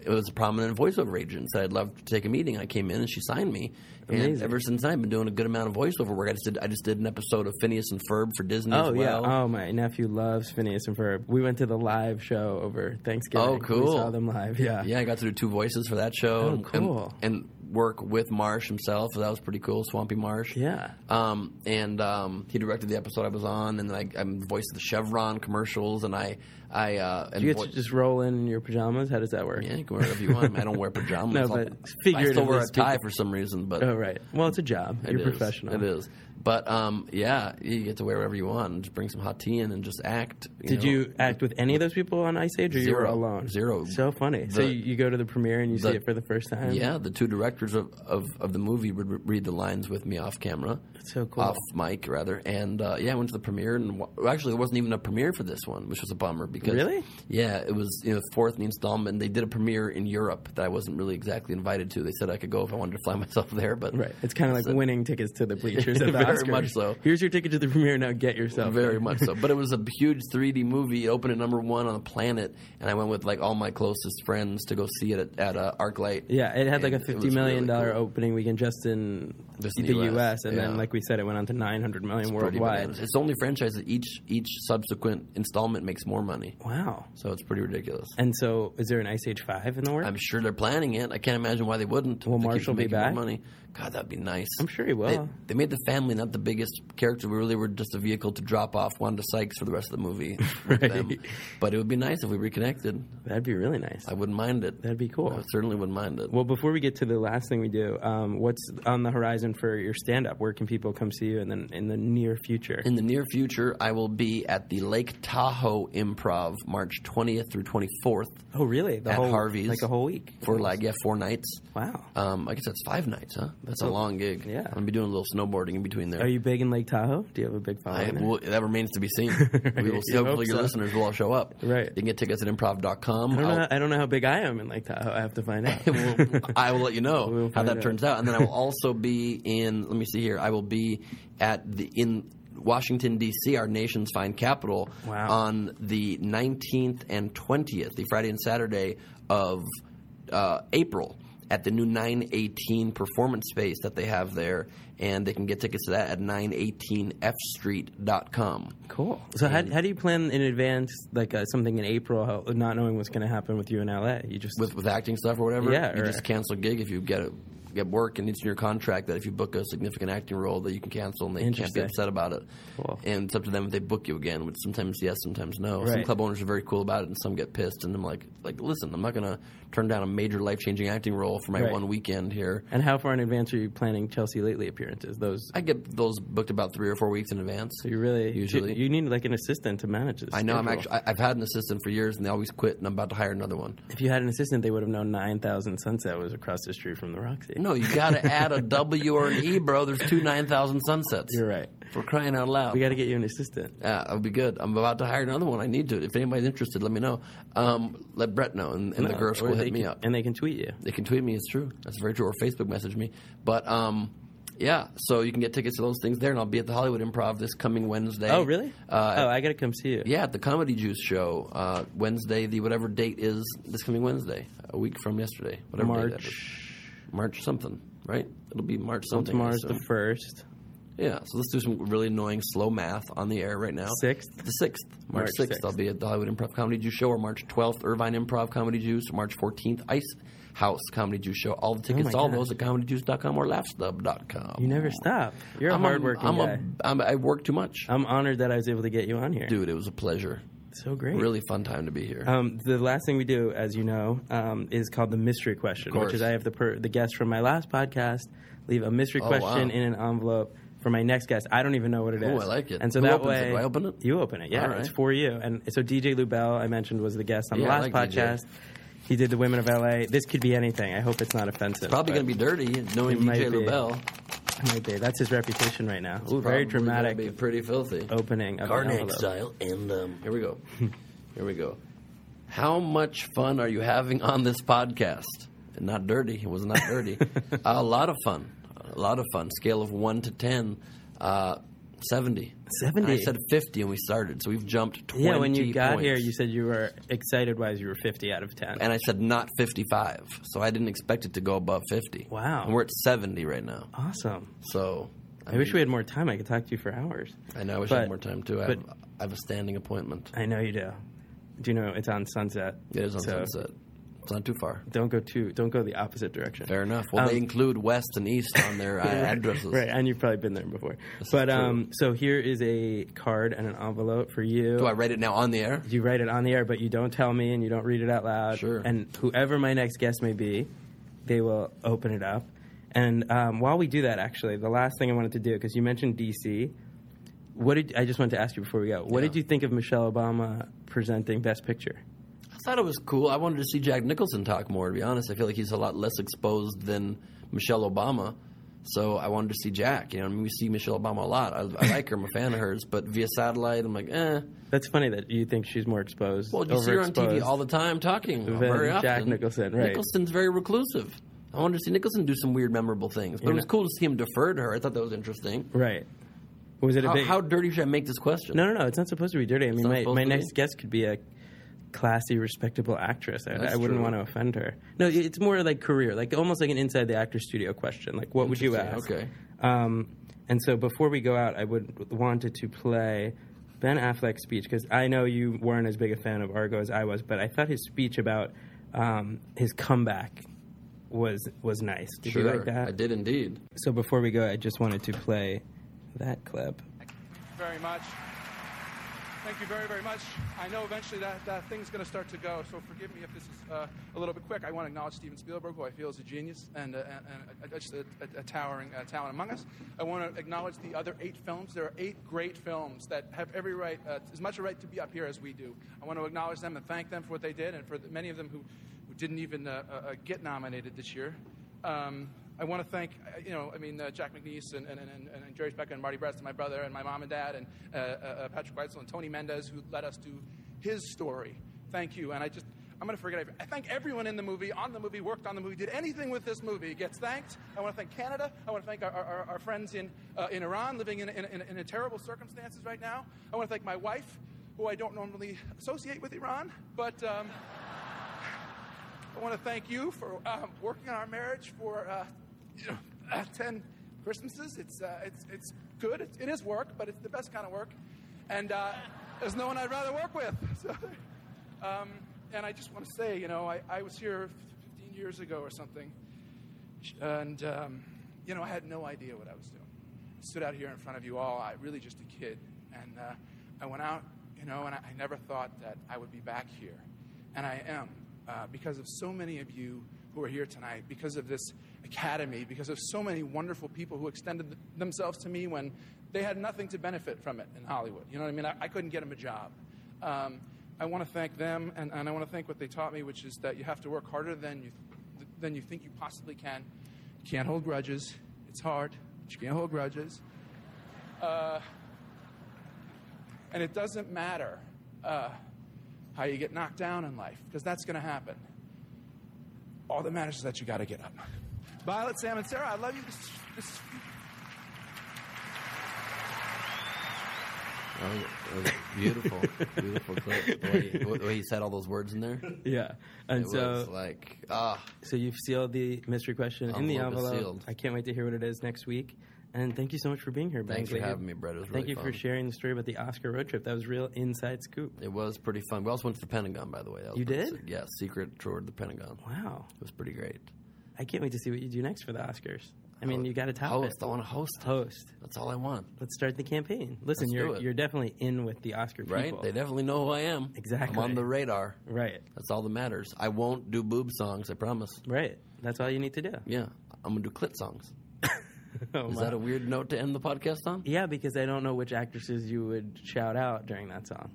Speaker 5: It was a prominent voiceover agent. Said I'd love to take a meeting. I came in and she signed me. And
Speaker 4: Amazing.
Speaker 5: ever since then, I've been doing a good amount of voiceover work. I just did. I just did an episode of Phineas and Ferb for Disney.
Speaker 4: Oh
Speaker 5: as
Speaker 4: yeah.
Speaker 5: well.
Speaker 4: Oh my nephew loves Phineas and Ferb. We went to the live show over Thanksgiving.
Speaker 5: Oh, cool.
Speaker 4: We saw them live. Yeah.
Speaker 5: Yeah, I got to do two voices for that
Speaker 4: Oh,
Speaker 5: show. and-
Speaker 4: cool.
Speaker 5: And, and work with Marsh himself. So that was pretty cool, Swampy Marsh.
Speaker 4: Yeah.
Speaker 5: Um, and um, he directed the episode I was on, and then I, I'm the voice of the Chevron commercials, and I, I, uh, and
Speaker 4: Do you get
Speaker 5: voi-
Speaker 4: to just roll in your pajamas? How does that work?
Speaker 5: yeah, you can wear whatever you want. I, mean, I don't wear pajamas.
Speaker 4: No,
Speaker 5: I'll-
Speaker 4: but
Speaker 5: I still
Speaker 4: figuratively
Speaker 5: wear a tie
Speaker 4: speaking.
Speaker 5: for some reason, but
Speaker 4: Oh right. Well, it's a job.
Speaker 5: it
Speaker 4: You're
Speaker 5: is.
Speaker 4: professional.
Speaker 5: It is. But um, yeah, you get to wear whatever you want, and just bring some hot tea in, and just act. You
Speaker 4: Did
Speaker 5: know.
Speaker 4: you act with any of those people on Ice Age, or you were
Speaker 5: Zero.
Speaker 4: alone?
Speaker 5: Zero.
Speaker 4: So funny. so
Speaker 5: The-
Speaker 4: you, you go to the premiere and you see
Speaker 5: the-
Speaker 4: it for the first time.
Speaker 5: Yeah, the two directors of, of, of the movie would re- read the lines with me off camera.
Speaker 4: That's so cool.
Speaker 5: Off mic, rather. And uh, yeah, I went to the premiere, and wa- well, actually, there wasn't even a premiere for this one, which was a bummer because.
Speaker 4: Really?
Speaker 5: Yeah, it was you know, the fourth in the installment. They did a premiere in Europe that I wasn't really exactly invited to. They said I could go if I wanted to fly myself there, but.
Speaker 4: Right. It's kind of like
Speaker 5: So-
Speaker 4: winning tickets to the bleachers at the Oscar.
Speaker 5: Very much so.
Speaker 4: Here's your ticket to the premiere. Now get yourself.
Speaker 5: Very much so. But it was a huge 3D movie. It opened at number one on the planet, and I went with like all my closest friends to go see it at, at uh, ArcLight.
Speaker 4: Yeah, it had like a
Speaker 5: And it
Speaker 4: fifty
Speaker 5: was
Speaker 4: million
Speaker 5: really
Speaker 4: dollar
Speaker 5: cool.
Speaker 4: opening weekend just in
Speaker 5: Just in
Speaker 4: the
Speaker 5: the
Speaker 4: US,
Speaker 5: US,
Speaker 4: and
Speaker 5: yeah.
Speaker 4: then like we said, it went on to nine hundred million
Speaker 5: It's pretty
Speaker 4: worldwide.
Speaker 5: bananas. It's the only franchise that each each subsequent installment makes more money.
Speaker 4: Wow.
Speaker 5: So it's pretty ridiculous.
Speaker 4: And so, is there an Ice Age five in the works?
Speaker 5: I'm sure they're planning it. I can't imagine why they wouldn't.
Speaker 4: Will
Speaker 5: They keep
Speaker 4: Marshall be
Speaker 5: making more
Speaker 4: back?
Speaker 5: Money. God, that'd be nice.
Speaker 4: I'm sure he will.
Speaker 5: They, they made the family not the biggest character. We really were just a vehicle to drop off Wanda Sykes for the rest of the movie. with them. But it would be nice if we reconnected.
Speaker 4: That'd be really nice.
Speaker 5: I wouldn't mind it.
Speaker 4: That'd be cool.
Speaker 5: I certainly wouldn't mind it.
Speaker 4: Well, before we get to the last thing we do, um, what's on the horizon for your stand up? Where can people come see you in the, in the near future?
Speaker 5: In the near future, I will be at the Lake Tahoe Improv March 20th through 24th
Speaker 4: oh, really? The
Speaker 5: at
Speaker 4: whole,
Speaker 5: Harvey's.
Speaker 4: Like a whole week?
Speaker 5: For like, yeah, four nights.
Speaker 4: Wow.
Speaker 5: Um, I guess that's five nights, huh? That's a
Speaker 4: Oh,
Speaker 5: long gig.
Speaker 4: yeah.
Speaker 5: I'm going to be doing a little snowboarding in between there.
Speaker 4: Are you big in Lake Tahoe? Do you have a big
Speaker 5: I,
Speaker 4: following? there?
Speaker 5: well, that remains to be seen. We will see.
Speaker 4: You hope
Speaker 5: Hopefully, your
Speaker 4: so.
Speaker 5: listeners will all show up.
Speaker 4: Right.
Speaker 5: You can get tickets at improv.com.
Speaker 4: I don't, know
Speaker 5: I'll-
Speaker 4: how, I don't know how big I am in Lake Tahoe. I have to find out.
Speaker 5: Well, I will let you know
Speaker 4: We'll
Speaker 5: how
Speaker 4: find
Speaker 5: that
Speaker 4: out.
Speaker 5: turns out, and then I will also be in. Let me see here. I will be at the in Washington D.C., our nation's fine capital,
Speaker 4: Wow.
Speaker 5: on the 19th and 20th, the Friday and Saturday of uh, April. At the new 918 performance space that they have there, and they can get tickets to that at 918fstreet.com.
Speaker 4: Cool. So how, how do you plan in advance, like uh, something in April, how, not knowing what's going to happen with you in LA? You just
Speaker 5: with with acting stuff or whatever.
Speaker 4: Yeah,
Speaker 5: you
Speaker 4: or-
Speaker 5: just cancel a gig if you get a, get work and it's in your contract that if you book a significant acting role that you can cancel and they can't be
Speaker 4: Interesting.
Speaker 5: upset about it.
Speaker 4: Cool.
Speaker 5: And it's up to them if they book you again, which sometimes yes, sometimes no. Some
Speaker 4: Right.
Speaker 5: club owners are very cool about it, and some get pissed. And I'm like, like listen, I'm not gonna turn down a major life changing acting role for my
Speaker 4: Right.
Speaker 5: one weekend here.
Speaker 4: and how far in advance are you planning Chelsea Lately appearances? Those
Speaker 5: I get those booked about three or four weeks in advance.
Speaker 4: you really
Speaker 5: Usually.
Speaker 4: you, you need like an assistant to manage this.
Speaker 5: I know I'm
Speaker 4: schedule.
Speaker 5: actually I- I've had an assistant for years and they always quit and I'm about to hire another one.
Speaker 4: If you had an assistant, they would have known nine thousand Sunset was across the street from the Roxy.
Speaker 5: No, you got to add a W or an E, bro. There's two nine thousand sunsets.
Speaker 4: you're right.
Speaker 5: For crying out loud.
Speaker 4: We got to get you an assistant.
Speaker 5: Yeah, I'll be good. I'm about to hire another one. I need to. If anybody's interested, let me know. Um, let Brett know, and, and the
Speaker 4: No,
Speaker 5: girl
Speaker 4: or
Speaker 5: school
Speaker 4: they
Speaker 5: hit me
Speaker 4: can-
Speaker 5: up.
Speaker 4: and they can tweet you.
Speaker 5: They can tweet me. It's true. That's very true. Or Facebook message me. But um, yeah, so you can get tickets to those things there, and I'll be at the Hollywood Improv this coming Wednesday.
Speaker 4: Oh, really?
Speaker 5: Uh,
Speaker 4: oh, I got to come see you.
Speaker 5: yeah, at the Comedy Juice show uh, Wednesday, the whatever date is this coming Wednesday, a week from yesterday, whatever date that
Speaker 4: March.
Speaker 5: is. March something, right? It'll be March
Speaker 4: Well,
Speaker 5: something. I
Speaker 4: tomorrow's the
Speaker 5: assume.
Speaker 4: first.
Speaker 5: Yeah, so let's do some really annoying slow math on the air right now.
Speaker 4: Sixth?
Speaker 5: The 6th. March,
Speaker 4: March
Speaker 5: 6th, I'll be at the Hollywood Improv Comedy Juice Show, or March 12th, Irvine Improv Comedy Juice, March 14th, Ice House Comedy Juice Show. All the tickets,
Speaker 4: Oh my
Speaker 5: to all
Speaker 4: gosh.
Speaker 5: those at comedyjuice.com or laughstub.com.
Speaker 4: You never stop. You're a
Speaker 5: I'm
Speaker 4: hardworking
Speaker 5: I'm
Speaker 4: guy. Oh.
Speaker 5: A, I'm, I work too much.
Speaker 4: I'm honored that I was able to get you on here.
Speaker 5: Dude, it was a pleasure.
Speaker 4: so great.
Speaker 5: Really fun time to be here.
Speaker 4: Um, the last thing we do, as you know, um, is called the mystery question,
Speaker 5: course.
Speaker 4: which is I have the per- the guest from my last podcast leave a mystery
Speaker 5: Oh,
Speaker 4: question
Speaker 5: wow.
Speaker 4: in an envelope for my next guest. I don't even know what it is.
Speaker 5: Ooh, I like it.
Speaker 4: And so
Speaker 5: Who
Speaker 4: that
Speaker 5: opens it?
Speaker 4: way,
Speaker 5: Do I open it?
Speaker 4: You open it. Yeah,
Speaker 5: All right.
Speaker 4: it's for you. And so DJ Lubell, I mentioned, was the guest on
Speaker 5: Yeah, I
Speaker 4: the last
Speaker 5: like DJ.
Speaker 4: podcast. He did the Women of LA. This could be anything. I hope it's not offensive.
Speaker 5: Probably going to be dirty, knowing E
Speaker 4: It might
Speaker 5: DJ
Speaker 4: be.
Speaker 5: LaBelle.
Speaker 4: be. That's his reputation right now. Ooh,
Speaker 5: Probably
Speaker 4: very
Speaker 5: gonna
Speaker 4: dramatic
Speaker 5: be pretty filthy.
Speaker 4: opening of the
Speaker 5: Garnack
Speaker 4: envelope.
Speaker 5: style. And um, here we go. here we go. How much fun are you having on this podcast? And not dirty. It was not dirty. a lot of fun. A lot of fun. Scale of one to ten. Uh, 70.
Speaker 4: 70?
Speaker 5: I said 50 and we started, so we've jumped 20
Speaker 4: Yeah, when you got
Speaker 5: points.
Speaker 4: here, you said you were excited wise. You were 50 out of 10.
Speaker 5: And I said not 55, so I didn't expect it to go above 50.
Speaker 4: Wow.
Speaker 5: And we're at 70 right now.
Speaker 4: awesome.
Speaker 5: So
Speaker 4: I wish we had more time. I could talk to you for hours.
Speaker 5: I know I wish I
Speaker 4: but-
Speaker 5: had more time too. I
Speaker 4: but-
Speaker 5: have, I have a standing appointment.
Speaker 4: I know you do. Do you know it's on Sunset?
Speaker 5: It is on
Speaker 4: so
Speaker 5: Sunset. It's not too far.
Speaker 4: Don't go too. Don't go the opposite direction.
Speaker 5: Fair enough. Well, they
Speaker 4: Um,
Speaker 5: include West and East on their uh, addresses.
Speaker 4: Right, and you've probably been there before.
Speaker 5: is
Speaker 4: but
Speaker 5: true.
Speaker 4: um, so here is a card and an envelope for you.
Speaker 5: Do I write it now on the air?
Speaker 4: you write it on the air, but you don't tell me and you don't read it out loud.
Speaker 5: Sure.
Speaker 4: And whoever my next guest may be, they will open it up. And um, while we do that, actually, the last thing I wanted to do because you mentioned DC. What did I just wanted to ask you before we go? What
Speaker 5: Yeah.
Speaker 4: did you think of Michelle Obama presenting Best Picture?
Speaker 5: I thought it was cool. I wanted to see Jack Nicholson talk more. To be honest, I feel like he's a lot less exposed than Michelle Obama. So I wanted to see Jack. You know, I mean, we see Michelle Obama a lot. I, I like her. I'm a fan of hers. But via satellite, I'm like, eh.
Speaker 4: That's funny that you think she's more exposed.
Speaker 5: Well, you see her on TV
Speaker 4: overexposed.
Speaker 5: all the time talking
Speaker 4: Then
Speaker 5: very often.
Speaker 4: Jack Nicholson, right.
Speaker 5: Nicholson's very reclusive. I wanted to see Nicholson do some weird, memorable things. But it was cool to see him defer to her. I thought that was interesting.
Speaker 4: Right. Was it a
Speaker 5: how,
Speaker 4: big-
Speaker 5: how dirty should I make this question?
Speaker 4: No, no, no. It's not supposed to be dirty. I mean,
Speaker 5: not
Speaker 4: my,
Speaker 5: supposed
Speaker 4: my
Speaker 5: to be?
Speaker 4: next guest could be a classy, respectable actress. I,
Speaker 5: That's
Speaker 4: I wouldn't
Speaker 5: true.
Speaker 4: want to offend her. No, it- it's more like career, like almost like an inside the actor studio question. Like, what would you ask?
Speaker 5: Interesting, okay.
Speaker 4: Um, and so before we go out, I would wanted to play Ben Affleck's speech because I know you weren't as big a fan of Argo as I was, but I thought his speech about um, his comeback was was nice. Did
Speaker 5: sure,
Speaker 4: you like that?
Speaker 5: I did indeed.
Speaker 4: So before we go, I just wanted to play that clip.
Speaker 12: very much. Thank you very, very much. I know eventually that, that thing's going to start to go, so forgive me if this is uh, a little bit quick. I want to acknowledge Steven Spielberg, who I feel is a genius and, uh, and, and a, just a, a, a towering uh, talent among us. I want to acknowledge the other eight films. There are eight great films that have every right, uh, as much a right to be up here as we do. I want to acknowledge them and thank them for what they did and for the, many of them who, who didn't even uh, uh, uh, get nominated this year. Um, I want to thank, uh, you know, I mean, uh, Jack McNeese and, and, and, and Jerry Speck and Marty Brest and my brother and my mom and dad and uh, uh, uh, Patrick Weitzel and Tony Mendez who let us do his story. Thank you. And I just, I'm going to forget. every- I thank everyone in the movie, on the movie, worked on the movie, did anything with this movie gets thanked. I want to thank Canada. I want to thank our, our, our- our friends in, uh, in Iran living in, in, in, in terrible circumstances right now. I want to thank my wife, who I don't normally associate with Iran, but. Um, I want to thank you for um, working on our marriage for uh, you know, uh, ten Christmases. It's uh, it's it's good. It's, it is work, but it's the best kind of work, and uh, there's no one I'd rather work with. So, um, and I just want to say, you know, I, I was here 15 years ago or something, and um, you know, I had no idea what I was doing. I stood out here in front of you all. I really just a kid, and uh, I went out, you know, and I, I never thought that I would be back here, and I am uh, because of so many of you who are here tonight, because of this academy, because of so many wonderful people who extended th- themselves to me when they had nothing to benefit from it in Hollywood. You know what I mean? I, I couldn't get them a job. Um, I want to thank them, and, and I want to thank what they taught me, which is that you have to work harder than you, th- than you think you possibly can. You can't hold grudges. It's hard, but you can't hold grudges. Uh, and it doesn't matter. Uh, how you get knocked down in life, because that's going to happen. All that matters is that you got to get up. Violet, Sam, and Sarah, I love you. This, this,
Speaker 5: That was, Oh, that was a beautiful, beautiful clip. The way, you- the way you said all those words in there.
Speaker 4: Yeah, and
Speaker 5: it
Speaker 4: so
Speaker 5: was like ah.
Speaker 4: So you've sealed the mystery question in the
Speaker 5: Envelope is
Speaker 4: envelope.
Speaker 5: sealed.
Speaker 4: I can't wait to hear what it is next week. And thank you so much for being here, Ben.
Speaker 5: Thanks for
Speaker 4: Thank you.
Speaker 5: having me, Brett. It was
Speaker 4: thank
Speaker 5: really
Speaker 4: you for
Speaker 5: fun.
Speaker 4: sharing the story about the Oscar road trip. That was real inside scoop.
Speaker 5: It was pretty fun. We also went to the Pentagon, by the way. That was
Speaker 4: You
Speaker 5: pretty
Speaker 4: did?
Speaker 5: sick. Yeah, secret tour to the Pentagon.
Speaker 4: Wow,
Speaker 5: It was pretty great.
Speaker 4: I can't wait to see what you do next for the Oscars. I mean, you got to top
Speaker 5: Host.
Speaker 4: it.
Speaker 5: I want to host.
Speaker 4: Host.
Speaker 5: That's all I want.
Speaker 4: Let's start the campaign. Listen,
Speaker 5: Let's do
Speaker 4: you're
Speaker 5: it.
Speaker 4: you're definitely in with the Oscar people.
Speaker 5: Right? They definitely know who I am.
Speaker 4: Exactly.
Speaker 5: I'm on the radar.
Speaker 4: Right.
Speaker 5: That's all that matters. I won't do boob songs. I promise.
Speaker 4: Right. That's all you need to do.
Speaker 5: Yeah, I'm gonna do clit songs.
Speaker 4: Oh,
Speaker 5: Is
Speaker 4: my.
Speaker 5: that a weird note to end the podcast on?
Speaker 4: Yeah, because I don't know which actresses you would shout out during that song.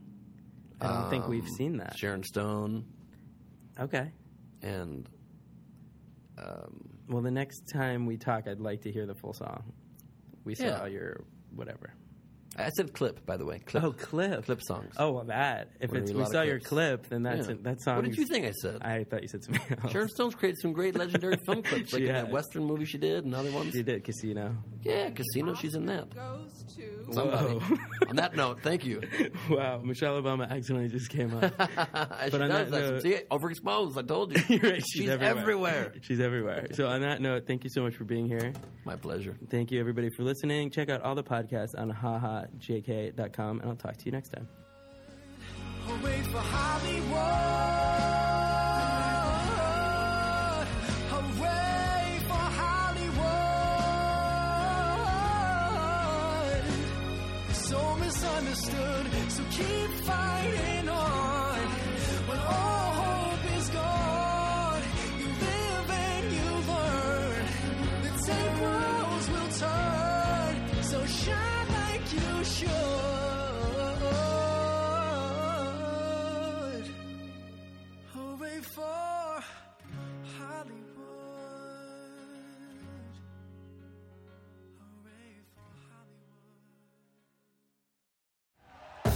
Speaker 4: I don't think we've
Speaker 5: Um,
Speaker 4: seen that.
Speaker 5: Sharon Stone
Speaker 4: Okay.
Speaker 5: and um,
Speaker 4: Well, the next time we talk, I'd like to hear the full song. We saw
Speaker 5: Yeah.
Speaker 4: your whatever.
Speaker 5: I said clip by the way. Clip.
Speaker 4: Oh, clip.
Speaker 5: Clip songs.
Speaker 4: Oh, well, that. If
Speaker 5: We're
Speaker 4: it's
Speaker 5: gonna do a
Speaker 4: we
Speaker 5: lot of
Speaker 4: saw your
Speaker 5: clips.
Speaker 4: clip, then that's
Speaker 5: Yeah.
Speaker 4: that song.
Speaker 5: What did you think I said?
Speaker 4: I thought you said something else.
Speaker 5: Sharon Stone's created some great legendary film clips, like
Speaker 4: She
Speaker 5: in that
Speaker 4: has.
Speaker 5: Western movie she did and other ones.
Speaker 4: You did Casino.
Speaker 5: Yeah, Casino, she's in that.
Speaker 8: Goes to.
Speaker 5: Somebody. on that note, thank you.
Speaker 4: Wow, Michelle Obama accidentally just came up.
Speaker 5: she
Speaker 4: But on that
Speaker 5: does that.
Speaker 4: note-
Speaker 5: See, overexposed, I told you.
Speaker 4: You're right, she's,
Speaker 5: she's
Speaker 4: everywhere.
Speaker 5: everywhere.
Speaker 4: She's everywhere. So on that note, thank you so much for being here.
Speaker 5: My pleasure.
Speaker 4: Thank you everybody for listening. Check out all the podcasts on hahajk.com and I'll talk to you next time.
Speaker 3: I'll wait for Hollywood. I'll wait for Hollywood. So misunderstood, so keep fighting on. When all hope is gone, you live and you learn. The tables will turn, so shine like you should. Hooray for Hollywood. Hooray for Hollywood.